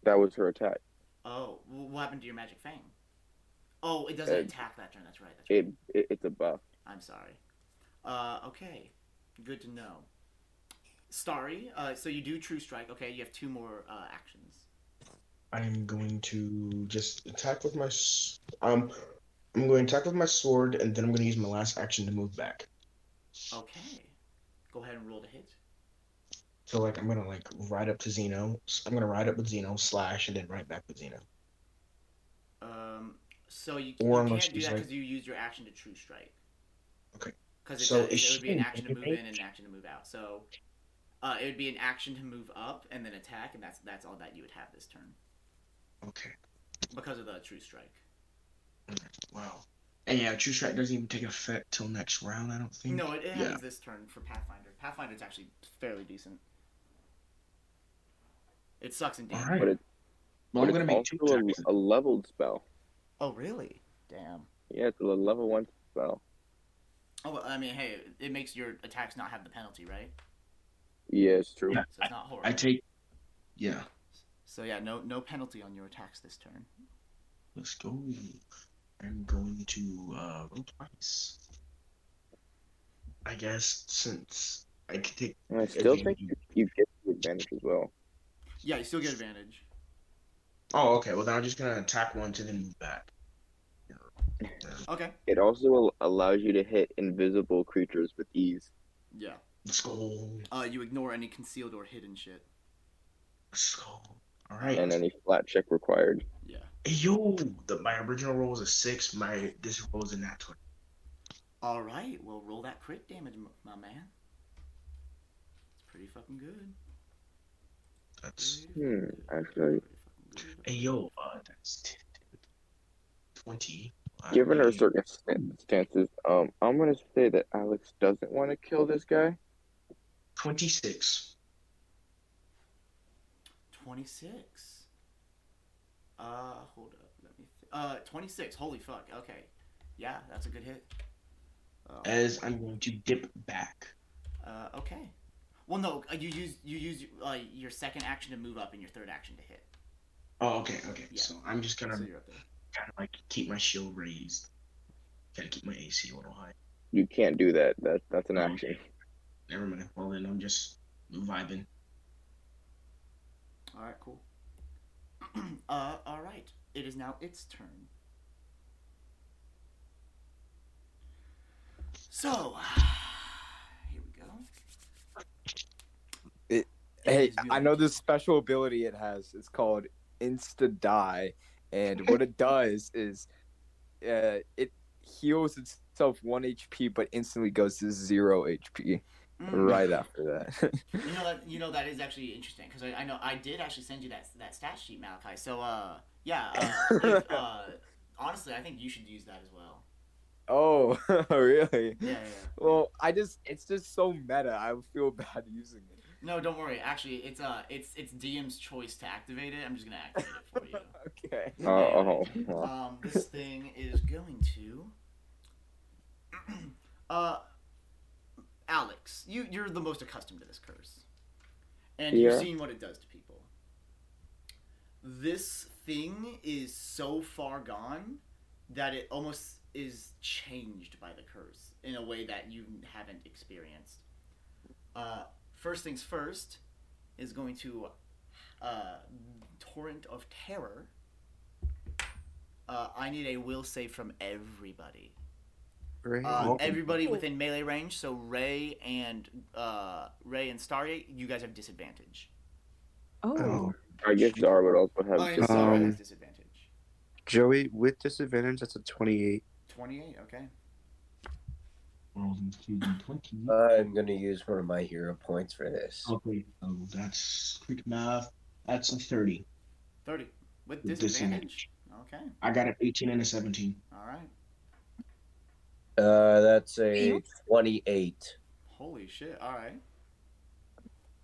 Speaker 8: That was her attack.
Speaker 2: Oh, wh- what happened to your magic fang? Oh, it doesn't
Speaker 8: Uh,
Speaker 2: attack that turn. That's right. That's right.
Speaker 8: It, it it's a buff.
Speaker 2: I'm sorry. Uh, okay. Good to know. Starry, uh, so you do True Strike. Okay, you have two more uh, actions.
Speaker 5: I'm going to just attack with my s- um. I'm going to attack with my sword, and then I'm going to use my last action to move back.
Speaker 2: Okay. Go ahead and roll to hit.
Speaker 5: So like, I'm going to like ride up to Zeno. s- I'm going to ride up with Zeno, slash, and then right back with Zeno.
Speaker 2: Um, so you, you
Speaker 5: Or unless
Speaker 2: can't do
Speaker 5: she's
Speaker 2: that
Speaker 5: like-
Speaker 2: because you used your action to true strike.
Speaker 5: Okay.
Speaker 2: Because it,
Speaker 5: So
Speaker 2: does-
Speaker 5: is
Speaker 2: it would be
Speaker 5: she
Speaker 2: an
Speaker 5: in
Speaker 2: action to move in
Speaker 5: melee?
Speaker 2: and an action to move out. So uh, it would be an action to move up and then attack, and that's that's all that you would have this turn
Speaker 5: Okay.
Speaker 2: because of the true strike.
Speaker 5: Wow. And yeah, True Strike doesn't even take effect till next round. I don't think.
Speaker 2: No, it, it
Speaker 5: Yeah.
Speaker 2: happens this turn for Pathfinder. Pathfinder's actually fairly decent. It sucks in
Speaker 5: All
Speaker 2: damage.
Speaker 5: right.
Speaker 8: But it-
Speaker 5: well, I'm
Speaker 8: But
Speaker 5: going to make
Speaker 8: it's
Speaker 5: two
Speaker 8: also
Speaker 5: attacks.
Speaker 8: a, a leveled spell.
Speaker 2: Oh, really? Damn.
Speaker 8: Yeah, it's a level one spell.
Speaker 2: Oh, well, I mean, hey, it makes your attacks not have the penalty, right?
Speaker 8: Yeah, it's true.
Speaker 5: Yeah.
Speaker 2: So it's not horrible.
Speaker 5: I take. Yeah.
Speaker 2: So yeah, no no penalty on your attacks this turn.
Speaker 5: Let's go. I'm going to uh, roll twice. I guess since I could take.
Speaker 8: And I still think
Speaker 5: advantage
Speaker 8: you,
Speaker 5: of-
Speaker 8: you get the advantage as well.
Speaker 2: Yeah, you still get advantage.
Speaker 5: Oh, okay. Well, then I'm just gonna attack once and then move back.
Speaker 2: Okay.
Speaker 8: It also al- allows you to hit invisible creatures with ease.
Speaker 2: Yeah.
Speaker 5: Let's go.
Speaker 2: Uh, you ignore any concealed or hidden shit.
Speaker 5: Let's go. All right.
Speaker 8: and any flat check required.
Speaker 2: Yeah.
Speaker 5: Hey, yo, the, my original roll was a six. My this roll is a nat twenty.
Speaker 2: All right. Well, roll that crit damage, m- my man. It's pretty fucking good.
Speaker 5: That's
Speaker 2: Pretty
Speaker 8: Hmm,
Speaker 2: fucking good.
Speaker 8: actually.
Speaker 2: Pretty fucking
Speaker 5: hey,
Speaker 2: good.
Speaker 5: yo. Uh, that's t- twenty. Uh,
Speaker 8: Given her
Speaker 5: hey,
Speaker 8: circumstances, um, I'm gonna say that Alex doesn't want to kill this guy.
Speaker 5: twenty-six.
Speaker 2: Twenty-six. Uh, hold up. Let me. Th- uh, twenty-six. Holy fuck. Okay. Yeah, that's a good hit. Uh,
Speaker 5: As I'm going to dip back.
Speaker 2: Uh, okay. Well, no, uh, you use you use uh, your second action to move up and your third action to hit.
Speaker 5: Oh, okay, okay.
Speaker 2: Yeah.
Speaker 5: So I'm just gonna
Speaker 2: So
Speaker 5: kind
Speaker 2: you're up there.
Speaker 5: of like keep my shield raised. Gotta keep my AC a little high.
Speaker 8: You can't do that. That that's an action.
Speaker 5: Never mind. Well, then I'm just vibing.
Speaker 2: All right, cool. (clears throat) uh, all right. It is now its turn. So, (sighs) here we go.
Speaker 1: It-
Speaker 2: It
Speaker 1: Hey,
Speaker 2: is your-
Speaker 1: I know this special ability it has. It's called Insta Die, and what it does is, uh, it heals itself one HP, but instantly goes to zero HP
Speaker 2: Mm.
Speaker 1: right after that. (laughs)
Speaker 2: You know that you know that is actually interesting because I, I know I did actually send you that that stat sheet, Malachi. So uh, yeah. Uh, (laughs) if, uh, honestly, I think you should use that as well.
Speaker 1: oh, (laughs) really?
Speaker 2: Yeah, yeah. yeah.
Speaker 1: Well, I just it's just so meta. I feel bad using it.
Speaker 2: No, don't worry. Actually, it's uh, it's it's DM's choice to activate it. I'm just gonna activate it for you. (laughs)
Speaker 1: Okay.
Speaker 8: Oh, oh, oh.
Speaker 2: Um, this thing is going to. (clears throat) uh, Alex, you you're the most accustomed to this curse, and
Speaker 8: Yeah.
Speaker 2: you've seen what it does to people. This thing is so far gone that it almost is changed by the curse in a way that you haven't experienced. Uh, first things first is going to uh, torrent of terror. Uh, I need a will save from everybody.
Speaker 3: Great.
Speaker 2: Uh, everybody within melee range. So Ray and uh, Ray and Starry, you guys have disadvantage.
Speaker 6: Oh.
Speaker 8: I guess Dar would also have.
Speaker 2: Oh, and
Speaker 8: dis-
Speaker 2: Starry
Speaker 3: Um,
Speaker 2: has disadvantage.
Speaker 7: Joey with disadvantage. That's a twenty-eight.
Speaker 2: Twenty-eight. Okay.
Speaker 5: Rolls including twenty.
Speaker 1: Uh,
Speaker 9: I'm gonna use one of my hero points for this.
Speaker 5: Okay, so that's quick math. That's a thirty.
Speaker 2: Thirty with
Speaker 5: With
Speaker 2: disadvantage. Okay.
Speaker 5: I got an eighteen and a seventeen.
Speaker 2: All right.
Speaker 9: Uh, that's a
Speaker 6: You?
Speaker 9: twenty-eight.
Speaker 2: Holy shit. All right.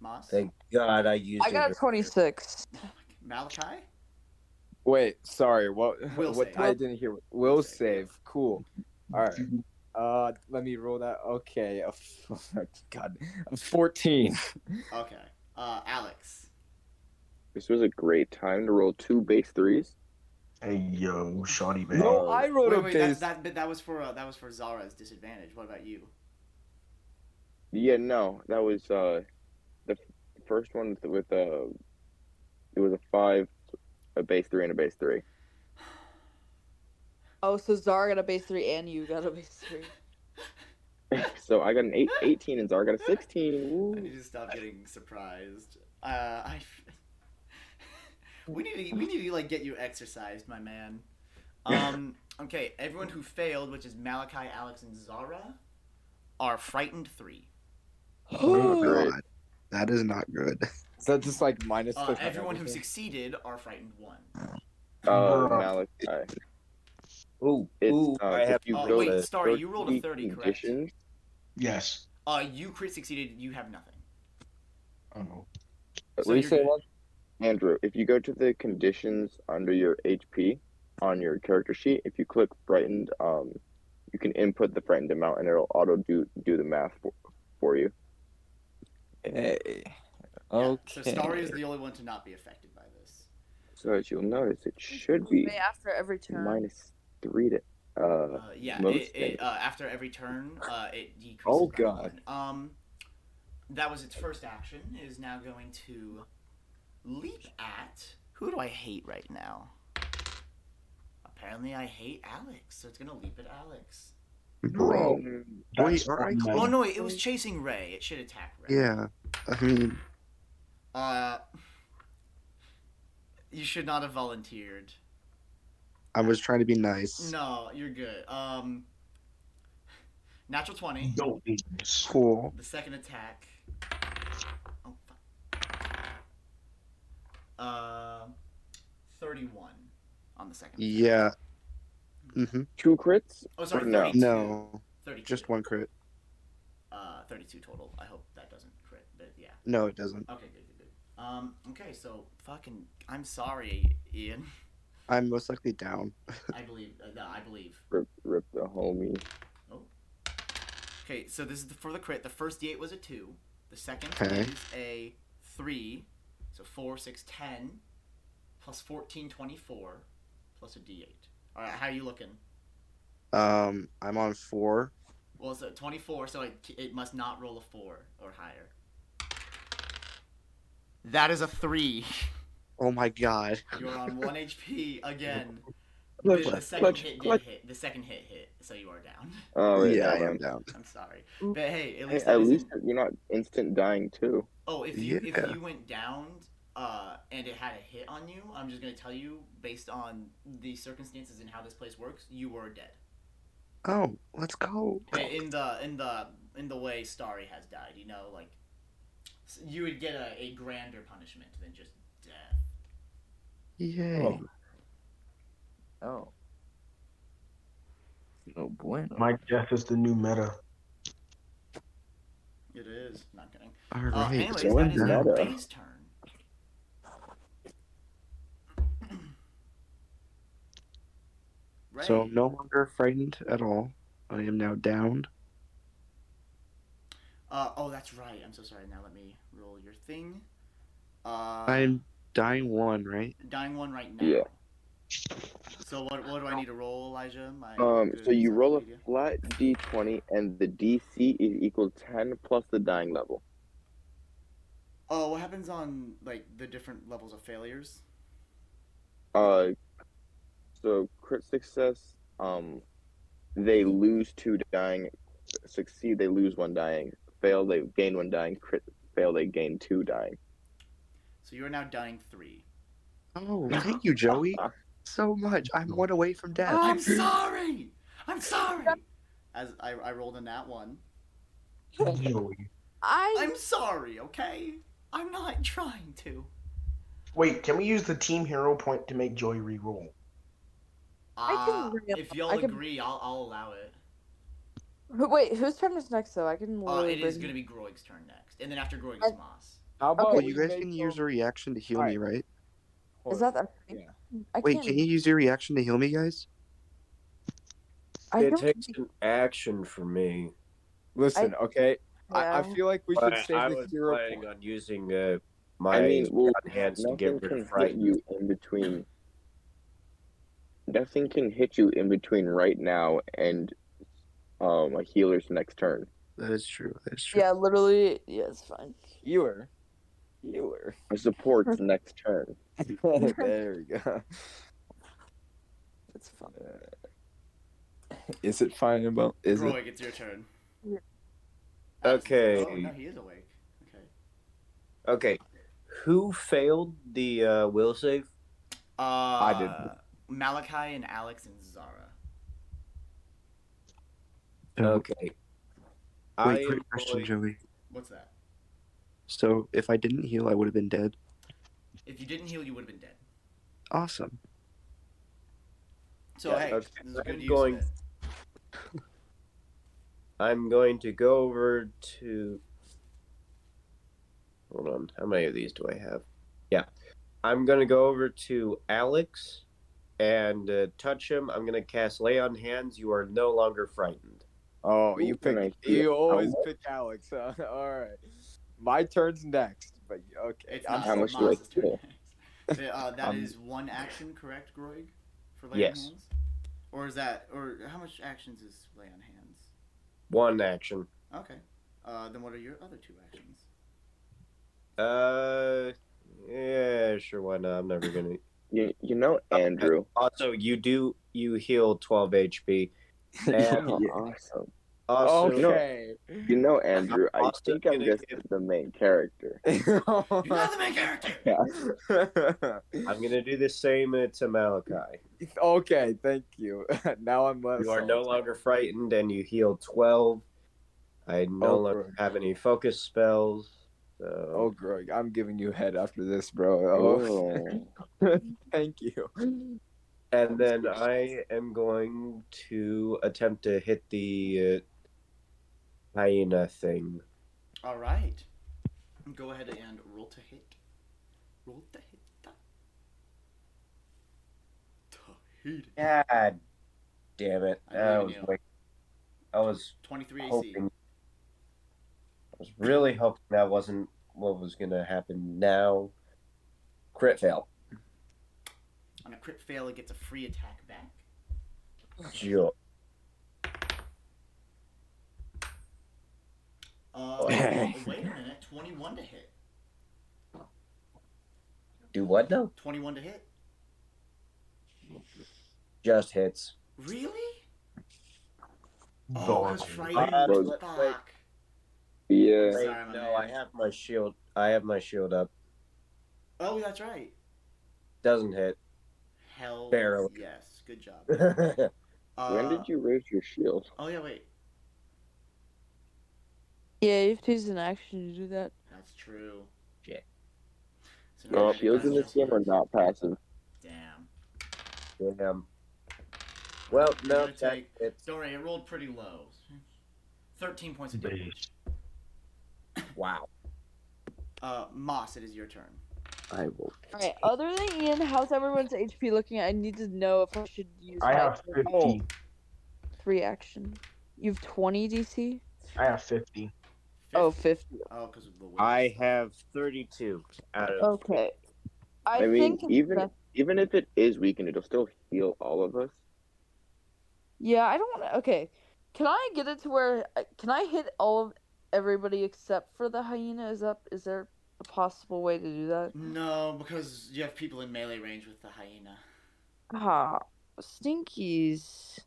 Speaker 2: Moss.
Speaker 9: Thank God I used.
Speaker 6: I got a
Speaker 9: it.
Speaker 6: 26.
Speaker 2: (laughs) Malachi.
Speaker 1: Wait, sorry. What? (laughs)
Speaker 2: Will
Speaker 1: what?
Speaker 2: save.
Speaker 1: I didn't hear. Will
Speaker 2: Will
Speaker 1: save.
Speaker 2: save.
Speaker 1: Cool. All right. Uh, let me roll that. Okay. (laughs) A f- God, a fourteen.
Speaker 2: Okay. Uh, Alex.
Speaker 8: This was a great time to roll two base threes.
Speaker 5: Hey yo, shoddy man.
Speaker 1: No, I rolled
Speaker 2: Wait,
Speaker 1: a
Speaker 2: wait.
Speaker 1: base.
Speaker 2: That, that but that was for uh, that was for Zara's disadvantage. What about you?
Speaker 8: Yeah, no, that was uh, the f- first one with uh, it was a five a base three and a base three.
Speaker 6: Oh, so Zara got a base three and you got a base three.
Speaker 8: so I got an eight, 18 and Zara got a 16.
Speaker 2: (laughs) I
Speaker 8: Woo.
Speaker 2: need to stop getting surprised. Uh, I. (laughs) we need to we need to like get you exercised, my man. Um. Okay, everyone who failed, which is Malachi, Alex, and Zara, are frightened three.
Speaker 3: Oh,
Speaker 8: Great.
Speaker 3: God. That is not good. (laughs)
Speaker 1: Is that just like minus
Speaker 2: Uh,
Speaker 1: 15?
Speaker 2: everyone who succeeded are frightened one.
Speaker 8: Oh,
Speaker 5: Bruh.
Speaker 8: Malik.
Speaker 4: Ooh,
Speaker 8: It's,
Speaker 4: ooh,
Speaker 8: uh,
Speaker 4: I
Speaker 8: if
Speaker 4: have.
Speaker 8: you
Speaker 2: Oh,
Speaker 8: roll
Speaker 2: wait,
Speaker 8: a
Speaker 2: sorry, you rolled a
Speaker 8: 30
Speaker 2: 30, correct?
Speaker 8: conditions-
Speaker 5: Yes.
Speaker 2: Uh, you crit succeeded. You have nothing.
Speaker 5: Oh.
Speaker 8: At
Speaker 2: So
Speaker 8: least
Speaker 2: you're
Speaker 8: I
Speaker 2: good.
Speaker 8: want- Andrew, if you go to the conditions under your HP on your character sheet, if you click frightened, um, you can input the frightened amount and it'll auto do do the math for, for you.
Speaker 1: Hey.
Speaker 2: Yeah,
Speaker 1: Okay.
Speaker 2: So Starry is the only one to not be affected by this.
Speaker 8: So as you'll notice, it should be
Speaker 6: after every turn.
Speaker 8: minus three to uh,
Speaker 2: Uh, yeah,
Speaker 8: most
Speaker 2: it,
Speaker 8: things.
Speaker 2: it, uh, after every turn, uh, it decreases.
Speaker 1: Oh,
Speaker 2: by
Speaker 1: God.
Speaker 2: one. Um, that was its first action. It is now going to leap at. Who do I hate right now? Apparently, I hate Alex, so it's gonna leap at Alex.
Speaker 3: Bro. Wait,
Speaker 5: That's
Speaker 3: are I
Speaker 5: not
Speaker 3: close?
Speaker 2: Oh no! It was chasing Ray. It should attack Ray.
Speaker 3: Yeah. I mean,
Speaker 2: Uh, you should not have volunteered.
Speaker 3: I was trying to be nice.
Speaker 2: No, you're good. Um, natural twenty.
Speaker 5: Don't do this.
Speaker 3: Cool.
Speaker 2: The second attack. Oh, fuck. Uh, 31 on the second. attack.
Speaker 3: Yeah. Mm-hmm.
Speaker 8: two crits.
Speaker 2: Oh, sorry,
Speaker 8: No.
Speaker 2: 32.
Speaker 3: No.
Speaker 2: 32.
Speaker 3: Just one crit.
Speaker 2: Uh, 32 total. I hope that doesn't crit, but yeah.
Speaker 3: No, it doesn't.
Speaker 2: Okay, good, good, good. Um, okay, so fucking, I'm sorry, Ian. (laughs)
Speaker 3: I'm most likely down.
Speaker 2: I believe, uh, no, I believe.
Speaker 8: Rip, rip the homie.
Speaker 2: Okay, so this is the, for the crit. The first d8 was a 2. The second
Speaker 3: Okay.
Speaker 2: is a 3. So 4, 6, 10. Plus 14, 24. Plus a d8. Alright, how you looking?
Speaker 3: Um, I'm on four.
Speaker 2: Well, so 24, so it, it must not roll a 4 or higher. That is a (laughs) 3.
Speaker 3: Oh my god.
Speaker 2: You're on 1 HP again. The,
Speaker 8: Clutch,
Speaker 2: the
Speaker 8: clutch,
Speaker 2: second hit did
Speaker 8: clutch.
Speaker 2: hit. The second hit hit, so you are down. (laughs)
Speaker 8: Oh, wait,
Speaker 3: yeah, I
Speaker 8: never
Speaker 3: am
Speaker 8: mind.
Speaker 3: down.
Speaker 2: I'm sorry. But hey, at
Speaker 8: Mm. Hey,
Speaker 2: least, that
Speaker 8: at
Speaker 2: isn't-
Speaker 8: least you're not instant dying too.
Speaker 2: Oh, if you
Speaker 3: Yeah.
Speaker 2: if you went down uh, and it had a hit on you, I'm just gonna tell you based on the circumstances and how this place works, you were dead.
Speaker 3: Oh, let's go.
Speaker 2: I- In the in the in the way Starry has died, you know, like s- you would get a, a grander punishment than just death.
Speaker 3: Yay.
Speaker 1: Oh. No bueno.
Speaker 5: My death is the new meta.
Speaker 2: It is not kidding.
Speaker 3: All
Speaker 2: Uh,
Speaker 3: right.
Speaker 2: anyways,
Speaker 8: going
Speaker 2: that is now
Speaker 8: meta.
Speaker 2: Ray's turn. Ray,
Speaker 3: so I'm no longer frightened at all. I am now down.
Speaker 2: uh, oh, that's right. I'm so sorry. Now let me roll your thing. Uh,
Speaker 3: I'm dying one, right?
Speaker 2: dying one right now.
Speaker 8: Yeah.
Speaker 2: So what what do I need to roll, Elijah? My
Speaker 8: Um,
Speaker 2: good
Speaker 8: so you
Speaker 2: social
Speaker 8: roll a
Speaker 2: media?
Speaker 8: flat d20, and the DC is equal to 10 plus the dying level.
Speaker 2: Oh, what happens on like the different levels of failures?
Speaker 8: Uh, so crit success, um, they lose two dying. Succeed, they lose one dying. Fail, they gain one dying. Crit, fail, they gain two dying.
Speaker 2: So you are now dying three.
Speaker 7: (laughs)
Speaker 3: Oh, thank you, Joey, (laughs) so much. I'm one away from death.
Speaker 2: I'm sorry. I'm sorry. As I, I rolled in that one.
Speaker 5: Joey.
Speaker 6: I
Speaker 2: I'm sorry. Okay. I'm not trying to.
Speaker 5: Wait, can we use the team hero point to make Joey re-roll?
Speaker 6: I can
Speaker 2: Uh,
Speaker 6: real-
Speaker 2: if y'all
Speaker 6: I can-
Speaker 2: agree, I'll, I'll allow it.
Speaker 6: who, wait. Whose turn is next though? I can.
Speaker 2: Uh,
Speaker 6: literally
Speaker 2: it is
Speaker 6: bring-
Speaker 2: going to be Groig's turn next, and then after Groig
Speaker 6: I-
Speaker 2: is Moss.
Speaker 1: How about
Speaker 7: Oh,
Speaker 3: But
Speaker 6: Okay.
Speaker 1: we
Speaker 3: you guys
Speaker 1: make
Speaker 3: can use
Speaker 1: them-
Speaker 3: a reaction to heal me, right?
Speaker 6: Is that the?
Speaker 1: Yeah.
Speaker 6: I
Speaker 3: Wait,
Speaker 6: can't.
Speaker 3: can you use your reaction to heal me, guys?
Speaker 6: I
Speaker 9: It
Speaker 6: don't.
Speaker 9: takes an action for me.
Speaker 1: Listen, okay. I, I
Speaker 6: yeah.
Speaker 1: feel like we should
Speaker 9: But
Speaker 1: save
Speaker 9: I
Speaker 1: the
Speaker 9: was
Speaker 1: hero
Speaker 9: planning
Speaker 1: point.
Speaker 9: on using uh, my
Speaker 8: I mean, well,
Speaker 9: god hands to
Speaker 8: nothing
Speaker 9: get rid
Speaker 8: can
Speaker 9: of
Speaker 8: hit
Speaker 9: fright.
Speaker 8: you in between. Nothing can hit you in between right now and um, a healer's next turn.
Speaker 3: That is true. That is true.
Speaker 6: Yeah, literally. Yeah, it's fine.
Speaker 1: Healer. healer.
Speaker 8: I support the next turn.
Speaker 1: there we go. That's fine. (laughs) Is it fine about? Is it?
Speaker 2: Groig, it's your turn.
Speaker 9: Okay.
Speaker 2: Oh, no, he is awake. Okay.
Speaker 9: Okay. Who failed the uh, will save?
Speaker 2: Uh, I did. Malachi and Alex and Zara.
Speaker 9: Okay. I
Speaker 7: Wait, quick question,
Speaker 9: employ-
Speaker 7: Joey.
Speaker 2: What's that?
Speaker 7: So if I didn't heal, I would have been dead.
Speaker 2: If you didn't heal, you would have been dead.
Speaker 7: Awesome.
Speaker 2: So
Speaker 9: Yeah,
Speaker 2: hey,
Speaker 9: okay.
Speaker 2: this is good
Speaker 9: I'm
Speaker 2: use
Speaker 9: going-
Speaker 2: of it.
Speaker 9: I'm going to go over to. Hold on. How many of these do I have? Yeah. I'm going to go over to Alex and uh, touch him. I'm going to cast Lay on Hands. You are no longer frightened.
Speaker 1: Oh, you
Speaker 8: Ooh, can I
Speaker 1: pick.
Speaker 8: see it?
Speaker 1: You always
Speaker 8: How
Speaker 1: pick Alex. (laughs) Huh? All right. My turn's next, but okay.
Speaker 2: It's
Speaker 1: I'm
Speaker 2: not
Speaker 8: How much do I
Speaker 2: Maz's turn. (laughs)
Speaker 8: heal?
Speaker 2: So, uh, that
Speaker 7: Um,
Speaker 2: is one action, correct, Groig? For lay
Speaker 9: Yes.
Speaker 2: on hands? Or is that or how much actions is lay on hands?
Speaker 9: One action.
Speaker 2: Okay. Uh, then what are your other two actions?
Speaker 9: Uh, yeah, sure. Why not? I'm never going to.
Speaker 8: You,
Speaker 1: (laughs)
Speaker 8: you know, Andrew.
Speaker 9: (laughs) Also, you do. You heal 12 HP. And
Speaker 8: Yeah, awesome.
Speaker 9: also,
Speaker 1: okay.
Speaker 8: You
Speaker 1: (laughs)
Speaker 8: know, Andrew. I
Speaker 9: also
Speaker 8: think I'm
Speaker 9: gonna
Speaker 8: just
Speaker 9: give-
Speaker 8: the main character.
Speaker 2: You're not the main character.
Speaker 9: I'm going to do the same uh, to Malachi.
Speaker 1: (laughs) okay. Thank you. (laughs) now I'm less.
Speaker 9: You are no longer frightened, and you heal twelve. I no
Speaker 1: Oh,
Speaker 9: longer
Speaker 1: good.
Speaker 9: have any focus spells.
Speaker 1: Oh,
Speaker 9: So
Speaker 1: Greg, I'm giving you head after this, bro.
Speaker 8: Oh.
Speaker 1: Oh, (laughs) thank you.
Speaker 9: and then I am going to attempt to hit the uh, hyena thing.
Speaker 2: All right. Go ahead and roll to hit. Roll to hit. To hit.
Speaker 9: God damn it!
Speaker 2: I
Speaker 9: I, was
Speaker 2: believe in you.
Speaker 9: wait- I was
Speaker 2: 23 AC.
Speaker 9: hoping. I was really hoping that wasn't what was going to happen. Now, crit fail.
Speaker 2: On a crit fail, it gets a free attack back.
Speaker 9: Sure.
Speaker 2: Uh, wait a minute. 21 to hit.
Speaker 9: Do what now?
Speaker 2: 21 to hit.
Speaker 9: Just hits.
Speaker 2: Really? Oh, that's
Speaker 9: Uh,
Speaker 2: frightened.
Speaker 9: wait,
Speaker 2: Fuck.
Speaker 8: Yeah.
Speaker 9: Wait,
Speaker 2: Sorry, my
Speaker 9: no,
Speaker 2: man.
Speaker 9: I have my shield. I have my shield up.
Speaker 2: Oh, that's right.
Speaker 9: Doesn't hit.
Speaker 2: Hell
Speaker 9: Barely.
Speaker 2: yes. Good
Speaker 9: (laughs)
Speaker 2: job.
Speaker 9: I
Speaker 2: Uh,
Speaker 8: when did you raise your shield?
Speaker 2: Oh, yeah, wait.
Speaker 6: Yeah, you have to use an action to do that.
Speaker 2: That's true.
Speaker 9: Shit.
Speaker 2: So now
Speaker 8: Uh,
Speaker 2: I
Speaker 8: shields
Speaker 2: gotta
Speaker 8: in this game are not passive.
Speaker 2: Damn.
Speaker 9: am. Well,
Speaker 2: Gonna
Speaker 9: no, that
Speaker 2: take-
Speaker 9: hits.
Speaker 2: Don't worry, it rolled pretty low. 13 points of damage.
Speaker 9: Wow.
Speaker 2: Uh, Moss, it is your turn.
Speaker 7: I will.
Speaker 6: Alright, other than Ian, how's everyone's HP looking? I need to know if I should use
Speaker 5: I
Speaker 6: my
Speaker 5: have 50.
Speaker 1: Oh,
Speaker 6: three action. You have 20 DC?
Speaker 5: I have 50.
Speaker 6: Oh,
Speaker 2: Fifth-
Speaker 6: 50.
Speaker 2: oh, because of the wind.
Speaker 9: I have 32 out of.
Speaker 6: Okay. I,
Speaker 8: I mean,
Speaker 6: think it's
Speaker 8: even-
Speaker 6: best-
Speaker 8: Even if it is weakened, it'll still heal all of us.
Speaker 6: Yeah, I don't want to. Okay, can I get it to where I- can I hit all of everybody except for the hyena? Is up? Is there a possible way to do that?
Speaker 2: No, because you have people in melee range with the hyena.
Speaker 6: Ah, stinkies.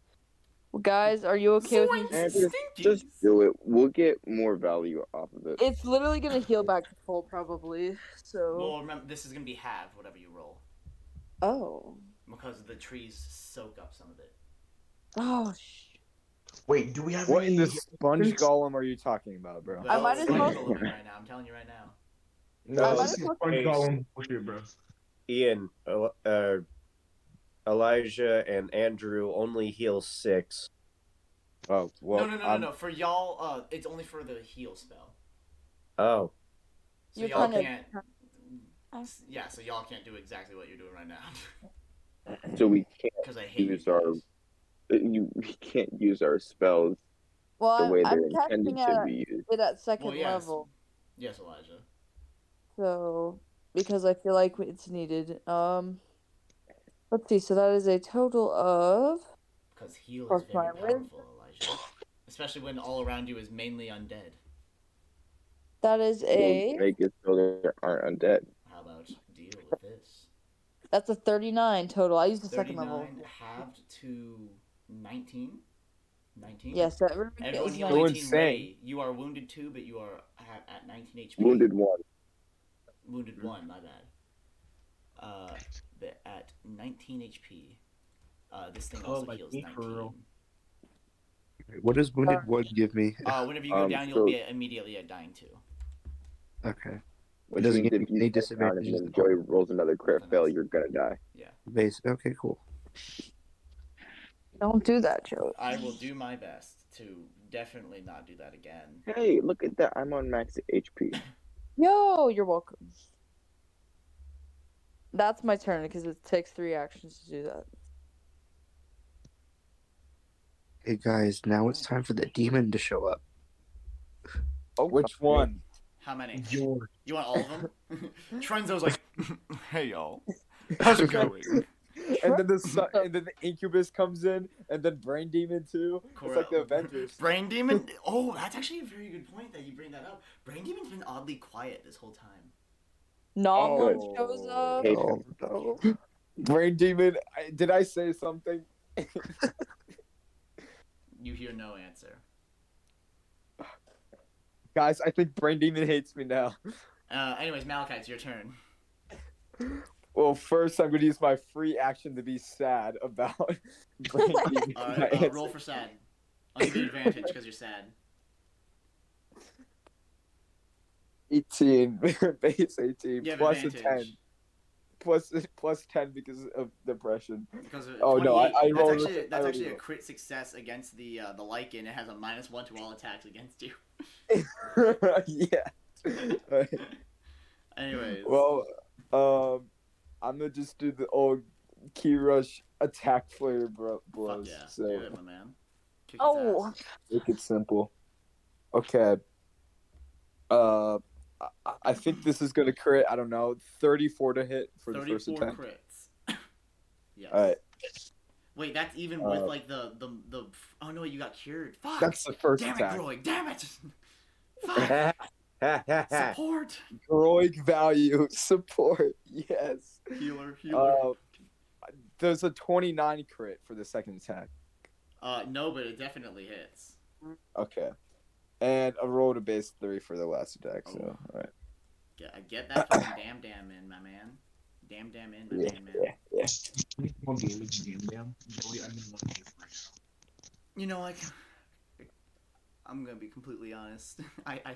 Speaker 6: Well, guys, are you okay with me?
Speaker 8: Zoinks. Just do it. We'll get more value off of it.
Speaker 6: It's literally gonna heal back to full probably. So.
Speaker 2: Well, remember, this is going to be halved, whatever you roll.
Speaker 6: Oh.
Speaker 2: Because the trees soak up some of it.
Speaker 6: Oh. Sh-
Speaker 5: Wait, do we have
Speaker 1: what
Speaker 5: any
Speaker 1: in the sponge golem are you talking about, bro?
Speaker 2: But
Speaker 6: might as
Speaker 2: it's
Speaker 8: (laughs)
Speaker 6: well-
Speaker 2: miserable right now, I'm telling you right now.
Speaker 6: I
Speaker 5: No,
Speaker 6: might
Speaker 5: this
Speaker 6: as
Speaker 5: is
Speaker 6: well-
Speaker 5: fun golem bullshit, bro.
Speaker 9: Ian, uh, uh, Elijah, and Andrew only heal six.
Speaker 1: Oh, well,
Speaker 2: no, no, no,
Speaker 1: I'm-
Speaker 2: no, no. For y'all, uh, it's only for the heal spell.
Speaker 9: Oh,
Speaker 2: So
Speaker 6: You're
Speaker 2: y'all
Speaker 6: kinda-
Speaker 2: can't.
Speaker 6: Oh.
Speaker 2: Yeah, so y'all can't do exactly what you're doing
Speaker 11: (laughs)
Speaker 2: right now.
Speaker 8: So we can't
Speaker 2: Because I hate you
Speaker 8: Use our-
Speaker 2: guys.
Speaker 8: you we can't use our spells the
Speaker 6: well,
Speaker 8: way
Speaker 6: I'm,
Speaker 8: they're
Speaker 6: I'm casting
Speaker 8: intended to
Speaker 6: at
Speaker 8: be used.
Speaker 6: it at second
Speaker 2: Well, yes.
Speaker 6: level,
Speaker 2: Yes, Elijah.
Speaker 6: so because I feel like it's needed. Um. Let's see. So that is a total of.
Speaker 2: Because heal
Speaker 6: Plus
Speaker 2: is very
Speaker 6: my wisdom.
Speaker 11: (laughs)
Speaker 2: powerful, Elijah. Especially when all around you is mainly undead.
Speaker 11: That is a.
Speaker 8: Make it so they aren't undead.
Speaker 2: How about deal with this?
Speaker 11: That's a 39 total. I used the second level.
Speaker 2: 39 halved to 19? 19?
Speaker 11: Yes, that remember
Speaker 2: Everyone
Speaker 11: is
Speaker 2: heal
Speaker 1: Go
Speaker 2: 19
Speaker 1: insane.
Speaker 2: ready. You are wounded 2, but you are ha- at 19 HP.
Speaker 8: Wounded one.
Speaker 2: Wounded 1, my bad. Uh, but at 19 HP, uh, this thing
Speaker 5: Oh,
Speaker 2: also
Speaker 5: my
Speaker 2: heals
Speaker 5: knee
Speaker 2: 19.
Speaker 5: curl.
Speaker 7: What does wounded one give me?
Speaker 2: Uh, whenever you go
Speaker 8: Um,
Speaker 2: down, you'll be
Speaker 8: so-
Speaker 2: at, immediately at dying 2.
Speaker 7: Okay,
Speaker 8: Which
Speaker 7: doesn't
Speaker 8: means
Speaker 7: give
Speaker 8: if
Speaker 7: you
Speaker 8: you
Speaker 7: any
Speaker 8: take down
Speaker 7: disadvantages
Speaker 8: And then
Speaker 7: at all.
Speaker 8: Joy rolls another crit fail, you're gonna die.
Speaker 7: base. Okay, cool.
Speaker 11: Don't do that, Joe.
Speaker 2: I will do my best to definitely not do that again.
Speaker 8: Hey, look at that! I'm on max HP.
Speaker 11: Yo, you're welcome. That's my turn because it takes three actions to do that.
Speaker 7: Hey guys, now it's time for the demon to show up.
Speaker 1: Which one?
Speaker 2: How many?
Speaker 5: Your
Speaker 2: You want all of
Speaker 5: (laughs)
Speaker 2: them? (laughs) Trenzo's like, hey y'all, how's it going?
Speaker 1: And then the su- and then the incubus comes in, and then brain demon too. It's like the
Speaker 2: Corell.
Speaker 1: Avengers.
Speaker 2: Brain
Speaker 1: (laughs)
Speaker 2: Demon. Oh, that's actually a very good point that you bring that up. Brain Demon's been oddly quiet this whole time.
Speaker 11: Nom Nom
Speaker 1: Oh.
Speaker 11: shows up.
Speaker 8: Hey,
Speaker 7: Oh no!
Speaker 1: Brain demon. I, did I say something?
Speaker 2: You hear no answer.
Speaker 1: Guys, I think brain demon hates me now. (laughs)
Speaker 2: Uh, anyways, Malachi, it's your turn.
Speaker 1: Well, first I'm gonna use my free action to be sad about (laughs) brain demon.
Speaker 2: All
Speaker 1: My
Speaker 2: right, uh,
Speaker 1: answer.
Speaker 2: roll for sad. I'll give you advantage because you're sad.
Speaker 1: (laughs) 18 base 18
Speaker 2: You have
Speaker 1: plus a
Speaker 2: advantage
Speaker 1: 10 plus plus 10 because of depression (laughs)
Speaker 2: because of
Speaker 1: Oh, no, I-
Speaker 2: 28.
Speaker 1: I
Speaker 2: that's
Speaker 1: rolled-
Speaker 2: actually,
Speaker 1: I
Speaker 2: that's
Speaker 1: rolled
Speaker 2: actually a
Speaker 1: low.
Speaker 2: crit success against the uh, the lichen. It has a minus one to all attacks against you. (laughs)
Speaker 1: yeah Alright.
Speaker 2: Anyways,
Speaker 1: well um i'm gonna just do the old key rush attack flare bro-
Speaker 2: fuck
Speaker 1: blows
Speaker 2: yeah, do
Speaker 1: so
Speaker 2: it, my man. Kick its
Speaker 11: Oh,
Speaker 2: ass.
Speaker 1: make it simple okay uh I- I think this is gonna crit. I don't know, thirty-four to hit for the first
Speaker 2: thirty-four
Speaker 1: attack.
Speaker 2: crits. (laughs) yes.
Speaker 1: All right,
Speaker 2: Wait, that's even with
Speaker 1: Uh,
Speaker 2: like the the the. Oh no, you got cured. Fuck.
Speaker 1: that's the first
Speaker 2: damn
Speaker 1: attack.
Speaker 2: it, Groig. Damn it.
Speaker 1: (laughs)
Speaker 2: Fuck.
Speaker 9: Ha, ha, ha, ha.
Speaker 2: Support.
Speaker 1: Groig value support. (laughs) Yes.
Speaker 2: Healer.
Speaker 1: Uh,
Speaker 2: Healer.
Speaker 1: there's a 29 crit for the second attack.
Speaker 2: Uh, no, but it definitely hits.
Speaker 1: Okay. And I rolled a base three for the last attack. So, all
Speaker 11: Oh.
Speaker 1: right.
Speaker 2: Get, get that
Speaker 1: (coughs)
Speaker 2: fucking damn damn in, my man. Damn damn in, my
Speaker 1: Yeah,
Speaker 2: man, man.
Speaker 1: yeah, yeah.
Speaker 5: one damage game down. Joey, I'm in one game right now.
Speaker 2: You know, like, I'm gonna be completely honest. (laughs) I, I,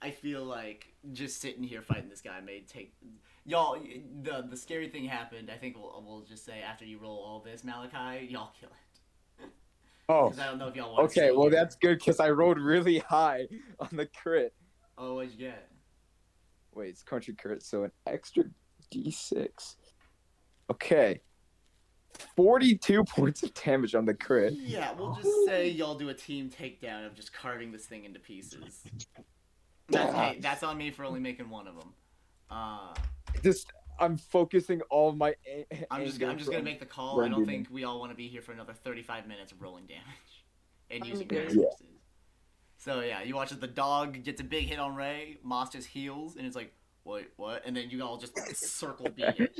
Speaker 2: I feel like just sitting here fighting this guy may take y'all. The the scary thing happened. I think we'll we'll just say after you roll all this, Malachi, y'all kill it.
Speaker 1: Oh,
Speaker 2: Because I don't know if y'all want.
Speaker 1: okay. Well, that's good because I rolled really high (laughs) on the crit.
Speaker 2: Oh, what'd you get?
Speaker 1: Wait, it's country crit, so an extra d6. Okay. 42 (laughs) points of damage on the crit.
Speaker 2: Yeah, we'll just say y'all do a team takedown of just carving this thing into
Speaker 1: (laughs)
Speaker 2: pieces. That's hey, that's on me for only making one of them. Uh,
Speaker 1: Just, I'm focusing all my. A-
Speaker 2: I'm just
Speaker 1: anger
Speaker 2: I'm just gonna
Speaker 1: from-
Speaker 2: make the call. I don't
Speaker 1: Randy.
Speaker 2: think we all want to be here for another 35 minutes of rolling damage (laughs) and
Speaker 11: I'm
Speaker 2: using
Speaker 11: good.
Speaker 2: resources. So yeah, you watch as the dog gets a big hit on Ray, Moss just heals, and it's like, what, what? And then you all just circle beat it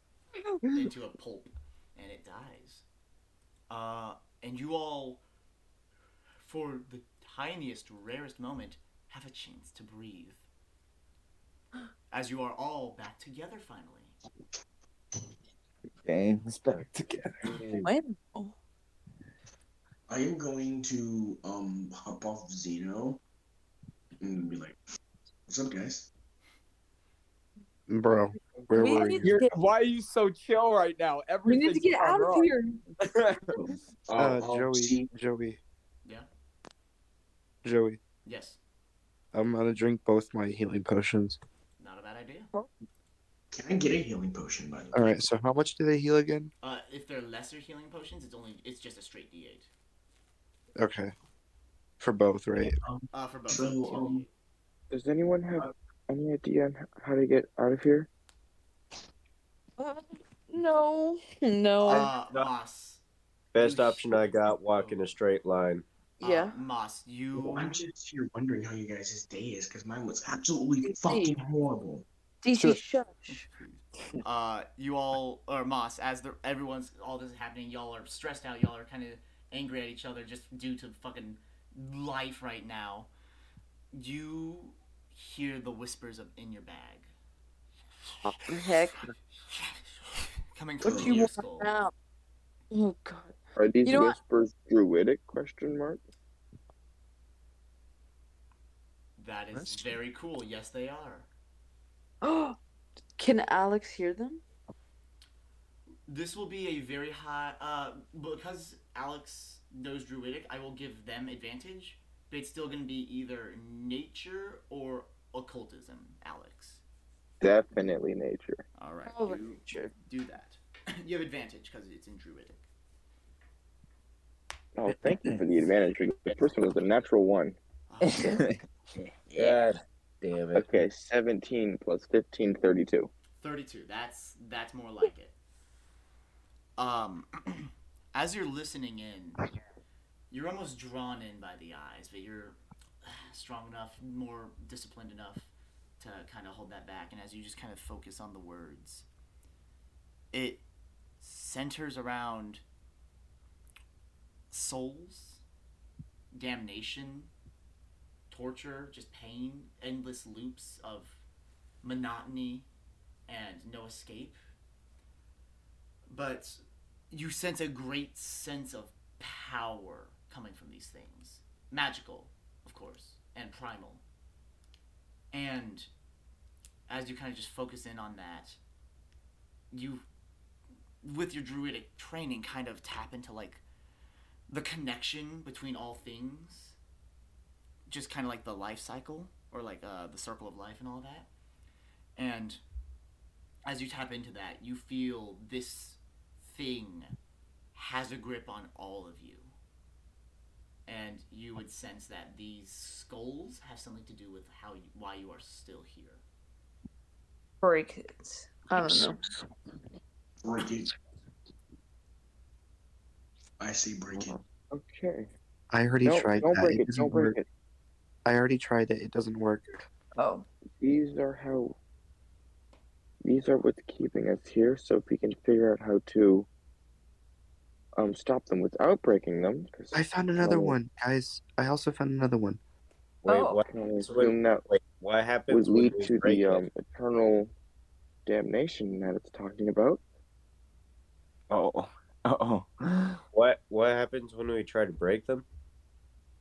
Speaker 2: (laughs) into a pulp, and it dies. Uh, and you all, for the tiniest, rarest moment, have a chance to breathe. As you are all back together finally.
Speaker 1: Games back together.
Speaker 11: when?
Speaker 5: I am going to um hop off Zeno and be like, "What's up, guys?"
Speaker 7: Bro, where
Speaker 11: We
Speaker 7: were
Speaker 11: need-
Speaker 7: you?
Speaker 1: You're, why are you so chill right now?
Speaker 11: We
Speaker 1: Everything's
Speaker 11: need to get
Speaker 1: gone
Speaker 11: out of
Speaker 1: wrong.
Speaker 11: here.
Speaker 1: (laughs)
Speaker 7: Uh,
Speaker 5: I'll- I'll
Speaker 7: Joey,
Speaker 5: see-
Speaker 7: Joey,
Speaker 2: Yeah.
Speaker 7: Joey.
Speaker 2: Yes.
Speaker 7: I'm gonna drink both my healing potions.
Speaker 2: Not a bad idea.
Speaker 5: Can I get a healing potion, by the way?
Speaker 7: All right. So how much do they heal again?
Speaker 2: Uh, if they're lesser healing potions, it's only it's just a straight D8.
Speaker 7: Okay. For both, right?
Speaker 2: Uh, for both.
Speaker 5: So,
Speaker 2: it's two
Speaker 5: um,
Speaker 2: D8.
Speaker 8: Does anyone have any idea on how to get out of here?
Speaker 11: Uh, no, no.
Speaker 2: uh, Moss.
Speaker 9: Best
Speaker 2: Oh,
Speaker 9: option I got: walk in a straight line.
Speaker 2: Uh,
Speaker 11: Yeah.
Speaker 2: Moss, you.
Speaker 11: Oh,
Speaker 5: Well, I'm just here wondering how you guys' day is because mine was absolutely fucking horrible.
Speaker 11: DC, shush.
Speaker 2: uh, you all or Moss, as the everyone's all this is happening, y'all are stressed out. Y'all are kind of angry at each other just due to fucking life right now. You hear the whispers of in your bag (laughs)
Speaker 11: Heck,
Speaker 2: coming from
Speaker 11: what do
Speaker 2: your
Speaker 11: you want
Speaker 2: skull.
Speaker 11: now? Oh god.
Speaker 8: Are these
Speaker 11: You know what?
Speaker 8: whispers druidic? Question mark.
Speaker 2: That is
Speaker 7: Question.
Speaker 2: very cool. Yes, they are.
Speaker 11: Oh, (gasps) can Alex hear them?
Speaker 2: This will be a very high. Uh, because Alex knows druidic, I will give them advantage. But it's still gonna be either nature or occultism, Alex.
Speaker 8: Definitely nature.
Speaker 2: All right.
Speaker 11: Probably
Speaker 2: you
Speaker 11: nature.
Speaker 2: Do that. (coughs) you have advantage because it's in druidic.
Speaker 8: Oh, thank you for the advantage. The first one was a natural one.
Speaker 2: Uh,
Speaker 4: God damn it.
Speaker 8: Okay, 17 plus 15, 32.
Speaker 2: Thirty-two. That's that's more like it. Um, (clears throat) as you're listening in, you're almost drawn in by the eyes, but you're (sighs) strong enough, more disciplined enough to kind of hold that back. And as you just kind of focus on the words, it centers around souls, damnation, torture, just pain, endless loops of monotony and no escape. But you sense a great sense of power coming from these things. Magical, of course, and primal. And as you kind of just focus in on that, you, with your druidic training, kind of tap into like the connection between all things. Just kind of like the life cycle, or like uh, the circle of life and all that. And as you tap into that, you feel this thing has a grip on all of you. And you would sense that these skulls have something to do with how you, why you are still here.
Speaker 11: Break it. I don't know.
Speaker 5: Break it. I say break it.
Speaker 8: Okay.
Speaker 3: I already
Speaker 8: No,
Speaker 3: tried
Speaker 8: don't
Speaker 3: that.
Speaker 8: break it.
Speaker 3: doesn't
Speaker 8: Don't break
Speaker 3: work.
Speaker 8: it.
Speaker 3: I already tried it. It doesn't work.
Speaker 11: Oh,
Speaker 8: These are how. These are what's keeping us here, so if we can figure out how to um stop them without breaking them. 'cause
Speaker 3: I found another
Speaker 8: Oh.
Speaker 3: one, guys. I also found another one.
Speaker 9: Wait,
Speaker 11: Oh.
Speaker 9: what?
Speaker 8: I can only
Speaker 9: So wait,
Speaker 8: assume that
Speaker 9: wait, what happens
Speaker 8: would
Speaker 9: when
Speaker 8: lead
Speaker 9: we
Speaker 8: to
Speaker 9: break
Speaker 8: the
Speaker 9: it?
Speaker 8: um, eternal damnation that it's talking about.
Speaker 7: Oh, oh,
Speaker 9: What what happens when we try to break them?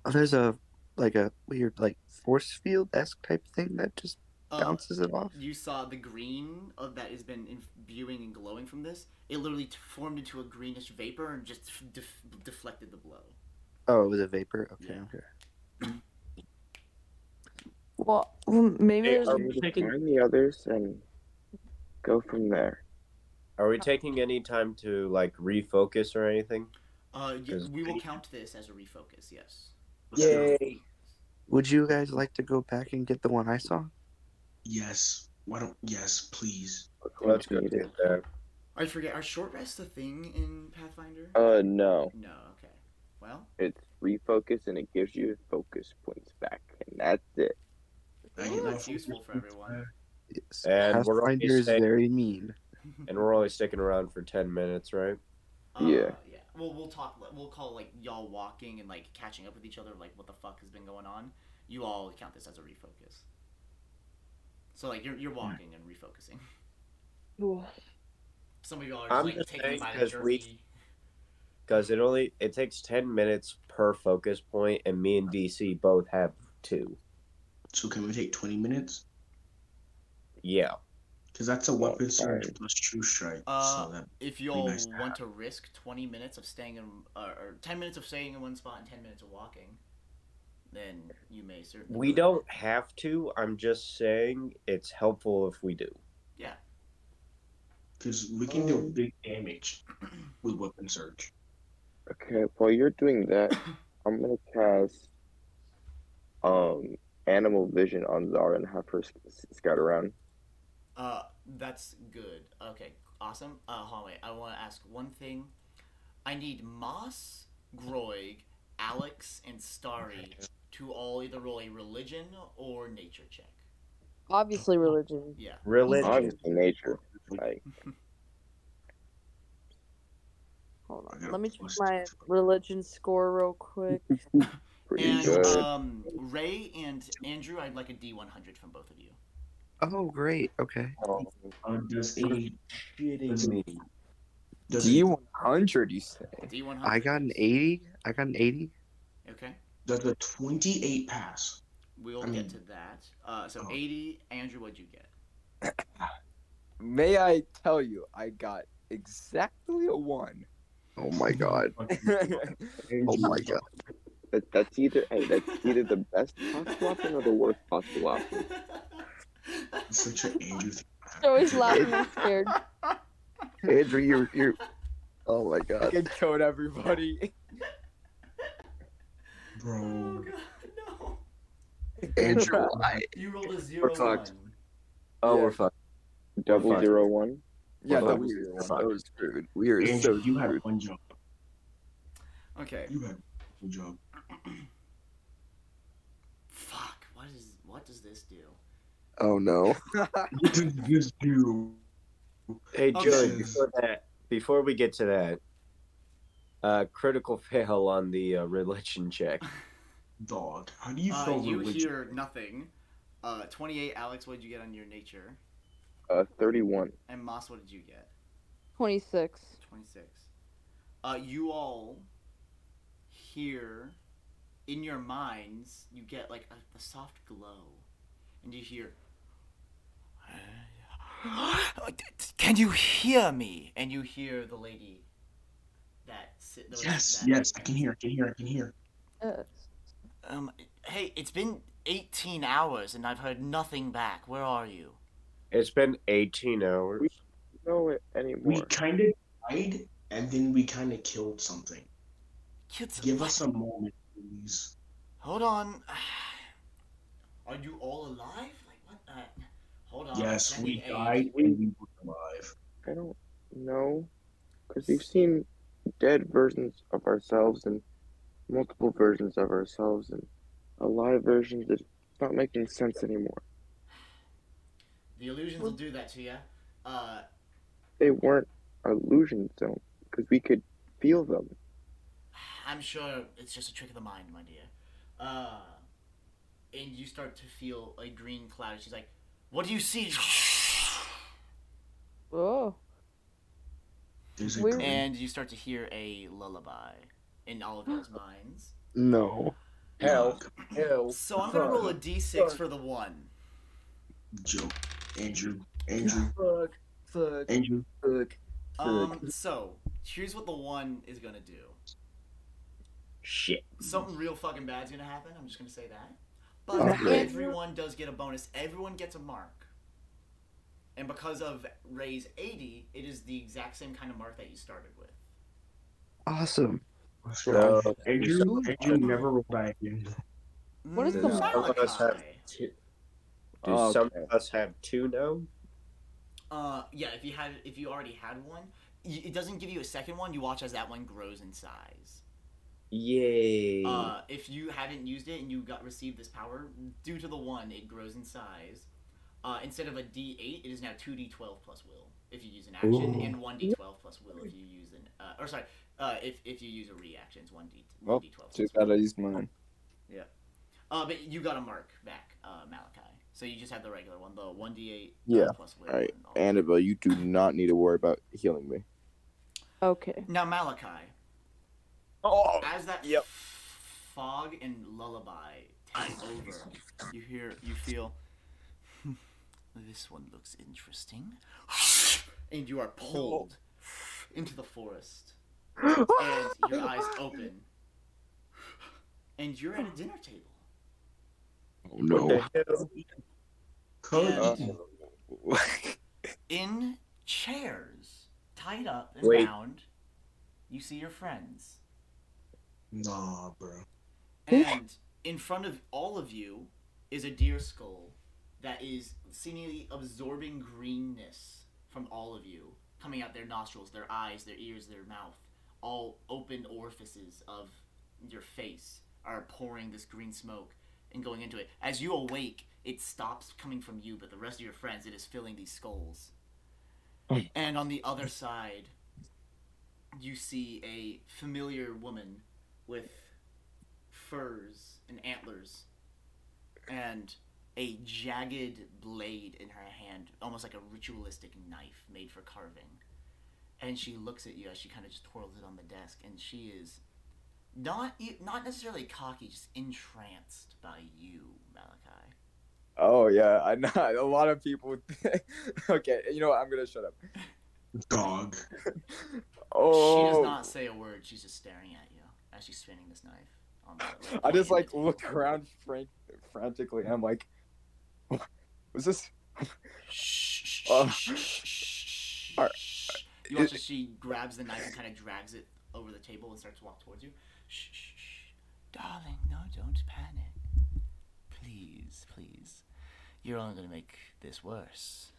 Speaker 3: Oh, there's a like a weird like force field esque type thing that just
Speaker 2: Uh,
Speaker 3: bounces it off.
Speaker 2: you saw the green of, that has been imbuing and glowing from this. It literally t- formed into a greenish vapor and just f- def- deflected the blow.
Speaker 3: Oh, it was a vapor. Okay,
Speaker 2: Yeah.
Speaker 3: okay.
Speaker 11: well, well, maybe
Speaker 9: Hey,
Speaker 11: there's.
Speaker 9: are
Speaker 8: We
Speaker 9: we
Speaker 8: need to
Speaker 9: taking
Speaker 8: find the others and go from there.
Speaker 9: are we taking any time to like refocus or anything?
Speaker 2: Uh, y-
Speaker 9: Does-
Speaker 2: we will count this as a refocus, yes.
Speaker 9: Yay!
Speaker 3: Would you guys like to go back and get the one I saw?
Speaker 5: Yes. Why don't? Yes, please.
Speaker 9: Let's go do that.
Speaker 2: I forget, are short rests a thing in Pathfinder?
Speaker 8: Uh, no.
Speaker 2: no, okay. Well,
Speaker 8: It's refocus and it gives you focus points back, and that's it.
Speaker 5: I
Speaker 2: Ooh,
Speaker 5: get
Speaker 2: that's
Speaker 5: my-
Speaker 2: useful for (laughs) everyone.
Speaker 3: Yes.
Speaker 9: And we're already
Speaker 3: Pathfinder is
Speaker 9: saying-
Speaker 3: very mean.
Speaker 9: And we're only sticking around for ten minutes, right?
Speaker 2: Uh,
Speaker 8: Yeah.
Speaker 2: Yeah. Well, we'll talk. We'll call like y'all walking and like catching up with each other. Like what the fuck has been going on? You all count this as a refocus. So like you're you're walking and refocusing. (laughs) Some of y'all are just,
Speaker 9: I'm
Speaker 2: like
Speaker 9: just
Speaker 2: taken
Speaker 9: saying
Speaker 2: by the
Speaker 9: 'cause we-
Speaker 2: jerky.
Speaker 9: Because it only it takes ten minutes per focus point, and me and DC both have two.
Speaker 5: So can we take 20 minutes?
Speaker 9: Yeah.
Speaker 5: Because that's a
Speaker 8: Well,
Speaker 5: weapon surge
Speaker 8: fine.
Speaker 5: plus true strike.
Speaker 2: Uh,
Speaker 5: so that
Speaker 2: If y'all
Speaker 5: nice to
Speaker 2: want
Speaker 5: have.
Speaker 2: to risk twenty minutes of staying in uh, or ten minutes of staying in one spot and ten minutes of walking, then you may certainly.
Speaker 9: We don't have to. I'm just saying it's helpful if we do.
Speaker 5: because we can do big damage (clears throat) with weapon surge.
Speaker 8: Okay, while you're doing (coughs) that, I'm gonna cast um animal vision on Zara and have her sc- scout around.
Speaker 2: Uh, that's good. Okay, awesome. Uh, Holly, I want to ask one thing. I need Moss, Groig, Alex and Starry to all either roll a religion or nature check.
Speaker 11: Obviously, religion.
Speaker 2: Yeah.
Speaker 9: Religion.
Speaker 8: Obviously, nature. Like,
Speaker 11: Hold
Speaker 5: I
Speaker 11: on.
Speaker 5: gotta
Speaker 11: Let me check
Speaker 5: post
Speaker 11: my
Speaker 5: it.
Speaker 11: religion score real quick.
Speaker 8: pretty
Speaker 2: And
Speaker 8: good.
Speaker 2: um, Ray and Andrew, I'd like a D100 from both of you.
Speaker 7: Oh, great. Okay.
Speaker 5: Um, does a
Speaker 4: Kidding me.
Speaker 5: does
Speaker 1: D
Speaker 5: a,
Speaker 1: one hundred, you say?
Speaker 2: D100.
Speaker 7: I got an 80. I got an 80.
Speaker 2: Okay.
Speaker 5: does a twenty eight pass?
Speaker 2: We'll
Speaker 5: I
Speaker 2: get
Speaker 5: mean-
Speaker 2: to that. Uh, so
Speaker 5: Oh.
Speaker 2: 80. Andrew, what'd you get?
Speaker 1: May I tell you, I got exactly a one. (laughs)
Speaker 7: Oh
Speaker 8: (laughs)
Speaker 7: my god. Oh my god.
Speaker 8: That, that's either hey, that's either the best possible option or the worst
Speaker 2: (laughs)
Speaker 8: possible option.
Speaker 5: It's such an Andrew thing.
Speaker 11: So he's laughing and scared.
Speaker 7: Andrew, you're you're. Oh my god.
Speaker 1: Good code, everybody.
Speaker 2: (laughs) Oh,
Speaker 5: bro.
Speaker 2: God, no.
Speaker 7: Andrew, I.
Speaker 2: You rolled a zero
Speaker 7: fucked.
Speaker 2: one.
Speaker 7: Oh,
Speaker 1: Yeah.
Speaker 7: we're fucked.
Speaker 8: Double
Speaker 7: Fine.
Speaker 8: zero one.
Speaker 1: yeah,
Speaker 7: oh,
Speaker 1: that was
Speaker 7: we're so screwed. We are
Speaker 5: Andrew,
Speaker 7: so
Speaker 5: you have
Speaker 7: screwed.
Speaker 5: one job.
Speaker 2: Okay.
Speaker 5: You have one job.
Speaker 2: Fuck. What is? What does this do?
Speaker 7: Oh no.
Speaker 5: What did this do?
Speaker 9: Hey,
Speaker 2: Okay.
Speaker 9: Joey, before that, before we get to that, uh, critical (laughs) fail on the uh, religion check.
Speaker 5: Dog. How do you
Speaker 2: Uh,
Speaker 5: feel
Speaker 2: you
Speaker 5: religion?
Speaker 2: hear nothing. Uh, Twenty-eight. Alex, what did you get on your nature?
Speaker 8: Uh, thirty one.
Speaker 2: And Moss, what did you get?
Speaker 11: 26.
Speaker 2: 26. Uh, you all hear in your minds, you get like a, a soft glow, and you hear. (gasps) Can you hear me? And you hear the lady that sit. that was-
Speaker 5: Yes,
Speaker 2: that-
Speaker 5: yes, I can hear, I can hear, I can hear.
Speaker 11: Uh,
Speaker 2: Um, hey, it's been 18 hours and I've heard nothing back. Where are you?
Speaker 9: It's been 18 hours.
Speaker 8: No it
Speaker 5: We
Speaker 8: anymore.
Speaker 5: kind of died, and then we kind of killed something.
Speaker 2: Kids,
Speaker 5: Give us a moment, please.
Speaker 2: Hold on. (sighs) Are you all alive? Like what? Uh, hold on.
Speaker 5: yes,
Speaker 2: I
Speaker 5: we
Speaker 2: need aid.
Speaker 5: died and we were alive.
Speaker 8: I don't know, because we've seen dead versions of ourselves and multiple versions of ourselves and a lot of versions that's not making sense anymore.
Speaker 2: The illusions will do that to you. Uh,
Speaker 8: They weren't illusions though, because we could feel them.
Speaker 2: I'm sure it's just a trick of the mind, my dear. Uh, and you start to feel a green cloud. She's like, "What do you
Speaker 5: (laughs)
Speaker 2: see?"
Speaker 11: oh.
Speaker 5: There's a
Speaker 11: We're-
Speaker 5: girl.
Speaker 2: And you start to hear a lullaby in
Speaker 5: (gasps)
Speaker 2: all of those minds.
Speaker 7: No.
Speaker 9: Hell,
Speaker 5: Oh,
Speaker 9: hell.
Speaker 2: So I'm gonna roll a d6 for the one.
Speaker 5: Joe, Andrew, Andrew,
Speaker 7: Fuck. Fuck.
Speaker 5: Andrew.
Speaker 7: Fuck.
Speaker 2: Um, so here's what the one is gonna do.
Speaker 9: Shit.
Speaker 2: something real fucking bad's gonna happen. I'm just gonna say that. But
Speaker 7: Oh, great.
Speaker 2: everyone does get a bonus. Everyone gets a mark. And because of Ray's 80, it is the exact same kind of mark that you started with.
Speaker 7: Awesome.
Speaker 9: So,
Speaker 5: Andrew,
Speaker 9: so-
Speaker 5: Andrew never rolled back in.
Speaker 11: What is the
Speaker 9: do some of us have
Speaker 2: Malachi.
Speaker 9: two? Do
Speaker 7: Okay.
Speaker 9: some of us have two now?
Speaker 2: Uh, yeah. If you had, if you already had one, y- it doesn't give you a second one. You watch as that one grows in size.
Speaker 9: Yay.
Speaker 2: Uh, if you haven't used it and you got received this power due to the one, it grows in size. Uh, instead of a D8, it is now two D12 plus will if you use an action,
Speaker 7: Ooh.
Speaker 2: and one D12 plus will if you use an uh, or sorry, uh, if if you use a reaction, it's one D
Speaker 1: Well,
Speaker 2: D12. Plus
Speaker 1: Just
Speaker 2: will.
Speaker 1: gotta use mine.
Speaker 2: Uh, but you got a mark back, uh, Malachi. So you just have the regular one, the one D8
Speaker 12: Yeah.
Speaker 2: plus will.
Speaker 12: Alright,
Speaker 2: and all that.
Speaker 12: Annabelle, you do not need to worry about healing me.
Speaker 11: Okay.
Speaker 2: Now Malachi,
Speaker 12: Oh,
Speaker 2: as that
Speaker 12: Yep.
Speaker 2: fog and lullaby takes over, you hear, you feel, (laughs) "Hmm, this one looks interesting, and you are pulled into the forest, and your eyes open, and you're at a dinner table.
Speaker 7: Oh no.
Speaker 9: What the hell?
Speaker 2: And
Speaker 7: Uh,
Speaker 2: in chairs, tied up and
Speaker 9: Wait.
Speaker 2: bound, you see your friends.
Speaker 5: Nah, bro.
Speaker 2: And in front of all of you is a deer skull that is seemingly absorbing greenness from all of you, coming out their nostrils, their eyes, their ears, their mouth, all open orifices of your face are pouring this green smoke and going into it. As you awake, it stops coming from you, but the rest of your friends, it is filling these skulls. And on the other side, you see a familiar woman with furs and antlers and a jagged blade in her hand, almost like a ritualistic knife made for carving. And she looks at you as she kind of just twirls it on the desk, and she is not e- not necessarily cocky, just entranced by you, Malachi.
Speaker 1: Oh yeah, I know. (laughs) A lot of people. (laughs) okay, you know what? I'm gonna shut up.
Speaker 5: Dog.
Speaker 1: Oh,
Speaker 2: She does not say a word. She's just staring at you as she's spinning this knife. On the,
Speaker 1: I
Speaker 2: pointing
Speaker 1: just like
Speaker 2: it at
Speaker 1: look
Speaker 2: you.
Speaker 1: around frank- frantically. I'm like, was this?
Speaker 2: Shh,
Speaker 1: Uh,
Speaker 2: shh, shh, shh,
Speaker 1: are-
Speaker 2: shh. You watch as she grabs the knife and kind of drags it over the table and starts to walk towards you. Shh, shh, shh. Darling, no, don't panic. Please, please. You're only going to make this (laughs) worse.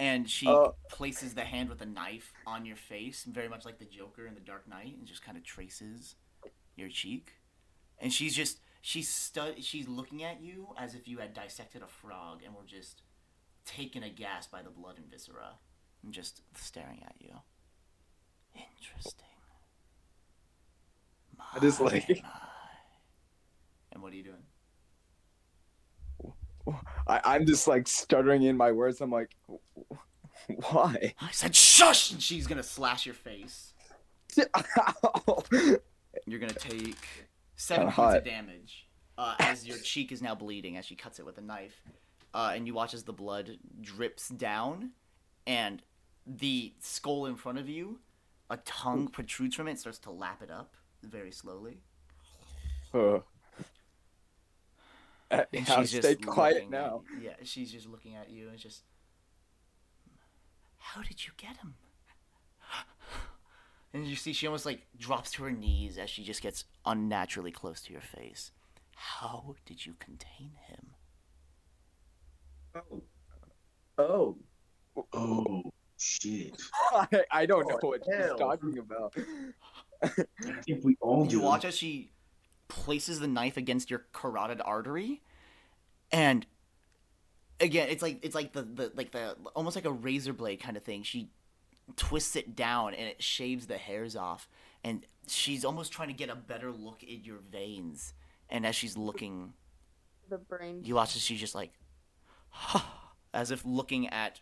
Speaker 2: and she
Speaker 1: Uh,
Speaker 2: places the hand with the knife on your face, very much like the Joker in The Dark Knight, and just kind of traces your cheek. And she's just she's stu- she's looking at you as if you had dissected a frog and were just taken aghast by the blood and viscera, and just staring at you. Interesting. My,
Speaker 1: I just like-
Speaker 2: my. And what are you doing?
Speaker 1: I- I'm just like stuttering in my words. I'm like, why? (laughs)
Speaker 2: I said shush, and she's gonna slash your face. You're gonna take seven points
Speaker 1: Kinda hot.
Speaker 2: of damage uh, as your cheek is now bleeding as she cuts it with a knife, uh, and you watch as the blood drips down, and the skull in front of you, a tongue protrudes from it, and starts to lap it up very slowly.
Speaker 1: Uh, uh,
Speaker 2: And
Speaker 1: yeah,
Speaker 2: she's
Speaker 1: stay
Speaker 2: just
Speaker 1: quiet
Speaker 2: looking at
Speaker 1: now.
Speaker 2: you- Yeah, she's just looking at you and just, how did you get him? And you see, she almost like drops to her knees as she just gets unnaturally close to your face. How did you contain him?
Speaker 9: Oh. Oh.
Speaker 5: Oh shit!
Speaker 1: (laughs) I, I don't know what she's
Speaker 9: hell.
Speaker 1: talking about.
Speaker 5: I think we all
Speaker 2: You
Speaker 5: do.
Speaker 2: watch as she places the knife against your carotid artery, and again, it's like it's like the, the like the almost like a razor blade kind of thing. She twists it down and it shaves the hairs off, and she's almost trying to get a better look at your veins. And as she's looking,
Speaker 11: The brain.
Speaker 2: you watch as she's just like, as if looking at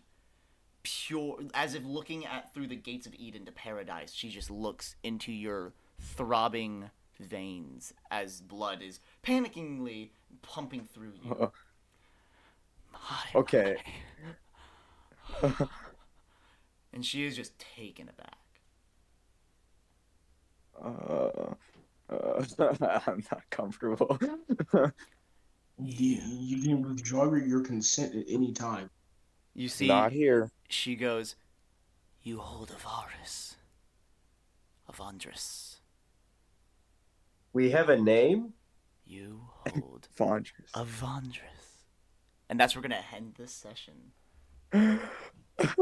Speaker 2: pure, as if looking at through the gates of Eden to paradise. She just looks into your throbbing veins as blood is panickingly pumping through you. My
Speaker 1: Okay.
Speaker 2: God. and she is just taken aback.
Speaker 1: Uh, uh, (laughs) I'm not comfortable.
Speaker 5: Yeah, you can withdraw your consent at any time.
Speaker 2: You see,
Speaker 12: Not here.
Speaker 2: she goes, You hold Avaris. Avandris.
Speaker 9: We have a name?
Speaker 2: You hold
Speaker 1: Fondress.
Speaker 2: Avandris. And that's where we're going to end this session.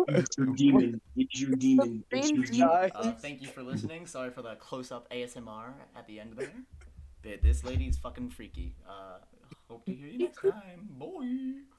Speaker 5: It's your demon. It's your demon. It's your demon.
Speaker 1: Guys,
Speaker 2: Uh, thank you for listening. Sorry for the close up ASMR at the end there. But this lady is fucking freaky. Uh, hope to hear you next time. Bye.